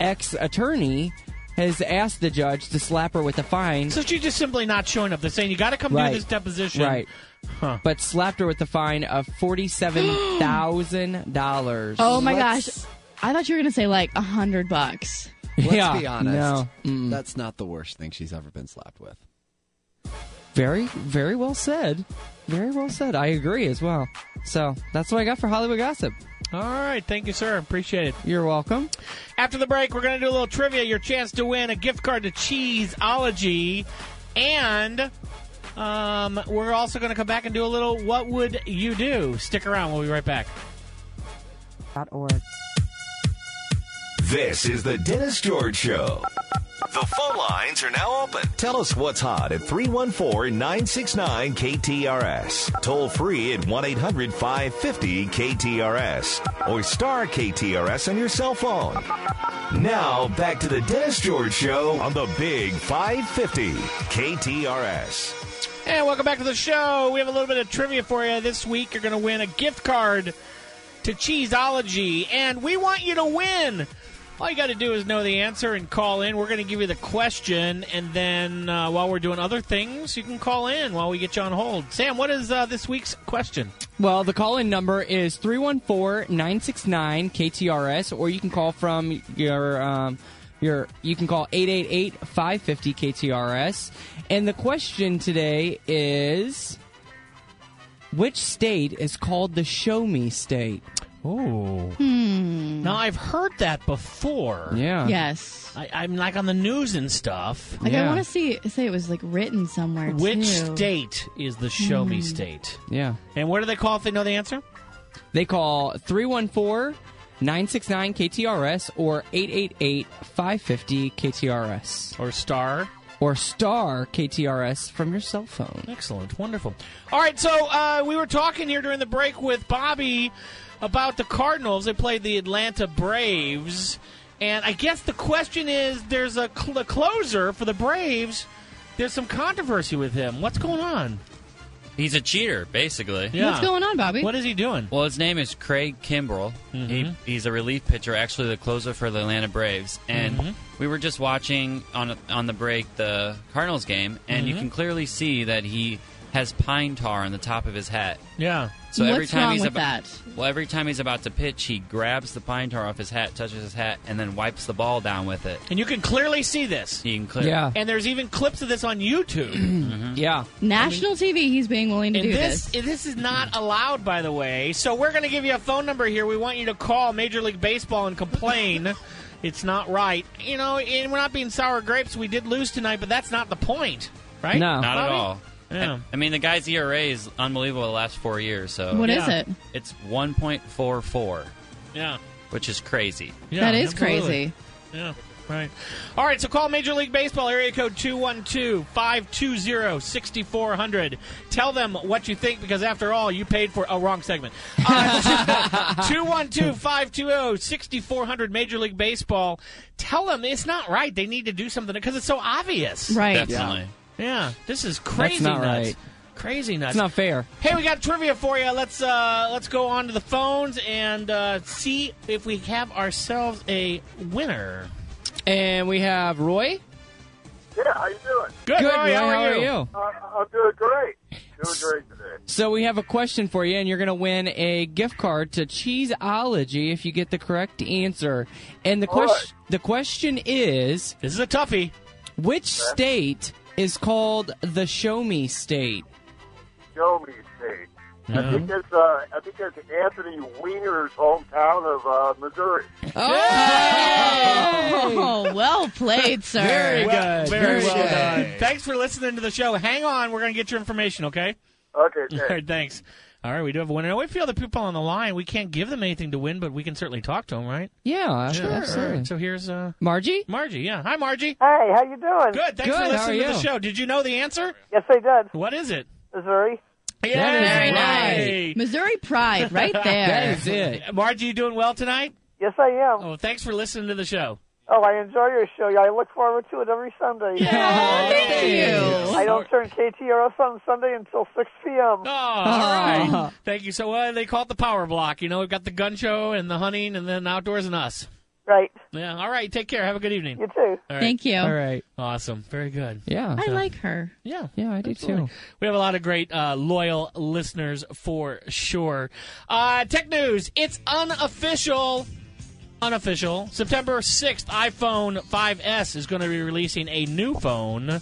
[SPEAKER 4] ex attorney has asked the judge to slap her with a fine,
[SPEAKER 2] So she's just simply not showing up. They're saying, you got to come
[SPEAKER 4] Right.
[SPEAKER 2] do this deposition.
[SPEAKER 4] right? But slapped her with a fine of forty-seven thousand dollars.
[SPEAKER 5] Oh my gosh,
[SPEAKER 3] Let's-
[SPEAKER 5] I thought you were gonna say like a hundred bucks.
[SPEAKER 3] Let's
[SPEAKER 4] Yeah,
[SPEAKER 3] be honest.
[SPEAKER 4] no.
[SPEAKER 3] That's not the worst thing she's ever been slapped with.
[SPEAKER 4] Very, very well said. Very well said. I agree as well. So that's what I got for Hollywood gossip.
[SPEAKER 2] All right. Thank you, sir. Appreciate it.
[SPEAKER 4] You're welcome.
[SPEAKER 2] After the break, we're going to do a little trivia. Your chance to win a gift card to Cheeseology. And um, we're also going to come back and do a little What Would You Do? Stick around. We'll be right back.
[SPEAKER 1] This is the Dennis George Show. The phone lines are now open. Tell us what's hot at 314 969 KTRS. Toll free at 1 800 550 KTRS or star KTRS on your cell phone. Now, back to the Dennis George Show on the Big 550 KTRS.
[SPEAKER 2] And welcome back to the show. We have a little bit of trivia for you this week. You're going to win a gift card to Cheeseology, and we want you to win. All you got to do is know the answer and call in. We're going to give you the question, and then uh, while we're doing other things, you can call in while we get you on hold. Sam, what is uh, this week's question?
[SPEAKER 4] Well, the call in number is 314 969 KTRS, or you can call from your. Um, your, you can call 888-550-KTRS. And the question today is, which state is called the Show Me State?
[SPEAKER 2] Oh.
[SPEAKER 5] Hmm.
[SPEAKER 2] Now I've heard that before.
[SPEAKER 4] Hmm. Yeah.
[SPEAKER 5] Yes.
[SPEAKER 2] I, I'm like on the news and stuff.
[SPEAKER 5] Like I want to see say it was like written somewhere.
[SPEAKER 2] Which
[SPEAKER 5] too.
[SPEAKER 2] state is the show me
[SPEAKER 5] Hmm.
[SPEAKER 2] state?
[SPEAKER 4] Yeah.
[SPEAKER 2] And what do they call if they know the answer?
[SPEAKER 4] They call 314-969-KTRS or 888-550-KTRS.
[SPEAKER 2] Or star.
[SPEAKER 4] Or star KTRS from your cell phone.
[SPEAKER 2] Excellent. Wonderful. All right, so uh, we were talking here during the break with Bobby about the Cardinals. They played the Atlanta Braves, and I guess the question is: there's a, cl- a closer for the Braves. There's some controversy with him. What's going on?
[SPEAKER 8] He's a cheater, basically.
[SPEAKER 2] Yeah. What's going
[SPEAKER 5] on, Bobby?
[SPEAKER 2] What is he doing?
[SPEAKER 8] Well, his name is Craig Kimbrell. He, he's a relief pitcher, actually the closer for the Atlanta Braves. And
[SPEAKER 2] Mhm.
[SPEAKER 8] we were just watching on on the break the Cardinals game, and you
[SPEAKER 2] Mhm.
[SPEAKER 8] can clearly see that he has pine tar on the top of his hat.
[SPEAKER 2] Yeah.
[SPEAKER 8] So every
[SPEAKER 5] What's
[SPEAKER 8] time
[SPEAKER 5] wrong
[SPEAKER 8] he's
[SPEAKER 5] with
[SPEAKER 8] about
[SPEAKER 5] that?
[SPEAKER 8] well, every time he's about to pitch, he grabs the pine tar off his hat, touches his hat, and then wipes the ball down with it.
[SPEAKER 2] And you can clearly see this.
[SPEAKER 8] You can clear.
[SPEAKER 4] Yeah.
[SPEAKER 2] And there's even clips of this on YouTube.
[SPEAKER 8] Mm-hmm.
[SPEAKER 4] Yeah.
[SPEAKER 5] National TV. He's being willing to
[SPEAKER 2] And
[SPEAKER 5] do
[SPEAKER 2] this
[SPEAKER 5] this.
[SPEAKER 2] this is not allowed, by the way. So we're going to give you a phone number here. We want you to call Major League Baseball and complain. it's not right, you know. And we're not being sour grapes. We did lose tonight, but that's not the point, right?
[SPEAKER 4] No.
[SPEAKER 8] Not at
[SPEAKER 2] Bobby?
[SPEAKER 8] all.
[SPEAKER 2] Yeah.
[SPEAKER 8] I mean, the guy's ERA is unbelievable the last four years. So
[SPEAKER 5] What is
[SPEAKER 2] Yeah.
[SPEAKER 5] it?
[SPEAKER 8] It's 1.44,
[SPEAKER 2] Yeah.
[SPEAKER 8] which is crazy.
[SPEAKER 2] Yeah,
[SPEAKER 5] that is
[SPEAKER 2] absolutely.
[SPEAKER 5] crazy.
[SPEAKER 2] Yeah. Right. All right, so call Major League Baseball area code 212-520-6400. Tell them what you think because after all, you paid for a wrong segment. Uh, 212-520-6400 Major League Baseball. Tell them it's not right. They need to do something because it's so obvious.
[SPEAKER 5] Right.
[SPEAKER 8] Definitely.
[SPEAKER 2] Yeah. This is crazy
[SPEAKER 4] not
[SPEAKER 2] nuts.
[SPEAKER 4] right.
[SPEAKER 2] Crazy nuts.
[SPEAKER 4] It's not fair.
[SPEAKER 2] Hey, we got trivia for you. Let's uh, let's go on to the phones and uh, see if we have ourselves a winner.
[SPEAKER 4] And we have Roy.
[SPEAKER 10] Yeah, how you doing?
[SPEAKER 2] Good,
[SPEAKER 4] Good,
[SPEAKER 2] Roy, how, are you?
[SPEAKER 10] Uh, I'm doing great. Doing great today.
[SPEAKER 4] So we have a question for you, and you're going to win a gift card to Cheeseology if you get the correct answer. And the
[SPEAKER 10] All
[SPEAKER 4] question the question is,
[SPEAKER 2] This is a toughie.
[SPEAKER 4] which state is called the Show Me State?
[SPEAKER 10] Show me state. I
[SPEAKER 2] Mm-hmm.
[SPEAKER 10] think that's uh, I think that's Anthony Weiner's hometown of uh, Missouri.
[SPEAKER 5] Oh, well played, sir.
[SPEAKER 2] Well, very well
[SPEAKER 7] Appreciate
[SPEAKER 2] done.
[SPEAKER 7] it.
[SPEAKER 2] Thanks for listening to the show. Hang on, we're going to get your information, okay?
[SPEAKER 10] Okay,
[SPEAKER 2] All right,
[SPEAKER 10] thanks.
[SPEAKER 2] thanks. All right, we do have a winner. Now, we feel the people on the line. We can't give them anything to win, but we can certainly talk to them, right?
[SPEAKER 4] Yeah,
[SPEAKER 2] All right,
[SPEAKER 4] absolutely.
[SPEAKER 2] so here's uh,
[SPEAKER 4] Margie?
[SPEAKER 2] Margie. Yeah, hi, Margie.
[SPEAKER 10] Hey, how you doing?
[SPEAKER 2] Good. Thanks
[SPEAKER 4] Good,
[SPEAKER 2] for
[SPEAKER 4] how
[SPEAKER 2] listening
[SPEAKER 4] are
[SPEAKER 2] to the
[SPEAKER 4] you?
[SPEAKER 2] show. Did you know the answer?
[SPEAKER 10] Yes, they did.
[SPEAKER 2] What is it?
[SPEAKER 10] Missouri.
[SPEAKER 2] Yeah,
[SPEAKER 4] is
[SPEAKER 5] Very
[SPEAKER 4] Right.
[SPEAKER 5] nice. Missouri Pride, right there.
[SPEAKER 4] That is it.
[SPEAKER 2] Margie, you doing well tonight?
[SPEAKER 10] Yes, I am.
[SPEAKER 2] Oh, thanks for listening to the show.
[SPEAKER 10] Oh, I enjoy your show. I look forward to it every Sunday.
[SPEAKER 2] Oh,
[SPEAKER 5] Thank you.
[SPEAKER 10] I don't turn KTRS on Sunday until 6 p.m.
[SPEAKER 2] Oh, all right. Thank you. So uh, they call it the power block. You know, we've got the gun show and the hunting and then outdoors and us.
[SPEAKER 10] Right.
[SPEAKER 2] Yeah. All right. Take care. Have a good evening.
[SPEAKER 10] You too.
[SPEAKER 2] All right.
[SPEAKER 5] Thank you.
[SPEAKER 4] All right.
[SPEAKER 2] Awesome. Very good.
[SPEAKER 4] Yeah.
[SPEAKER 5] I like her.
[SPEAKER 2] Yeah.
[SPEAKER 4] Yeah, I do too.
[SPEAKER 2] We have a lot of great uh, loyal listeners for sure. Uh, tech news. It's unofficial. Unofficial. September 6th, iPhone 5S is going to be releasing a new phone.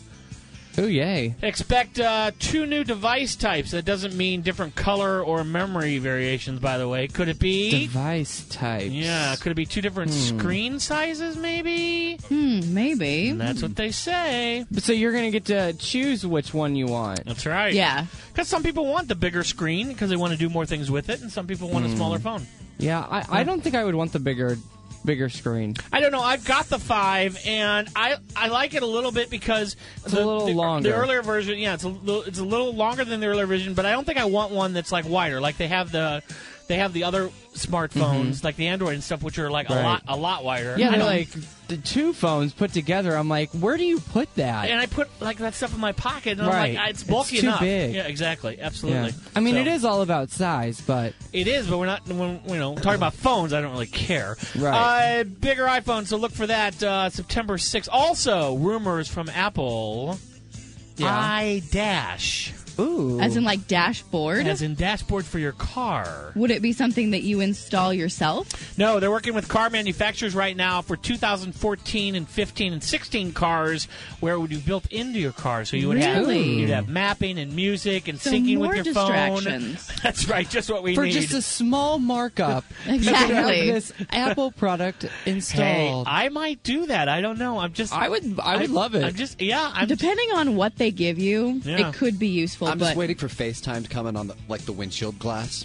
[SPEAKER 4] Ooh, yay.
[SPEAKER 2] Expect uh, two new device types. That doesn't mean different color or memory variations, by the way. Could it be?
[SPEAKER 4] Device types. Hmm.
[SPEAKER 2] Yeah, could it be two different screen sizes, maybe?
[SPEAKER 5] Hmm, maybe.
[SPEAKER 2] That's what they say.
[SPEAKER 4] So you're going to get to choose which one you want.
[SPEAKER 2] That's right.
[SPEAKER 5] Yeah.
[SPEAKER 2] Because some people want the bigger screen because they want to do more things with it, and some people want
[SPEAKER 4] Hmm.
[SPEAKER 2] a smaller phone.
[SPEAKER 4] Yeah, I, I don't think I would want the bigger bigger screen.
[SPEAKER 2] I don't know. I've got the five, and I I like it a little bit because it's
[SPEAKER 4] a little
[SPEAKER 2] the,
[SPEAKER 4] longer.
[SPEAKER 2] The earlier version, yeah, it's a little, it's a little longer than the earlier version, but I don't think I want one that's like wider. Like they have the they have the other smartphones, like the Android and stuff, which are like a
[SPEAKER 4] Mm-hmm. Right.
[SPEAKER 2] lot a lot wider.
[SPEAKER 4] Yeah,
[SPEAKER 2] I
[SPEAKER 4] they're
[SPEAKER 2] don't-
[SPEAKER 4] like the two phones put together. I'm like, where do you put that?
[SPEAKER 2] And I put like that stuff in my pocket, and I'm
[SPEAKER 4] Right.
[SPEAKER 2] like, it's
[SPEAKER 4] It's
[SPEAKER 2] bulky
[SPEAKER 4] too
[SPEAKER 2] enough.
[SPEAKER 4] big.
[SPEAKER 2] Yeah, exactly, absolutely.
[SPEAKER 4] Yeah. I mean,
[SPEAKER 2] So-
[SPEAKER 4] it is all about size, but
[SPEAKER 2] It is, but we're not. When, you know, talking about phones, I don't really care.
[SPEAKER 4] Right.
[SPEAKER 2] Uh, bigger iPhone, so look for that uh, September 6th. Also, rumors from Apple.
[SPEAKER 4] Yeah.
[SPEAKER 2] iDash.
[SPEAKER 4] Ooh.
[SPEAKER 5] As in like dashboard?
[SPEAKER 2] As in dashboard for your car.
[SPEAKER 5] Would it be something that you install yourself?
[SPEAKER 2] No, they're working with car manufacturers right now for 2014 and 15 and 16 cars where it would be built into your car. So you would have
[SPEAKER 5] Really?
[SPEAKER 2] you'd have mapping and music and
[SPEAKER 5] So
[SPEAKER 2] syncing
[SPEAKER 5] more
[SPEAKER 2] with your
[SPEAKER 5] distractions.
[SPEAKER 2] phone. That's right, just what we
[SPEAKER 4] for
[SPEAKER 2] need.
[SPEAKER 4] just a small markup. you can have
[SPEAKER 5] Exactly.
[SPEAKER 4] this Apple product
[SPEAKER 2] hey,
[SPEAKER 4] installed.
[SPEAKER 2] I might do that. I don't know. I'm just
[SPEAKER 4] I would- I would love it.
[SPEAKER 2] I'm just yeah, I'm
[SPEAKER 5] Depending on what they give you,
[SPEAKER 2] Yeah.
[SPEAKER 5] it could be useful.
[SPEAKER 3] I'm
[SPEAKER 5] but
[SPEAKER 3] just waiting for FaceTime to come in on the, like the windshield glass.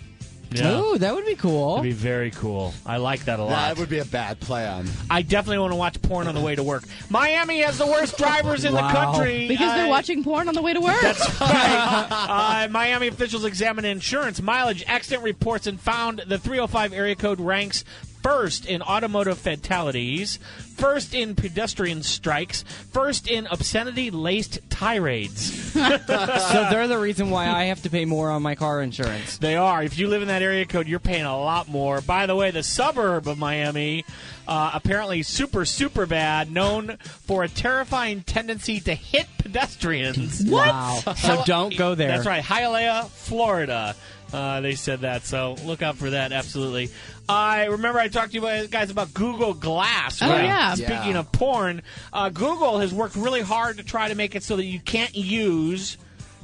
[SPEAKER 2] yeah.
[SPEAKER 4] Ooh, that would be cool.
[SPEAKER 2] That'd be very cool. I like that a lot.
[SPEAKER 3] That would be a bad play on.
[SPEAKER 2] I definitely want to watch porn on the way to work. Miami has the worst drivers in the
[SPEAKER 4] Wow.
[SPEAKER 2] country
[SPEAKER 5] because they're
[SPEAKER 2] I-
[SPEAKER 5] watching porn on the way to work.
[SPEAKER 2] Right. Uh, Miami officials examined insurance, mileage, accident reports, and found the 305 area code ranks first in automotive fatalities, first in pedestrian strikes, first in obscenity laced tirades.
[SPEAKER 4] so they're the reason why I have to pay more on my car insurance.
[SPEAKER 2] They are. If you live in that area code, you're paying a lot more. By the way, the suburb of Miami, uh, apparently super, super bad, known for a terrifying tendency to hit pedestrians.
[SPEAKER 4] Wow. So don't go there.
[SPEAKER 2] That's right, Hialeah, Florida. Uh, they said that, so look out for that. Absolutely. I remember I talked to you guys- guys about Google Glass.
[SPEAKER 5] Oh,
[SPEAKER 2] right?
[SPEAKER 5] yeah.
[SPEAKER 2] Speaking
[SPEAKER 3] Yeah.
[SPEAKER 2] of porn, uh, Google has worked really hard to try to make it so that you can't use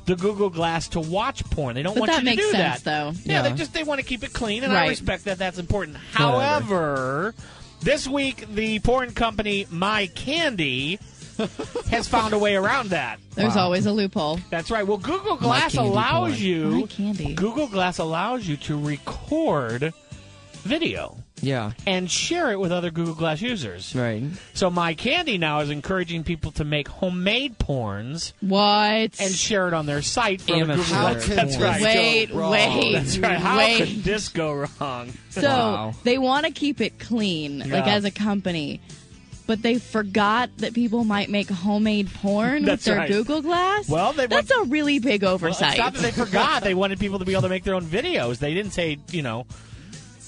[SPEAKER 2] the Google Glass to watch porn. They don't
[SPEAKER 5] But
[SPEAKER 2] want
[SPEAKER 5] that
[SPEAKER 2] you to
[SPEAKER 5] makes
[SPEAKER 2] do
[SPEAKER 5] sense,
[SPEAKER 2] that,
[SPEAKER 5] though.
[SPEAKER 2] Yeah,
[SPEAKER 4] Yeah.
[SPEAKER 2] they just they want to keep it clean, and I
[SPEAKER 5] Right.
[SPEAKER 2] respect that. That's important. However, this week the porn company My Candy has found a way around that.
[SPEAKER 5] There's always a loophole.
[SPEAKER 2] That's right. Well, Google Glass
[SPEAKER 4] candy
[SPEAKER 2] allows
[SPEAKER 4] porn.
[SPEAKER 2] you.
[SPEAKER 5] My candy.
[SPEAKER 2] Google Glass allows you to record video
[SPEAKER 4] Yeah.
[SPEAKER 2] and share it with other Google Glass users.
[SPEAKER 4] Right.
[SPEAKER 2] So my candy now is encouraging people to make homemade porns
[SPEAKER 5] What?
[SPEAKER 2] and share it on their site for other
[SPEAKER 4] Amateur
[SPEAKER 2] Google Glass.
[SPEAKER 4] porn.
[SPEAKER 2] That's right.
[SPEAKER 5] wait,
[SPEAKER 3] Go wrong.
[SPEAKER 5] wait,
[SPEAKER 2] That's right. How
[SPEAKER 5] wait.
[SPEAKER 2] could this go wrong?
[SPEAKER 5] So
[SPEAKER 4] Wow.
[SPEAKER 5] they want to keep it clean, like
[SPEAKER 2] Yeah.
[SPEAKER 5] as a company. But they forgot that people might make homemade porn with
[SPEAKER 2] That's
[SPEAKER 5] their
[SPEAKER 2] right.
[SPEAKER 5] Google Glass.
[SPEAKER 2] Well, they
[SPEAKER 5] that's a really big oversight.
[SPEAKER 2] It's not that they forgot. They wanted people to be able to make their own videos. They didn't say, you know,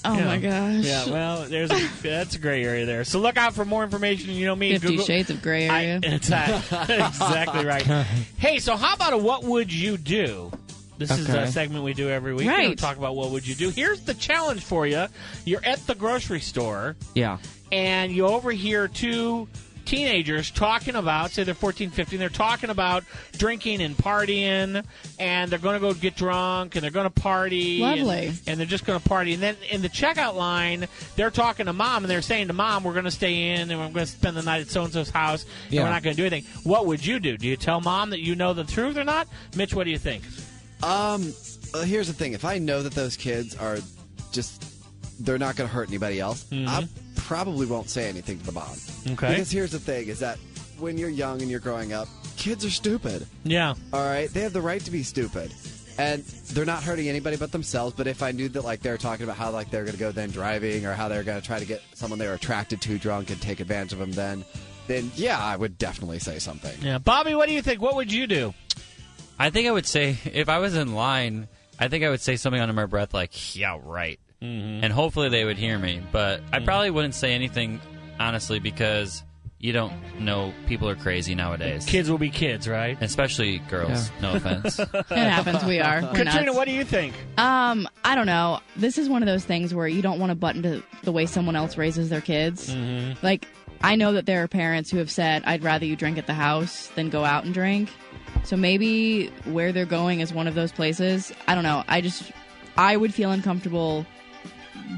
[SPEAKER 5] oh
[SPEAKER 2] Yeah.
[SPEAKER 5] my gosh!
[SPEAKER 2] yeah. Well, there's a, that's a gray area there. So look out for more information. You know me,
[SPEAKER 5] Fifty
[SPEAKER 2] Google.
[SPEAKER 5] Shades of Gray
[SPEAKER 2] I-
[SPEAKER 5] area.
[SPEAKER 2] it's, uh, exactly right. Hey, so how about a what would you do? This is a
[SPEAKER 4] Okay.
[SPEAKER 2] segment we do every week. We
[SPEAKER 5] Right.
[SPEAKER 2] don't talk about what would you do. Here's the challenge for you. You're at the grocery store
[SPEAKER 4] Yeah.
[SPEAKER 2] and you overhear two teenagers talking about, say they're 14, 15, they're talking about drinking and partying, and they're going to go get drunk, and they're going to party. and-
[SPEAKER 5] Lovely.
[SPEAKER 2] And, they're just going to party. And then in the checkout line, they're talking to mom, and they're saying to mom, we're going to stay in, and we're going to spend the night at so-and-so's house, and
[SPEAKER 4] Yeah.
[SPEAKER 2] we're not going to do anything. What would you do? Do you tell mom that you know the truth or not? Mitch, what do you think?
[SPEAKER 3] Um, uh, here's the thing: if I know that those kids are just, they're not going to hurt anybody else, I probably won't say anything to the mom.
[SPEAKER 2] Mm-hmm. Okay.
[SPEAKER 3] Because here's the thing: is that when you're young and you're growing up, kids are stupid.
[SPEAKER 2] Yeah.
[SPEAKER 3] All right, they have the right to be stupid, and they're not hurting anybody but themselves. But if I knew that, like, they were talking about how like they're going to go then driving or how they're going to try to get someone they were attracted to drunk and take advantage of them, then, then yeah, I would definitely say something.
[SPEAKER 2] Yeah. Bobby, what do you think? What would you do?
[SPEAKER 8] I think I would say if I was in line, I think I would say something under my breath like, "Yeah, right,"
[SPEAKER 2] Mm-hmm.
[SPEAKER 8] and hopefully they would hear me. But I probably wouldn't say anything honestly because you don't know people are crazy nowadays,
[SPEAKER 2] Kids will be kids, right?
[SPEAKER 8] especially girls. No offense.
[SPEAKER 5] It happens. We are. We're
[SPEAKER 2] Katrina,
[SPEAKER 5] nuts.
[SPEAKER 2] what do you think?
[SPEAKER 5] Um, I don't know. This is one of those things where you don't want to butt into the way someone else raises their kids.
[SPEAKER 2] Mm-hmm.
[SPEAKER 5] Like, I know that there are parents who have said, "I'd rather you drink at the house than go out and drink." So maybe where they're going is one of those places. I don't know. I just, I would feel uncomfortable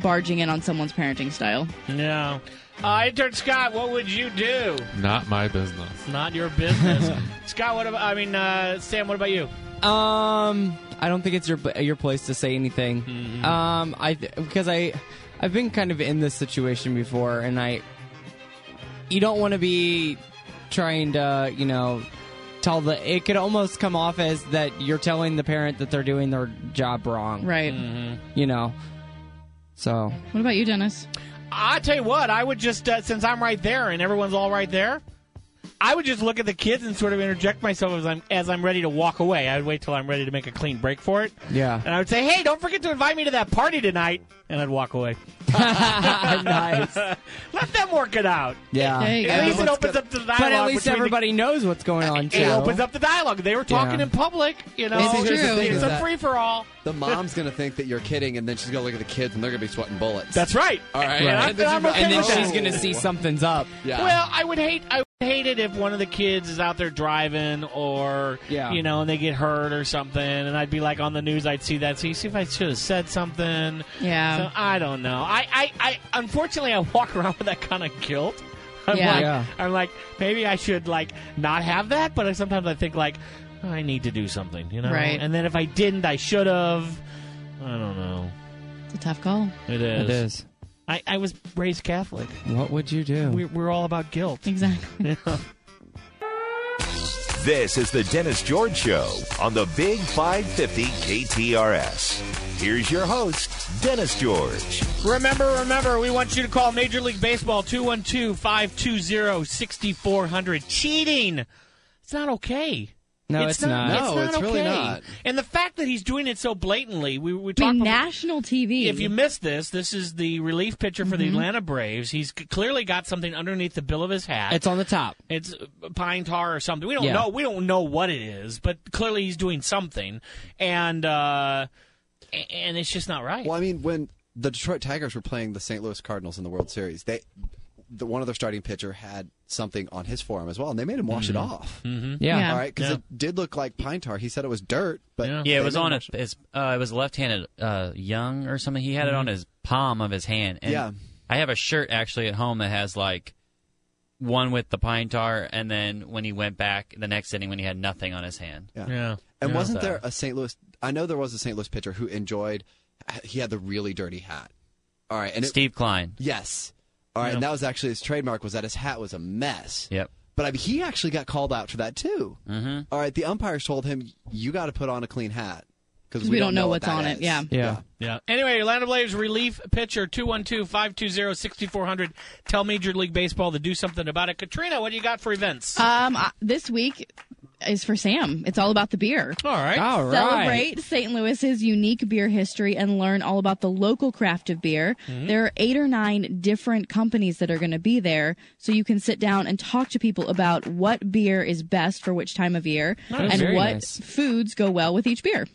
[SPEAKER 5] barging in on someone's parenting style.
[SPEAKER 2] No. Uh, intern Scott, what would you do?
[SPEAKER 9] Not my business.
[SPEAKER 2] Not your business. Scott, what about, I mean, uh, Sam, what about you?
[SPEAKER 4] Um, I don't think it's your your place to say anything.
[SPEAKER 2] Mm-hmm.
[SPEAKER 4] Um, I because I I've been kind of in this situation before, and I you don't want to be trying to you know tell the it could almost come off as that you're telling the parent that they're doing their job wrong,
[SPEAKER 5] Right.
[SPEAKER 2] Mm-hmm.
[SPEAKER 4] You know, so
[SPEAKER 5] What about you, Dennis?
[SPEAKER 2] I tell you what, I would just, uh, since I'm right there and everyone's all right there, I would just look at the kids and sort of interject myself as I'm as I'm ready to walk away. I would wait till I'm ready to make a clean break for it.
[SPEAKER 4] Yeah.
[SPEAKER 2] And I would say, "Hey, don't forget to invite me to that party tonight," and I'd walk away.
[SPEAKER 4] nice.
[SPEAKER 2] Let them work it out.
[SPEAKER 4] Yeah.
[SPEAKER 5] There you go.
[SPEAKER 2] At least it
[SPEAKER 7] Let's
[SPEAKER 2] opens
[SPEAKER 7] go.
[SPEAKER 2] up the dialogue.
[SPEAKER 4] But at least
[SPEAKER 2] between the-
[SPEAKER 4] everybody knows what's going on, too.
[SPEAKER 2] it opens up the dialogue. They were talking
[SPEAKER 4] Yeah.
[SPEAKER 2] in public. You know,
[SPEAKER 5] It's
[SPEAKER 2] It's
[SPEAKER 5] true.
[SPEAKER 2] a- it's a
[SPEAKER 3] That-
[SPEAKER 2] free for all.
[SPEAKER 3] The mom's gonna think that you're kidding, and then she's gonna look at the kids, and they're gonna be sweating bullets.
[SPEAKER 2] That's right.
[SPEAKER 3] all right.
[SPEAKER 2] And, I,
[SPEAKER 4] Right.
[SPEAKER 2] and I'm okay
[SPEAKER 4] And then
[SPEAKER 2] with that.
[SPEAKER 4] she's going to see something's up.
[SPEAKER 3] Yeah.
[SPEAKER 2] Well, I would hate I would hate it if one of the kids is out there driving or
[SPEAKER 4] Yeah.
[SPEAKER 2] you know and they get hurt or something and I'd be like on the news I'd see that see see if I should have said something.
[SPEAKER 5] Yeah.
[SPEAKER 2] So I don't know. I, I, I unfortunately I walk around with that kind of guilt. I'm
[SPEAKER 5] Yeah.
[SPEAKER 2] like
[SPEAKER 4] Yeah.
[SPEAKER 2] I'm like maybe I should like not have that, but I, sometimes I think like I need to do something, you know.
[SPEAKER 5] Right.
[SPEAKER 2] And then if I didn't, I should have. I don't know.
[SPEAKER 5] It's a tough call.
[SPEAKER 2] It is.
[SPEAKER 4] It is.
[SPEAKER 2] I, I was raised Catholic.
[SPEAKER 4] What would you do?
[SPEAKER 2] We, we're all about guilt.
[SPEAKER 5] Exactly.
[SPEAKER 1] This is the Dennis George Show on the Big 550 KTRS. Here's your host, Dennis George.
[SPEAKER 2] Remember, remember, we want you to call Major League Baseball 212 520 6400. Cheating! It's not okay.
[SPEAKER 4] no, it's, not.
[SPEAKER 3] No,
[SPEAKER 2] It's not
[SPEAKER 3] it's really
[SPEAKER 2] okay.
[SPEAKER 3] not.
[SPEAKER 2] And the fact that he's doing it so blatantly, we, we
[SPEAKER 5] I
[SPEAKER 2] talked
[SPEAKER 5] mean,
[SPEAKER 2] about-
[SPEAKER 5] national TV.
[SPEAKER 2] if you missed this, this is the relief pitcher for the Atlanta Braves. He's c- clearly got something underneath the bill of his hat.
[SPEAKER 4] It's on the top.
[SPEAKER 2] It's pine tar or something. We don't
[SPEAKER 4] Yeah.
[SPEAKER 2] know. We don't know what it is, but clearly he's doing something, and uh, a- and it's just not right.
[SPEAKER 3] Well, I mean, when the Detroit Tigers were playing the St. Louis Cardinals in the World Series, they the, one of their starting pitcher had something on his forearm as well, and they made him wash it
[SPEAKER 4] Mm-hmm.
[SPEAKER 3] off.
[SPEAKER 2] Mm-hmm.
[SPEAKER 4] Yeah.
[SPEAKER 5] Yeah.
[SPEAKER 3] All right, because
[SPEAKER 2] Yeah.
[SPEAKER 3] it did look like pine tar. He said it was dirt, but
[SPEAKER 2] Yeah.
[SPEAKER 8] Yeah,
[SPEAKER 3] they
[SPEAKER 8] it was
[SPEAKER 3] made him
[SPEAKER 8] on
[SPEAKER 3] wash
[SPEAKER 8] his. his uh, it was left-handed uh, Young or something. He had it on his palm of his hand. And
[SPEAKER 3] Mm-hmm. Yeah.
[SPEAKER 8] I have a shirt actually at home that has like one with the pine tar, and then when he went back the next inning when he had nothing on his hand.
[SPEAKER 3] Yeah.
[SPEAKER 2] Yeah.
[SPEAKER 3] And
[SPEAKER 8] Yeah.
[SPEAKER 3] wasn't there a St. Louis? I know there was a St. Louis pitcher who enjoyed. He had the really dirty hat. All right, and it,
[SPEAKER 8] Steve Klein.
[SPEAKER 3] yes, all right, and that was actually his trademark was that his hat was a mess.
[SPEAKER 8] Yep.
[SPEAKER 3] But I mean, he actually got called out for that too. Mm-hmm. right, the umpires told him, "You got to put on a clean hat because
[SPEAKER 5] we don't know what's
[SPEAKER 3] that
[SPEAKER 5] on it."
[SPEAKER 3] is."
[SPEAKER 5] Yeah.
[SPEAKER 4] Yeah.
[SPEAKER 2] Yeah. Anyway, Atlanta Braves relief pitcher 212-520-6400. Tell Major League Baseball to do something about it. Katrina, what do you got for events?
[SPEAKER 5] Um, I- this week is for Sam. It's all about the beer.
[SPEAKER 2] All right.
[SPEAKER 4] All right.
[SPEAKER 5] Celebrate St. Louis's unique beer history and learn all about the local craft of beer.
[SPEAKER 2] Mm-hmm.
[SPEAKER 5] There are eight or nine different companies that are going to be there, so you can sit down and talk to people about what beer is best for which time of year and
[SPEAKER 4] Very
[SPEAKER 5] what
[SPEAKER 4] nice. Mm-hmm.
[SPEAKER 5] foods go well with each beer.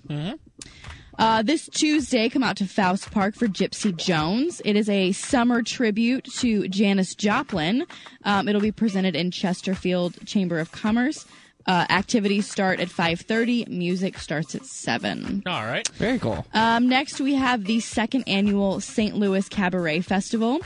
[SPEAKER 5] Uh, this Tuesday, come out to Faust Park for Gypsy Jones. It is a summer tribute to Janis Joplin. Um, it'll be presented in Chesterfield Chamber of Commerce. Uh, activities start at 5.30. Music starts at 7.
[SPEAKER 2] All right.
[SPEAKER 4] Very cool.
[SPEAKER 5] Um, next, we have the second annual St. Louis Cabaret Festival.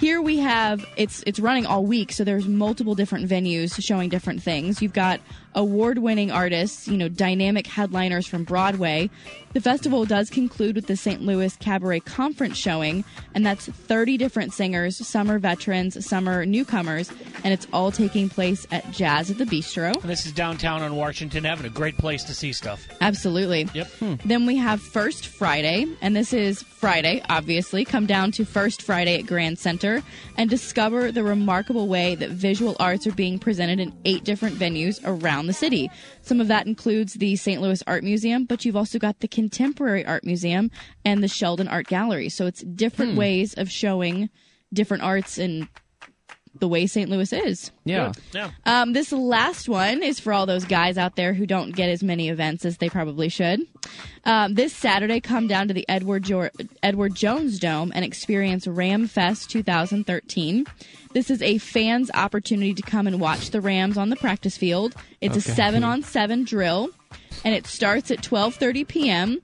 [SPEAKER 5] Here we have it's it's running all week, so there's multiple different venues showing different things. You've got award-winning artists, you know, dynamic headliners from Broadway. The festival does conclude with the St. Louis Cabaret Conference showing, and that's 30 different singers, some are veterans, some are newcomers, and it's all taking place at Jazz at the Bistro.
[SPEAKER 2] And this is downtown on Washington Avenue. Great place to see stuff.
[SPEAKER 5] Absolutely.
[SPEAKER 2] Yep.
[SPEAKER 5] Then we have First Friday, and this is Friday, obviously. Come down to First Friday at Grand Center and discover the remarkable way that visual arts are being presented in eight different venues around the city. Some of that includes the St. Louis Art Museum, but you've also got the Contemporary Art Museum and the Sheldon Art Gallery. So it's different ways of showing different arts and the way St. Louis is.
[SPEAKER 4] Yeah.
[SPEAKER 2] Yeah.
[SPEAKER 5] Um, this last one is for all those guys out there who don't get as many events as they probably should. Um, this Saturday, come down to the Edward jo- Edward Jones Dome and experience Ram Fest 2013. This is a fans' opportunity to come and watch the Rams on the practice field. It's a seven-on-seven drill, and it starts at 12:30 p.m.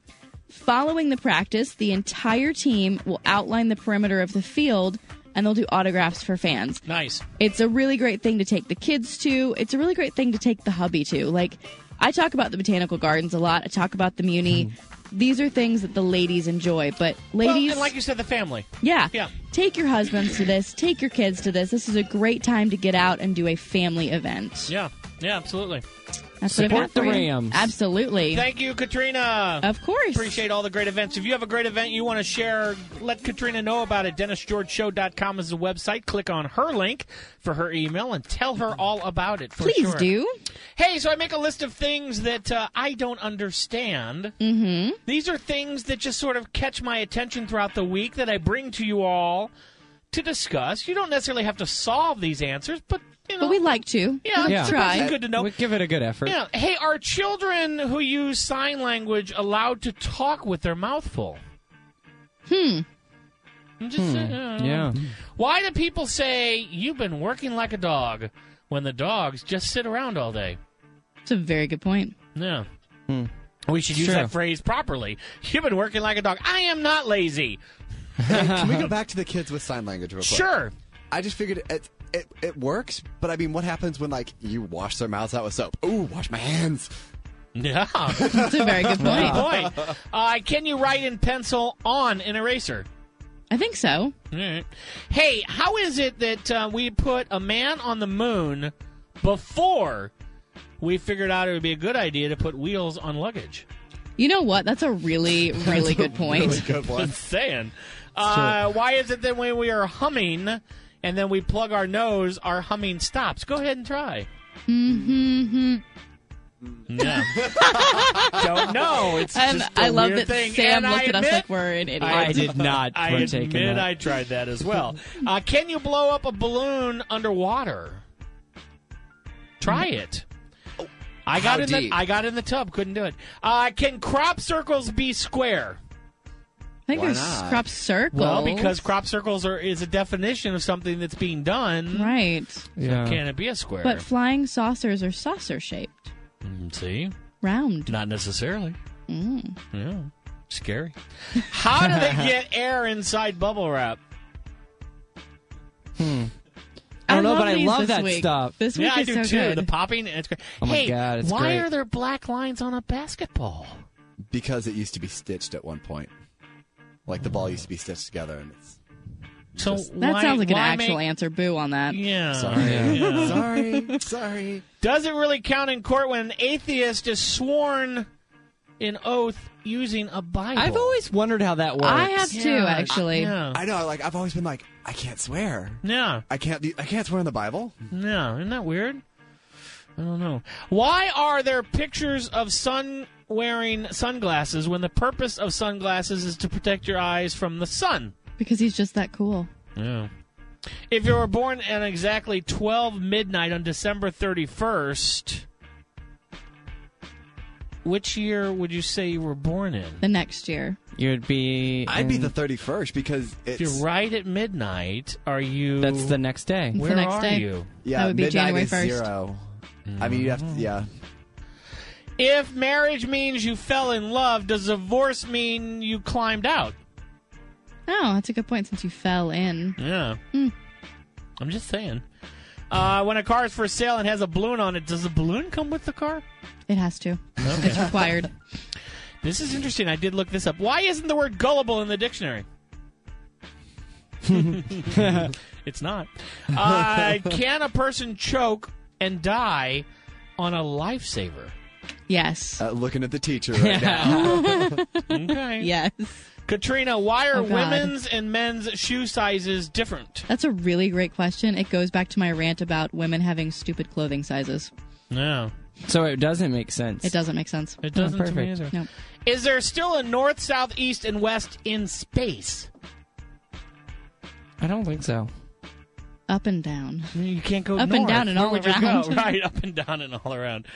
[SPEAKER 5] Following the practice, the entire team will outline the perimeter of the field, and they'll do autographs for fans
[SPEAKER 2] Nice.
[SPEAKER 5] it's a really great thing to take the kids to. It's a really great thing to take the hubby to. Like, I talk about the botanical gardens a lot. I talk about the Muni. These are things that the ladies enjoy. But ladies,
[SPEAKER 2] Mm-hmm. Well, and like you said, the family.
[SPEAKER 5] yeah,
[SPEAKER 2] yeah.
[SPEAKER 5] take your husbands to this. Take your kids to this. This is a great time to get out and do a family event.
[SPEAKER 2] Yeah. Yeah, absolutely.
[SPEAKER 5] Uh, That's what I've got
[SPEAKER 4] Support the
[SPEAKER 5] for you.
[SPEAKER 4] Rams.
[SPEAKER 5] Absolutely.
[SPEAKER 2] Thank you, Katrina.
[SPEAKER 5] Of course.
[SPEAKER 2] Appreciate all the great events. If you have a great event you want to share, let Katrina know about it. DennisGeorgeShow.com is the website. Click on her link for her email and tell her all about it. For
[SPEAKER 5] Please
[SPEAKER 2] sure.
[SPEAKER 5] do.
[SPEAKER 2] Hey, so I make a list of things that uh, I don't understand.
[SPEAKER 5] Mm-hmm.
[SPEAKER 2] These are things that just sort of catch my attention throughout the week that I bring to you all to discuss. You don't necessarily have to solve these answers, but you know,
[SPEAKER 5] But we like to.
[SPEAKER 2] Yeah,
[SPEAKER 5] Let's
[SPEAKER 2] yeah.
[SPEAKER 5] try.
[SPEAKER 2] It's good to know.
[SPEAKER 4] We give it a good effort.
[SPEAKER 2] Yeah. Hey, are children who use sign language allowed to talk with their mouth full?
[SPEAKER 5] Hmm.
[SPEAKER 2] I'm just saying, I don't know.
[SPEAKER 4] Yeah.
[SPEAKER 2] Why do people say you've been working like a dog when the dogs just sit around all day?
[SPEAKER 5] It's a very good point.
[SPEAKER 2] Yeah. We should use
[SPEAKER 4] Hmm. True.
[SPEAKER 2] that phrase properly. You've been working like a dog. I am not lazy.
[SPEAKER 3] Can we go back to the kids with sign language real quick?
[SPEAKER 2] Sure.
[SPEAKER 3] I just figured it, it it works, but I mean, what happens when like you wash their mouths out with soap? Ooh, wash my hands.
[SPEAKER 2] Yeah.
[SPEAKER 5] That's a very good
[SPEAKER 2] Good
[SPEAKER 5] point.
[SPEAKER 2] point. Uh, can you write in pencil on an eraser?
[SPEAKER 5] I think so.
[SPEAKER 2] All right. Hey, how is it that uh, we put a man on the moon before we figured out it would be a good idea to put wheels on luggage?
[SPEAKER 5] You know what? That's a really, really good point.
[SPEAKER 3] Really good one.
[SPEAKER 2] Just saying. Uh, why is it that when we are humming and then we plug our nose, our humming stops? Go ahead and try. Mm-hmm. Yeah. Don't know. It's
[SPEAKER 5] And
[SPEAKER 2] just a
[SPEAKER 5] I love
[SPEAKER 2] weird
[SPEAKER 5] that
[SPEAKER 2] thing.
[SPEAKER 5] Sam
[SPEAKER 2] and I
[SPEAKER 5] looked at us
[SPEAKER 2] admit-
[SPEAKER 5] like we're an idiot.
[SPEAKER 4] I did not
[SPEAKER 2] I
[SPEAKER 4] partake in
[SPEAKER 2] admit
[SPEAKER 4] that.
[SPEAKER 2] I tried that as well. Uh, can you blow up a balloon underwater? Try it. I got
[SPEAKER 3] How
[SPEAKER 2] in the
[SPEAKER 3] deep?
[SPEAKER 2] I got in the tub, couldn't do it. Uh, can crop circles be square?
[SPEAKER 5] I think
[SPEAKER 3] Why
[SPEAKER 5] there's
[SPEAKER 3] not?
[SPEAKER 5] crop circles.
[SPEAKER 2] Well, because crop circles are is a definition of something that's being done.
[SPEAKER 5] right.
[SPEAKER 4] Yeah.
[SPEAKER 2] Can it be a square?
[SPEAKER 5] But flying saucers are saucer shaped,
[SPEAKER 2] Mm, See,
[SPEAKER 5] round. Mm.
[SPEAKER 2] not necessarily. Yeah, scary. How do they get air inside bubble wrap?
[SPEAKER 4] I don't know,
[SPEAKER 5] love
[SPEAKER 4] but I
[SPEAKER 5] these
[SPEAKER 4] love
[SPEAKER 5] this
[SPEAKER 4] that
[SPEAKER 5] week.
[SPEAKER 4] stuff.
[SPEAKER 5] This week
[SPEAKER 2] Yeah, I
[SPEAKER 5] is
[SPEAKER 2] do
[SPEAKER 5] so
[SPEAKER 2] too.
[SPEAKER 5] good.
[SPEAKER 2] The popping. It's great.
[SPEAKER 4] Oh my
[SPEAKER 2] hey,
[SPEAKER 4] God, it's
[SPEAKER 2] why
[SPEAKER 4] great.
[SPEAKER 2] are there black lines on a basketball?
[SPEAKER 3] Because it used to be stitched at one point. Like the ball used to be stitched together, and it's
[SPEAKER 2] So
[SPEAKER 5] that
[SPEAKER 2] why-
[SPEAKER 5] sounds like an
[SPEAKER 2] why
[SPEAKER 5] actual
[SPEAKER 2] make-
[SPEAKER 5] answer. Boo on that.
[SPEAKER 2] Yeah.
[SPEAKER 3] sorry,
[SPEAKER 2] Yeah.
[SPEAKER 3] sorry, sorry.
[SPEAKER 2] Does it really count in court when an atheist is sworn in oath using a Bible?
[SPEAKER 4] I've always wondered how that works.
[SPEAKER 5] I have too,
[SPEAKER 2] Yeah.
[SPEAKER 5] actually.
[SPEAKER 2] Yeah.
[SPEAKER 3] I know. Like I've always been like, I can't swear.
[SPEAKER 2] Yeah.
[SPEAKER 3] I can't. do- I can't swear in the Bible.
[SPEAKER 2] Yeah. Isn't that weird? I don't know. Why are there pictures of sun wearing sunglasses when the purpose of sunglasses is to protect your eyes from the sun?
[SPEAKER 5] Because he's just that cool.
[SPEAKER 2] Yeah. If you were born at exactly 12 midnight on December 31st, which year would you say you were born in?
[SPEAKER 5] The next year.
[SPEAKER 4] You would be.
[SPEAKER 3] I'd be
[SPEAKER 4] in-
[SPEAKER 3] the thirty-first because
[SPEAKER 2] If
[SPEAKER 3] it's
[SPEAKER 2] you're right at midnight, are you.
[SPEAKER 4] That's the next day.
[SPEAKER 2] Where
[SPEAKER 5] the next
[SPEAKER 2] are
[SPEAKER 5] day.
[SPEAKER 2] you?
[SPEAKER 3] yeah.
[SPEAKER 5] That would be
[SPEAKER 3] midnight
[SPEAKER 5] January
[SPEAKER 3] is
[SPEAKER 5] 1st.
[SPEAKER 3] zero. I mean, you have
[SPEAKER 2] Mm.
[SPEAKER 3] to. Yeah.
[SPEAKER 2] If marriage means you fell in love, does divorce mean you climbed out?
[SPEAKER 5] Oh, that's a good point since you fell in.
[SPEAKER 2] Yeah.
[SPEAKER 5] Hmm.
[SPEAKER 2] I'm just saying. Uh, when a car is for sale and has a balloon on it, does the balloon come with the car?
[SPEAKER 5] It has to. It's required.
[SPEAKER 2] This is interesting. I did look this up. Why isn't the word gullible in the dictionary? it's not. Uh, can a person choke and die on a lifesaver?
[SPEAKER 5] Yes.
[SPEAKER 3] Uh, looking at the teacher right now.
[SPEAKER 2] Okay.
[SPEAKER 5] yes.
[SPEAKER 2] Katrina, why are
[SPEAKER 5] Oh, God.
[SPEAKER 2] women's and men's shoe sizes different?
[SPEAKER 5] That's a really great question. It goes back to my rant about women having stupid clothing sizes.
[SPEAKER 2] No,
[SPEAKER 4] So it doesn't make sense. Oh,
[SPEAKER 5] It doesn't make sense.
[SPEAKER 2] it doesn't. to me
[SPEAKER 4] perfect.
[SPEAKER 2] either.
[SPEAKER 5] No.
[SPEAKER 2] Is there still a north, south, east, and west in space?
[SPEAKER 4] I don't think so.
[SPEAKER 5] Up and down.
[SPEAKER 2] You can't go
[SPEAKER 5] Up and
[SPEAKER 2] north.
[SPEAKER 5] down and
[SPEAKER 2] Where
[SPEAKER 5] all
[SPEAKER 2] would you go?
[SPEAKER 5] around.
[SPEAKER 2] Right, up and down and all around.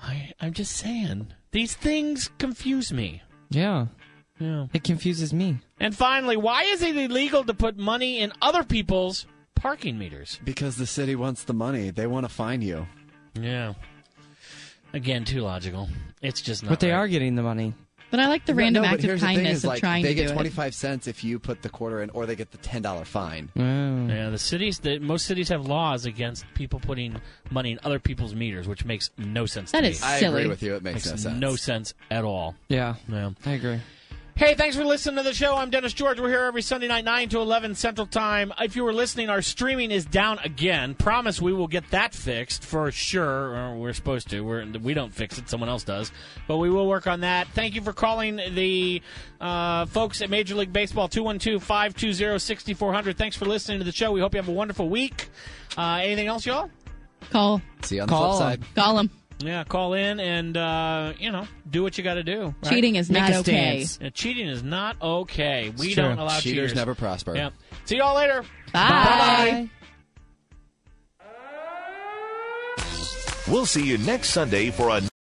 [SPEAKER 2] I, I'm just saying these things confuse me.
[SPEAKER 4] Yeah.
[SPEAKER 2] Yeah.
[SPEAKER 4] It confuses me.
[SPEAKER 2] And finally, why is it illegal to put money in other people's parking meters?
[SPEAKER 3] because the city wants the money. They want to fine you.
[SPEAKER 2] Yeah. Again, too logical. It's just not.
[SPEAKER 4] But they
[SPEAKER 2] right.
[SPEAKER 4] are getting the money.
[SPEAKER 5] But I like the
[SPEAKER 3] No,
[SPEAKER 5] random
[SPEAKER 3] no, but
[SPEAKER 5] act of
[SPEAKER 3] here's the thing
[SPEAKER 5] kindness
[SPEAKER 3] is,
[SPEAKER 5] of
[SPEAKER 3] like,
[SPEAKER 5] trying
[SPEAKER 3] they
[SPEAKER 5] to
[SPEAKER 3] get
[SPEAKER 5] do it.
[SPEAKER 3] 25 cents if you put the quarter in or they get the $10 fine
[SPEAKER 5] Hmm.
[SPEAKER 4] Oh.
[SPEAKER 2] Yeah, the cities. The, most cities have laws against people putting money in other people's meters, which makes no sense.
[SPEAKER 5] That
[SPEAKER 2] to
[SPEAKER 5] is
[SPEAKER 2] me.
[SPEAKER 3] i
[SPEAKER 5] Silly.
[SPEAKER 3] agree with you it makes,
[SPEAKER 2] makes
[SPEAKER 3] no sense
[SPEAKER 2] no sense at all.
[SPEAKER 4] Yeah.
[SPEAKER 2] Yeah.
[SPEAKER 4] I agree.
[SPEAKER 2] Hey, thanks for listening to the show. I'm Dennis George. We're here every Sunday night, 9 to 11 Central Time. If you were listening, our streaming is down again. Promise we will get that fixed for sure. Or We're supposed to. We're, we don't fix it, someone else does. But we will work on that. Thank you for calling the uh, folks at Major League Baseball, 212 520 6400. Thanks for listening to the show. We hope you have a wonderful week. Uh, anything else, y'all?
[SPEAKER 5] Call.
[SPEAKER 3] See you on
[SPEAKER 4] Call
[SPEAKER 3] the flip side.
[SPEAKER 5] Call him.
[SPEAKER 2] Yeah, call in and, uh, you know, do what you got to do. right?
[SPEAKER 5] Cheating is
[SPEAKER 4] Make
[SPEAKER 5] not
[SPEAKER 4] us
[SPEAKER 5] okay.
[SPEAKER 4] dance.
[SPEAKER 2] Yeah, cheating is not okay. We
[SPEAKER 4] It's
[SPEAKER 2] don't
[SPEAKER 4] true.
[SPEAKER 2] allow
[SPEAKER 3] Cheaters,
[SPEAKER 2] cheaters.
[SPEAKER 3] never prosper.
[SPEAKER 2] Yep. See y'all later.
[SPEAKER 5] Bye.
[SPEAKER 1] We'll see you next Sunday for a